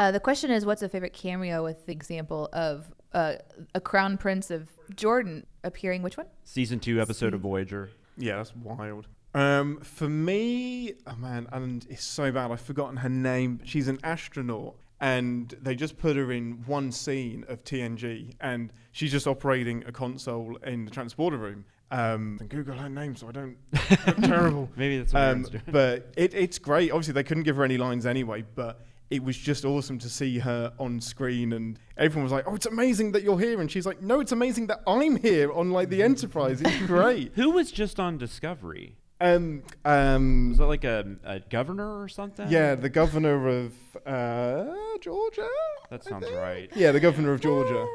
[SPEAKER 3] Uh, the question is, what's a favorite cameo with the example of uh, a crown prince of Jordan appearing? Which one?
[SPEAKER 6] Season two episode of Voyager.
[SPEAKER 1] Yeah, that's wild. Um, for me, oh man, and it's so bad. I've forgotten her name. but She's an astronaut, and they just put her in one scene of TNG, and she's just operating a console in the transporter room. Um, and Google her name so I don't. terrible.
[SPEAKER 6] Maybe that's what
[SPEAKER 1] Um,
[SPEAKER 6] Aaron's doing.
[SPEAKER 1] but it, it's great. Obviously, they couldn't give her any lines anyway, but it was just awesome to see her on screen. And everyone was like, "Oh, it's amazing that you're here," and she's like, "No, it's amazing that I'm here on like the Enterprise. It's great."
[SPEAKER 6] Who was just on Discovery?
[SPEAKER 1] Um,
[SPEAKER 6] Was
[SPEAKER 1] um,
[SPEAKER 6] that like a, a governor or something?
[SPEAKER 1] yeah, the governor of uh, Georgia.
[SPEAKER 6] That
[SPEAKER 1] I
[SPEAKER 6] sounds
[SPEAKER 1] think?
[SPEAKER 6] right.
[SPEAKER 1] Yeah, the governor of Georgia.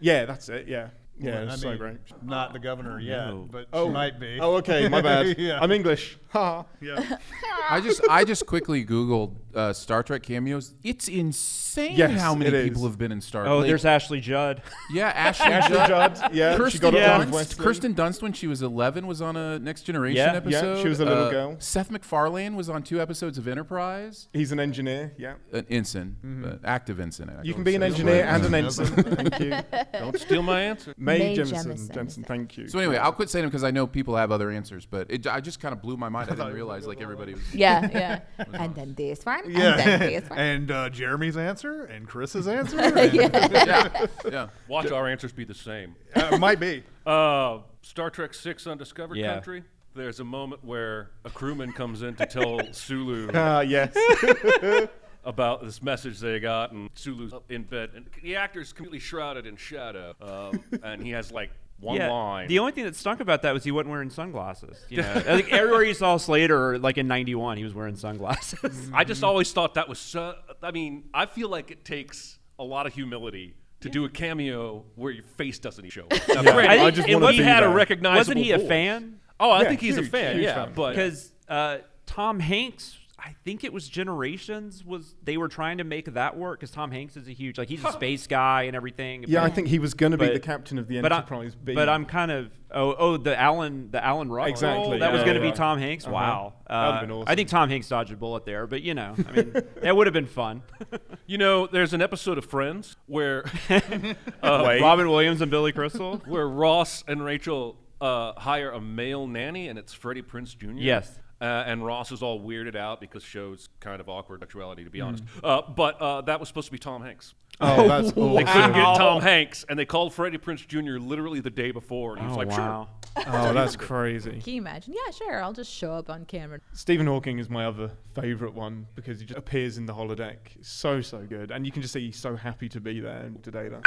[SPEAKER 1] Yeah, that's it. Yeah, yeah,
[SPEAKER 11] Well, I
[SPEAKER 1] it's so
[SPEAKER 11] mean,
[SPEAKER 1] great.
[SPEAKER 11] Not the governor yet,
[SPEAKER 6] No.
[SPEAKER 11] but
[SPEAKER 1] Oh.
[SPEAKER 11] she might be.
[SPEAKER 1] Oh, okay, my bad.
[SPEAKER 11] yeah.
[SPEAKER 1] I'm English. Ha.
[SPEAKER 11] yeah.
[SPEAKER 5] I just I just quickly googled uh, Star Trek cameos. It's insane
[SPEAKER 1] Yes,
[SPEAKER 5] how many
[SPEAKER 1] it is.
[SPEAKER 5] people have been in Star.
[SPEAKER 6] Oh,
[SPEAKER 5] like-
[SPEAKER 6] there's Ashley Judd.
[SPEAKER 5] yeah, Ashley,
[SPEAKER 1] Ashley
[SPEAKER 5] Judd.
[SPEAKER 1] Judd. Yeah, she
[SPEAKER 5] Kirsten,
[SPEAKER 1] got
[SPEAKER 6] yeah.
[SPEAKER 1] up on
[SPEAKER 5] Dunst,
[SPEAKER 1] Wesley.
[SPEAKER 5] Kirsten Dunst when she was 11 was on a Next Generation
[SPEAKER 6] Yeah.
[SPEAKER 1] Yeah,
[SPEAKER 5] episode.
[SPEAKER 1] she was a little
[SPEAKER 5] Uh,
[SPEAKER 1] girl.
[SPEAKER 5] Seth MacFarlane was on two episodes of Enterprise.
[SPEAKER 1] He's an engineer. Yeah.
[SPEAKER 5] An ensign, uh, active ensign. I
[SPEAKER 1] Mm-hmm. You
[SPEAKER 5] would
[SPEAKER 1] can be an
[SPEAKER 5] say.
[SPEAKER 1] engineer
[SPEAKER 5] But-
[SPEAKER 1] and an ensign. Thank you.
[SPEAKER 4] don't steal my answer.
[SPEAKER 1] May,
[SPEAKER 3] Mae
[SPEAKER 1] Jemison.
[SPEAKER 3] Jemison.
[SPEAKER 1] Jemison, thank you.
[SPEAKER 5] So anyway, I'll quit saying them because I know people have other answers, but it, I just kind of blew my mind. I didn't realize like everybody was.
[SPEAKER 3] Yeah, yeah. and then this one.
[SPEAKER 11] Yeah.
[SPEAKER 3] and Zenfi. It's fine.
[SPEAKER 11] and uh, Jeremy's answer and Chris's answer.
[SPEAKER 3] Yeah.
[SPEAKER 5] Yeah.
[SPEAKER 4] Watch our answers be the same.
[SPEAKER 11] Uh, might be.
[SPEAKER 4] Uh, Star Trek Six: Undiscovered
[SPEAKER 6] Yeah.
[SPEAKER 4] Country. There's a moment where a crewman comes in to tell Sulu
[SPEAKER 1] Ah, yes.
[SPEAKER 4] about this message they got, and Sulu's up in bed, and the actor's completely shrouded in shadow, um, and he has like one
[SPEAKER 6] yeah,
[SPEAKER 4] line.
[SPEAKER 6] The only thing that stunk about that was he wasn't wearing sunglasses. You know, like everywhere you saw Slater, like in '91, he was wearing sunglasses.
[SPEAKER 4] I just always thought that was so. I mean, I feel like it takes a lot of humility to do a cameo where your face doesn't even show. up. Now, granted,
[SPEAKER 6] I
[SPEAKER 4] I
[SPEAKER 6] just
[SPEAKER 4] just and
[SPEAKER 6] wanna
[SPEAKER 4] he
[SPEAKER 6] be
[SPEAKER 4] had a
[SPEAKER 6] there.
[SPEAKER 4] recognizable.
[SPEAKER 6] Wasn't he a
[SPEAKER 4] voice.
[SPEAKER 6] fan?
[SPEAKER 4] Oh, I
[SPEAKER 6] Yeah,
[SPEAKER 4] think he's
[SPEAKER 6] huge,
[SPEAKER 4] a fan.
[SPEAKER 6] huge
[SPEAKER 4] yeah,
[SPEAKER 6] fan.
[SPEAKER 4] but
[SPEAKER 6] because uh, Tom Hanks, I think it was Generations, was they were trying to make that work because Tom Hanks is a huge like he's a space guy and everything.
[SPEAKER 1] Yeah, I think he was going to be
[SPEAKER 6] But-
[SPEAKER 1] the captain of the
[SPEAKER 6] but I-
[SPEAKER 1] Enterprise B.
[SPEAKER 6] But I'm kind of oh oh the Alan the Alan Ruck
[SPEAKER 1] Exactly,
[SPEAKER 6] role? that was
[SPEAKER 1] yeah,
[SPEAKER 6] going to
[SPEAKER 1] yeah.
[SPEAKER 6] be Tom Hanks.
[SPEAKER 1] Uh-huh.
[SPEAKER 6] Wow, Uh,
[SPEAKER 1] That would've been awesome.
[SPEAKER 6] I think Tom Hanks dodged a bullet there, but you know, I mean, that would have been fun.
[SPEAKER 4] you know, there's an episode of Friends where
[SPEAKER 6] Uh, Robin Williams and Billy Crystal.
[SPEAKER 4] where Ross and Rachel uh, hire a male nanny, and it's Freddie Prince Jr.
[SPEAKER 6] Yes.
[SPEAKER 4] Uh, and Ross is all weirded out because shows kind of awkward sexuality, to be
[SPEAKER 6] Mm.
[SPEAKER 4] honest. Uh, but uh, that was supposed to be Tom Hanks.
[SPEAKER 1] oh, that's
[SPEAKER 4] They couldn't
[SPEAKER 1] awesome.
[SPEAKER 4] get Tom Hanks, and they called Freddie Prince Jr. literally the day before, and he was like,
[SPEAKER 6] wow.
[SPEAKER 1] oh, that's crazy.
[SPEAKER 3] Can you imagine? Yeah, sure. I'll just show up on camera.
[SPEAKER 1] Stephen Hawking is my other favourite one because he just appears in the holodeck. So, so good. And you can just see he's so happy to be there and today. That.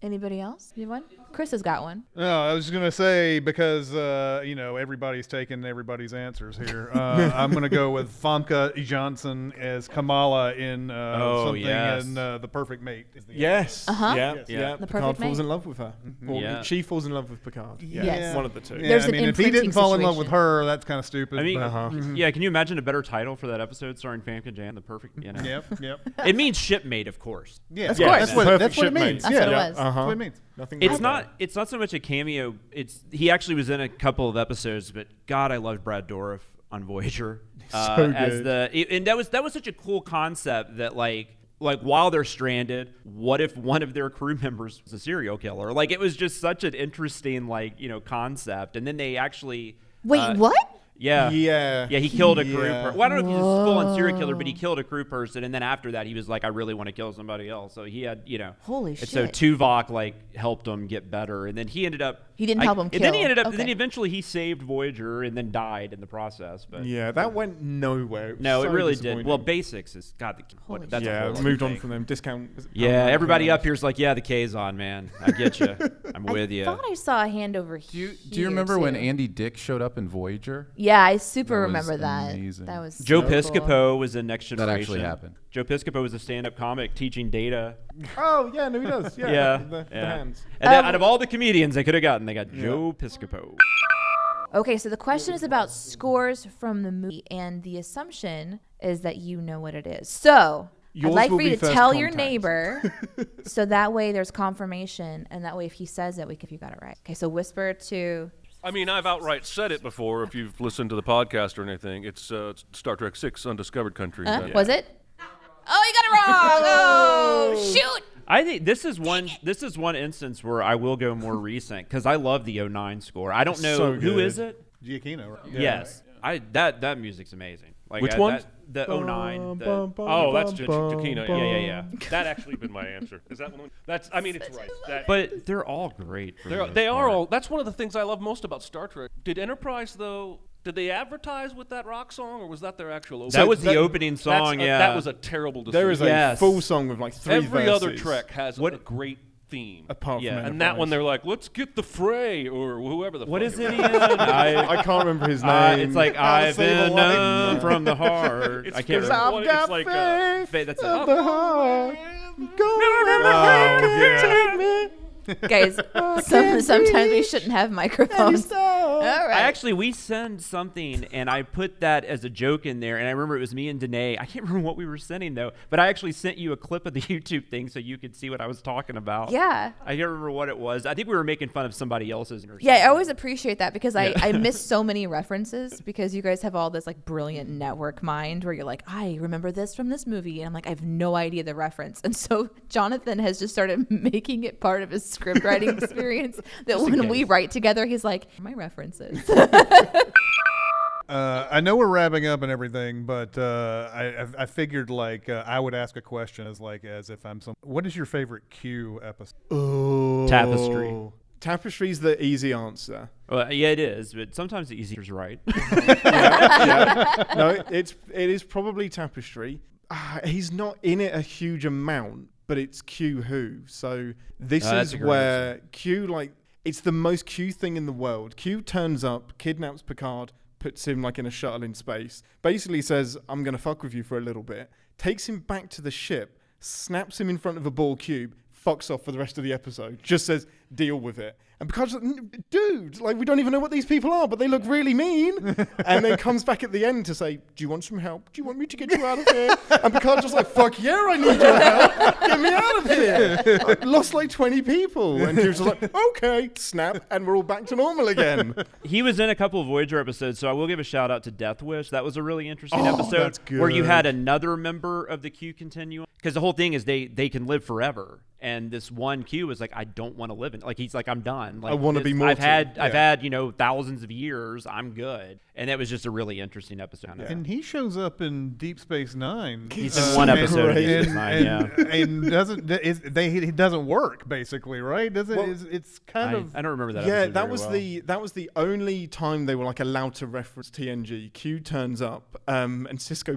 [SPEAKER 3] Anybody else? You one? Chris has got one.
[SPEAKER 11] No, I was just gonna say because uh, you know everybody's taking everybody's answers here. Uh, I'm gonna go with Famke Johnson as Kamala in uh,
[SPEAKER 6] Oh,
[SPEAKER 11] something
[SPEAKER 6] yes.
[SPEAKER 11] in uh, The Perfect Mate. Is the
[SPEAKER 1] Yes.
[SPEAKER 3] Uh-huh.
[SPEAKER 1] Yeah.
[SPEAKER 11] Yes.
[SPEAKER 1] Yeah.
[SPEAKER 6] Yeah.
[SPEAKER 3] The
[SPEAKER 1] Picard
[SPEAKER 3] perfect
[SPEAKER 1] falls
[SPEAKER 3] mate.
[SPEAKER 1] in love with her. Or
[SPEAKER 6] Yeah.
[SPEAKER 1] she falls in love with Picard. Yeah.
[SPEAKER 3] Yes.
[SPEAKER 1] One of the two.
[SPEAKER 11] Yeah,
[SPEAKER 3] There's
[SPEAKER 11] I
[SPEAKER 3] an
[SPEAKER 11] mean, if he didn't
[SPEAKER 3] imprinting
[SPEAKER 11] fall in love with
[SPEAKER 3] situation.
[SPEAKER 11] her, that's kind of stupid.
[SPEAKER 6] I mean,
[SPEAKER 11] but-
[SPEAKER 1] Uh-huh.
[SPEAKER 6] yeah. Can you imagine a better title for that episode starring Famke Jan? The perfect, you know.
[SPEAKER 11] yep, yep.
[SPEAKER 6] It means shipmate, of course.
[SPEAKER 11] Yeah,
[SPEAKER 3] Of course.
[SPEAKER 11] That's what, that's what it
[SPEAKER 1] Perfect Uh-huh.
[SPEAKER 3] shipmate.
[SPEAKER 11] means. yeah,
[SPEAKER 3] That's what it
[SPEAKER 11] yeah.
[SPEAKER 3] was.
[SPEAKER 11] That's what it means.
[SPEAKER 1] Nothing
[SPEAKER 6] It's
[SPEAKER 1] wrong
[SPEAKER 6] not.
[SPEAKER 1] there.
[SPEAKER 6] It's not so much a cameo. It's he actually was in a couple of episodes, but God, I loved Brad Dourif on Voyager uh,
[SPEAKER 1] So
[SPEAKER 6] as
[SPEAKER 1] good.
[SPEAKER 6] the it- and that was that was such a cool concept that like like while they're stranded, what if one of their crew members was a serial killer? Like it was just such an interesting like you know concept, and then they actually
[SPEAKER 3] Wait,
[SPEAKER 6] uh,
[SPEAKER 3] what?
[SPEAKER 6] Yeah.
[SPEAKER 1] Yeah.
[SPEAKER 6] Yeah, he killed a crew
[SPEAKER 1] Yeah.
[SPEAKER 6] person. Well, I don't know if he was full on serial killer, but he killed a crew person, and then after that, he was like, "I really want to kill somebody else." So he had, you know,
[SPEAKER 3] Holy
[SPEAKER 6] and So
[SPEAKER 3] shit.
[SPEAKER 6] Tuvok like helped him get better, and then he ended up.
[SPEAKER 3] He didn't
[SPEAKER 6] I-
[SPEAKER 3] help him
[SPEAKER 6] And then he
[SPEAKER 3] kill.
[SPEAKER 6] ended up. Then
[SPEAKER 3] Okay.
[SPEAKER 6] eventually he saved Voyager, and then died in the process. But
[SPEAKER 1] Yeah, that went nowhere. was
[SPEAKER 6] no,
[SPEAKER 1] so
[SPEAKER 6] it really did.
[SPEAKER 1] disappointing.
[SPEAKER 6] Well, basics is God. The, what,
[SPEAKER 3] Holy Oh
[SPEAKER 6] that's a
[SPEAKER 1] yeah,
[SPEAKER 6] whole other
[SPEAKER 1] moved on
[SPEAKER 6] thing.
[SPEAKER 1] from them. Discount. was it
[SPEAKER 6] Yeah,
[SPEAKER 1] Paramount?
[SPEAKER 6] everybody up here's like, yeah, the K's on, man. I get you. I'm
[SPEAKER 3] I
[SPEAKER 6] with you.
[SPEAKER 3] thought I saw a hand over
[SPEAKER 5] Do you,
[SPEAKER 3] here.
[SPEAKER 5] do you remember when
[SPEAKER 3] too.
[SPEAKER 5] Andy Dick showed up in Voyager?
[SPEAKER 3] Yeah, I super
[SPEAKER 5] That was
[SPEAKER 3] remember that.
[SPEAKER 5] amazing.
[SPEAKER 3] That was
[SPEAKER 6] Joe
[SPEAKER 3] so
[SPEAKER 6] Piscopo
[SPEAKER 3] cool.
[SPEAKER 6] was in Next Generation.
[SPEAKER 5] That actually happened.
[SPEAKER 6] Joe Piscopo was a stand-up comic teaching data
[SPEAKER 1] Oh yeah, no, he does. Yeah.
[SPEAKER 6] yeah.
[SPEAKER 1] The, the
[SPEAKER 6] yeah.
[SPEAKER 1] hands.
[SPEAKER 6] And then
[SPEAKER 3] Um,
[SPEAKER 6] out of all the comedians they could have gotten, they got Joe Piscopo.
[SPEAKER 3] Okay, so the question is about scores from the movie, and the assumption is that you know what it is. So
[SPEAKER 1] Yours
[SPEAKER 3] I'd like
[SPEAKER 1] will
[SPEAKER 3] for you
[SPEAKER 1] be
[SPEAKER 3] to
[SPEAKER 1] first
[SPEAKER 3] tell your
[SPEAKER 1] contact.
[SPEAKER 3] neighbor, so that way there's confirmation, and that way if he says it, we can, if you got it right. Okay, so whisper to
[SPEAKER 4] I mean, I've outright said it before. If you've listened to the podcast or anything, it's uh, Star Trek Six: Undiscovered Country.
[SPEAKER 3] huh?
[SPEAKER 4] That-
[SPEAKER 3] Uh, was it? Oh, you got it wrong. oh, shoot.
[SPEAKER 6] I think this is one this is one instance where I will go more recent because I love the 09 score. I don't know
[SPEAKER 1] so
[SPEAKER 6] who is
[SPEAKER 1] good.
[SPEAKER 6] it.
[SPEAKER 11] Giacchino. Right?
[SPEAKER 6] Yes, I that that music's amazing. Like
[SPEAKER 4] Which
[SPEAKER 6] I-
[SPEAKER 4] one?
[SPEAKER 6] that- The 09. the-
[SPEAKER 1] Bum, bum,
[SPEAKER 4] Oh, that's
[SPEAKER 1] bum,
[SPEAKER 4] J-
[SPEAKER 1] bum,
[SPEAKER 4] Giacchino.
[SPEAKER 1] bum.
[SPEAKER 4] Yeah, yeah, yeah. That actually been my answer. Is that one? That's. I mean, it's right. That,
[SPEAKER 6] but they're all great. For
[SPEAKER 4] They're,
[SPEAKER 6] the most
[SPEAKER 4] they are
[SPEAKER 6] part.
[SPEAKER 4] all. That's one of the things I love most about Star Trek. Did Enterprise though? Did they advertise with that rock song, or was that their actual opening?
[SPEAKER 6] That was the opening
[SPEAKER 4] That's
[SPEAKER 6] song.
[SPEAKER 4] a-
[SPEAKER 6] yeah,
[SPEAKER 4] that was a terrible decision.
[SPEAKER 1] There is a
[SPEAKER 6] Yes.
[SPEAKER 1] full song with like three
[SPEAKER 4] every other
[SPEAKER 1] verses
[SPEAKER 4] Trek has
[SPEAKER 6] What-
[SPEAKER 4] a great theme.
[SPEAKER 1] apart
[SPEAKER 6] Yeah.
[SPEAKER 1] from
[SPEAKER 4] and
[SPEAKER 1] Enterprise.
[SPEAKER 4] that one, they're like, "Let's get the fray," or whoever the.
[SPEAKER 6] What
[SPEAKER 4] fuck
[SPEAKER 6] is it?
[SPEAKER 4] was.
[SPEAKER 6] Ian? I,
[SPEAKER 1] I can't remember his name.
[SPEAKER 6] I- Uh, it's like I've
[SPEAKER 11] save a
[SPEAKER 6] been
[SPEAKER 11] life."
[SPEAKER 6] known from the heart.
[SPEAKER 4] It's
[SPEAKER 6] I can't.
[SPEAKER 4] I've
[SPEAKER 6] Remember.
[SPEAKER 4] What- got it's like, uh,
[SPEAKER 6] Faith, that's it. Oh.
[SPEAKER 1] of
[SPEAKER 6] of the
[SPEAKER 1] the heart.
[SPEAKER 3] Guys,
[SPEAKER 1] Oh,
[SPEAKER 3] some, sometimes we shouldn't have microphones. All right.
[SPEAKER 6] I actually we send something and I put that as a joke in there and I remember it was me and Danae. I can't remember what we were sending though, but I actually sent you a clip of the YouTube thing so you could see what I was talking about.
[SPEAKER 3] yeah.
[SPEAKER 6] I can't remember what it was. I think we were making fun of somebody else's. or
[SPEAKER 3] Yeah, I
[SPEAKER 6] something.
[SPEAKER 3] always appreciate that because I, I miss so many references because you guys have all this like brilliant network mind where you're like, I remember this from this movie. And I'm like, I have no idea the reference. And so Jonathan has just started making it part of his script writing experience that
[SPEAKER 6] in
[SPEAKER 3] when we
[SPEAKER 6] case.
[SPEAKER 3] write together, he's like, my references.
[SPEAKER 11] Uh, I know we're wrapping up and everything, but uh, I, I I figured like uh, I would ask a question as like as if I'm some. What is your favorite Q episode?
[SPEAKER 1] Oh,
[SPEAKER 6] Tapestry.
[SPEAKER 1] Tapestry's the easy answer.
[SPEAKER 6] Well, yeah, it is, but sometimes the easier's right.
[SPEAKER 1] yeah, yeah. No, it- it's it is probably tapestry. Ah, he's not in it a huge amount, but it's Q who. So this
[SPEAKER 6] Ah, that's
[SPEAKER 1] is
[SPEAKER 6] a great
[SPEAKER 1] where Q like it's the most Q thing in the world. Q turns up, kidnaps Picard, puts him like in a shuttle in space. Basically says, "I'm gonna fuck with you for a little bit." Takes him back to the ship, snaps him in front of a ball cube. Fucks off for the rest of the episode. Just says, deal with it. And Picard's like, "N- dude, like, we don't even know what these people are, but they look really mean. and then comes back at the end to say, Do you want some help? Do you want me to get you out of here? And Picard's just like, Fuck yeah, I need your help. Get me out of here. I lost like 20 people. And he was just like, Okay, snap. And we're all back to normal again.
[SPEAKER 6] he was in a couple of Voyager episodes, so I will give a shout out to Death Wish. That was a really interesting
[SPEAKER 1] Oh,
[SPEAKER 6] episode
[SPEAKER 1] that's
[SPEAKER 6] where you had
[SPEAKER 1] good.
[SPEAKER 6] another member of the Q continuum. Because the whole thing is they they can live forever, and this one Q is like, I don't want to live in. Like he's like, I'm done. Like
[SPEAKER 1] I wanna
[SPEAKER 6] this-
[SPEAKER 1] be
[SPEAKER 6] I've
[SPEAKER 1] mortal."
[SPEAKER 6] had I've
[SPEAKER 1] Yeah.
[SPEAKER 6] had you know thousands of years. I'm good. And that was just a really interesting episode.
[SPEAKER 11] And he shows up in Deep Space Nine. Uh,
[SPEAKER 6] He's in one episode of Deep Space Nine,
[SPEAKER 11] and- and doesn't is, they he doesn't work basically, right? Doesn't
[SPEAKER 1] Well,
[SPEAKER 11] it's, it's kind
[SPEAKER 6] I-
[SPEAKER 11] of
[SPEAKER 6] I don't remember that.
[SPEAKER 1] yeah,
[SPEAKER 6] episode
[SPEAKER 1] that
[SPEAKER 6] very
[SPEAKER 1] was
[SPEAKER 6] well.
[SPEAKER 1] the that was the only time they were like allowed to reference TNG. Q turns up, um, and Cisco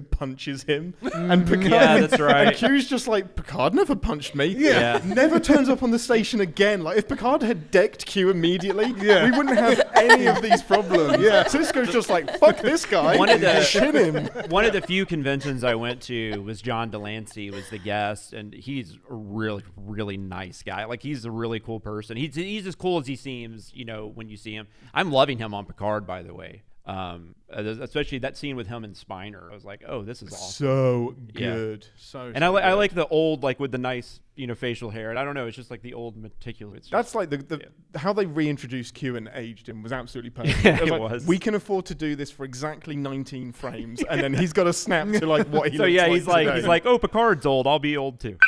[SPEAKER 1] punches him, and Picard.
[SPEAKER 6] Mm. Yeah, that's right.
[SPEAKER 1] And Q's just like Picard never punched me.
[SPEAKER 6] Yeah. Yeah.
[SPEAKER 1] never turns up on the station again. Like if Picard had decked Q immediately,
[SPEAKER 11] Yeah.
[SPEAKER 1] we wouldn't have any of these problems. Yeah, Cisco's just like fuck this guy.
[SPEAKER 6] One of the-
[SPEAKER 1] shin him.
[SPEAKER 6] One of the few conventions I went to was John Delancey was the guest, and he's a really, really nice guy. Like he's a really cool person. He's he's as cool as he seems, you know, when you see him. I'm loving him on Picard, by the way. Um, uh, especially that scene with him and Spiner. I was like, oh, this is awesome.
[SPEAKER 1] So
[SPEAKER 6] Yeah.
[SPEAKER 1] good. So
[SPEAKER 6] and I, li- I like the old, like with the nice, you know, facial hair. And I don't know, it's just like the old meticulous. it's
[SPEAKER 1] That's
[SPEAKER 6] just-
[SPEAKER 1] like the, the how they reintroduced Q and aged him was absolutely perfect.
[SPEAKER 6] Yeah,
[SPEAKER 1] was
[SPEAKER 6] it
[SPEAKER 1] like,
[SPEAKER 6] was.
[SPEAKER 1] We can afford to do this for exactly 19 frames, and then he's got to snap to like what he.
[SPEAKER 6] so
[SPEAKER 1] looks
[SPEAKER 6] yeah,
[SPEAKER 1] like
[SPEAKER 6] he's like
[SPEAKER 1] today.
[SPEAKER 6] he's like, oh, Picard's old. I'll be old too.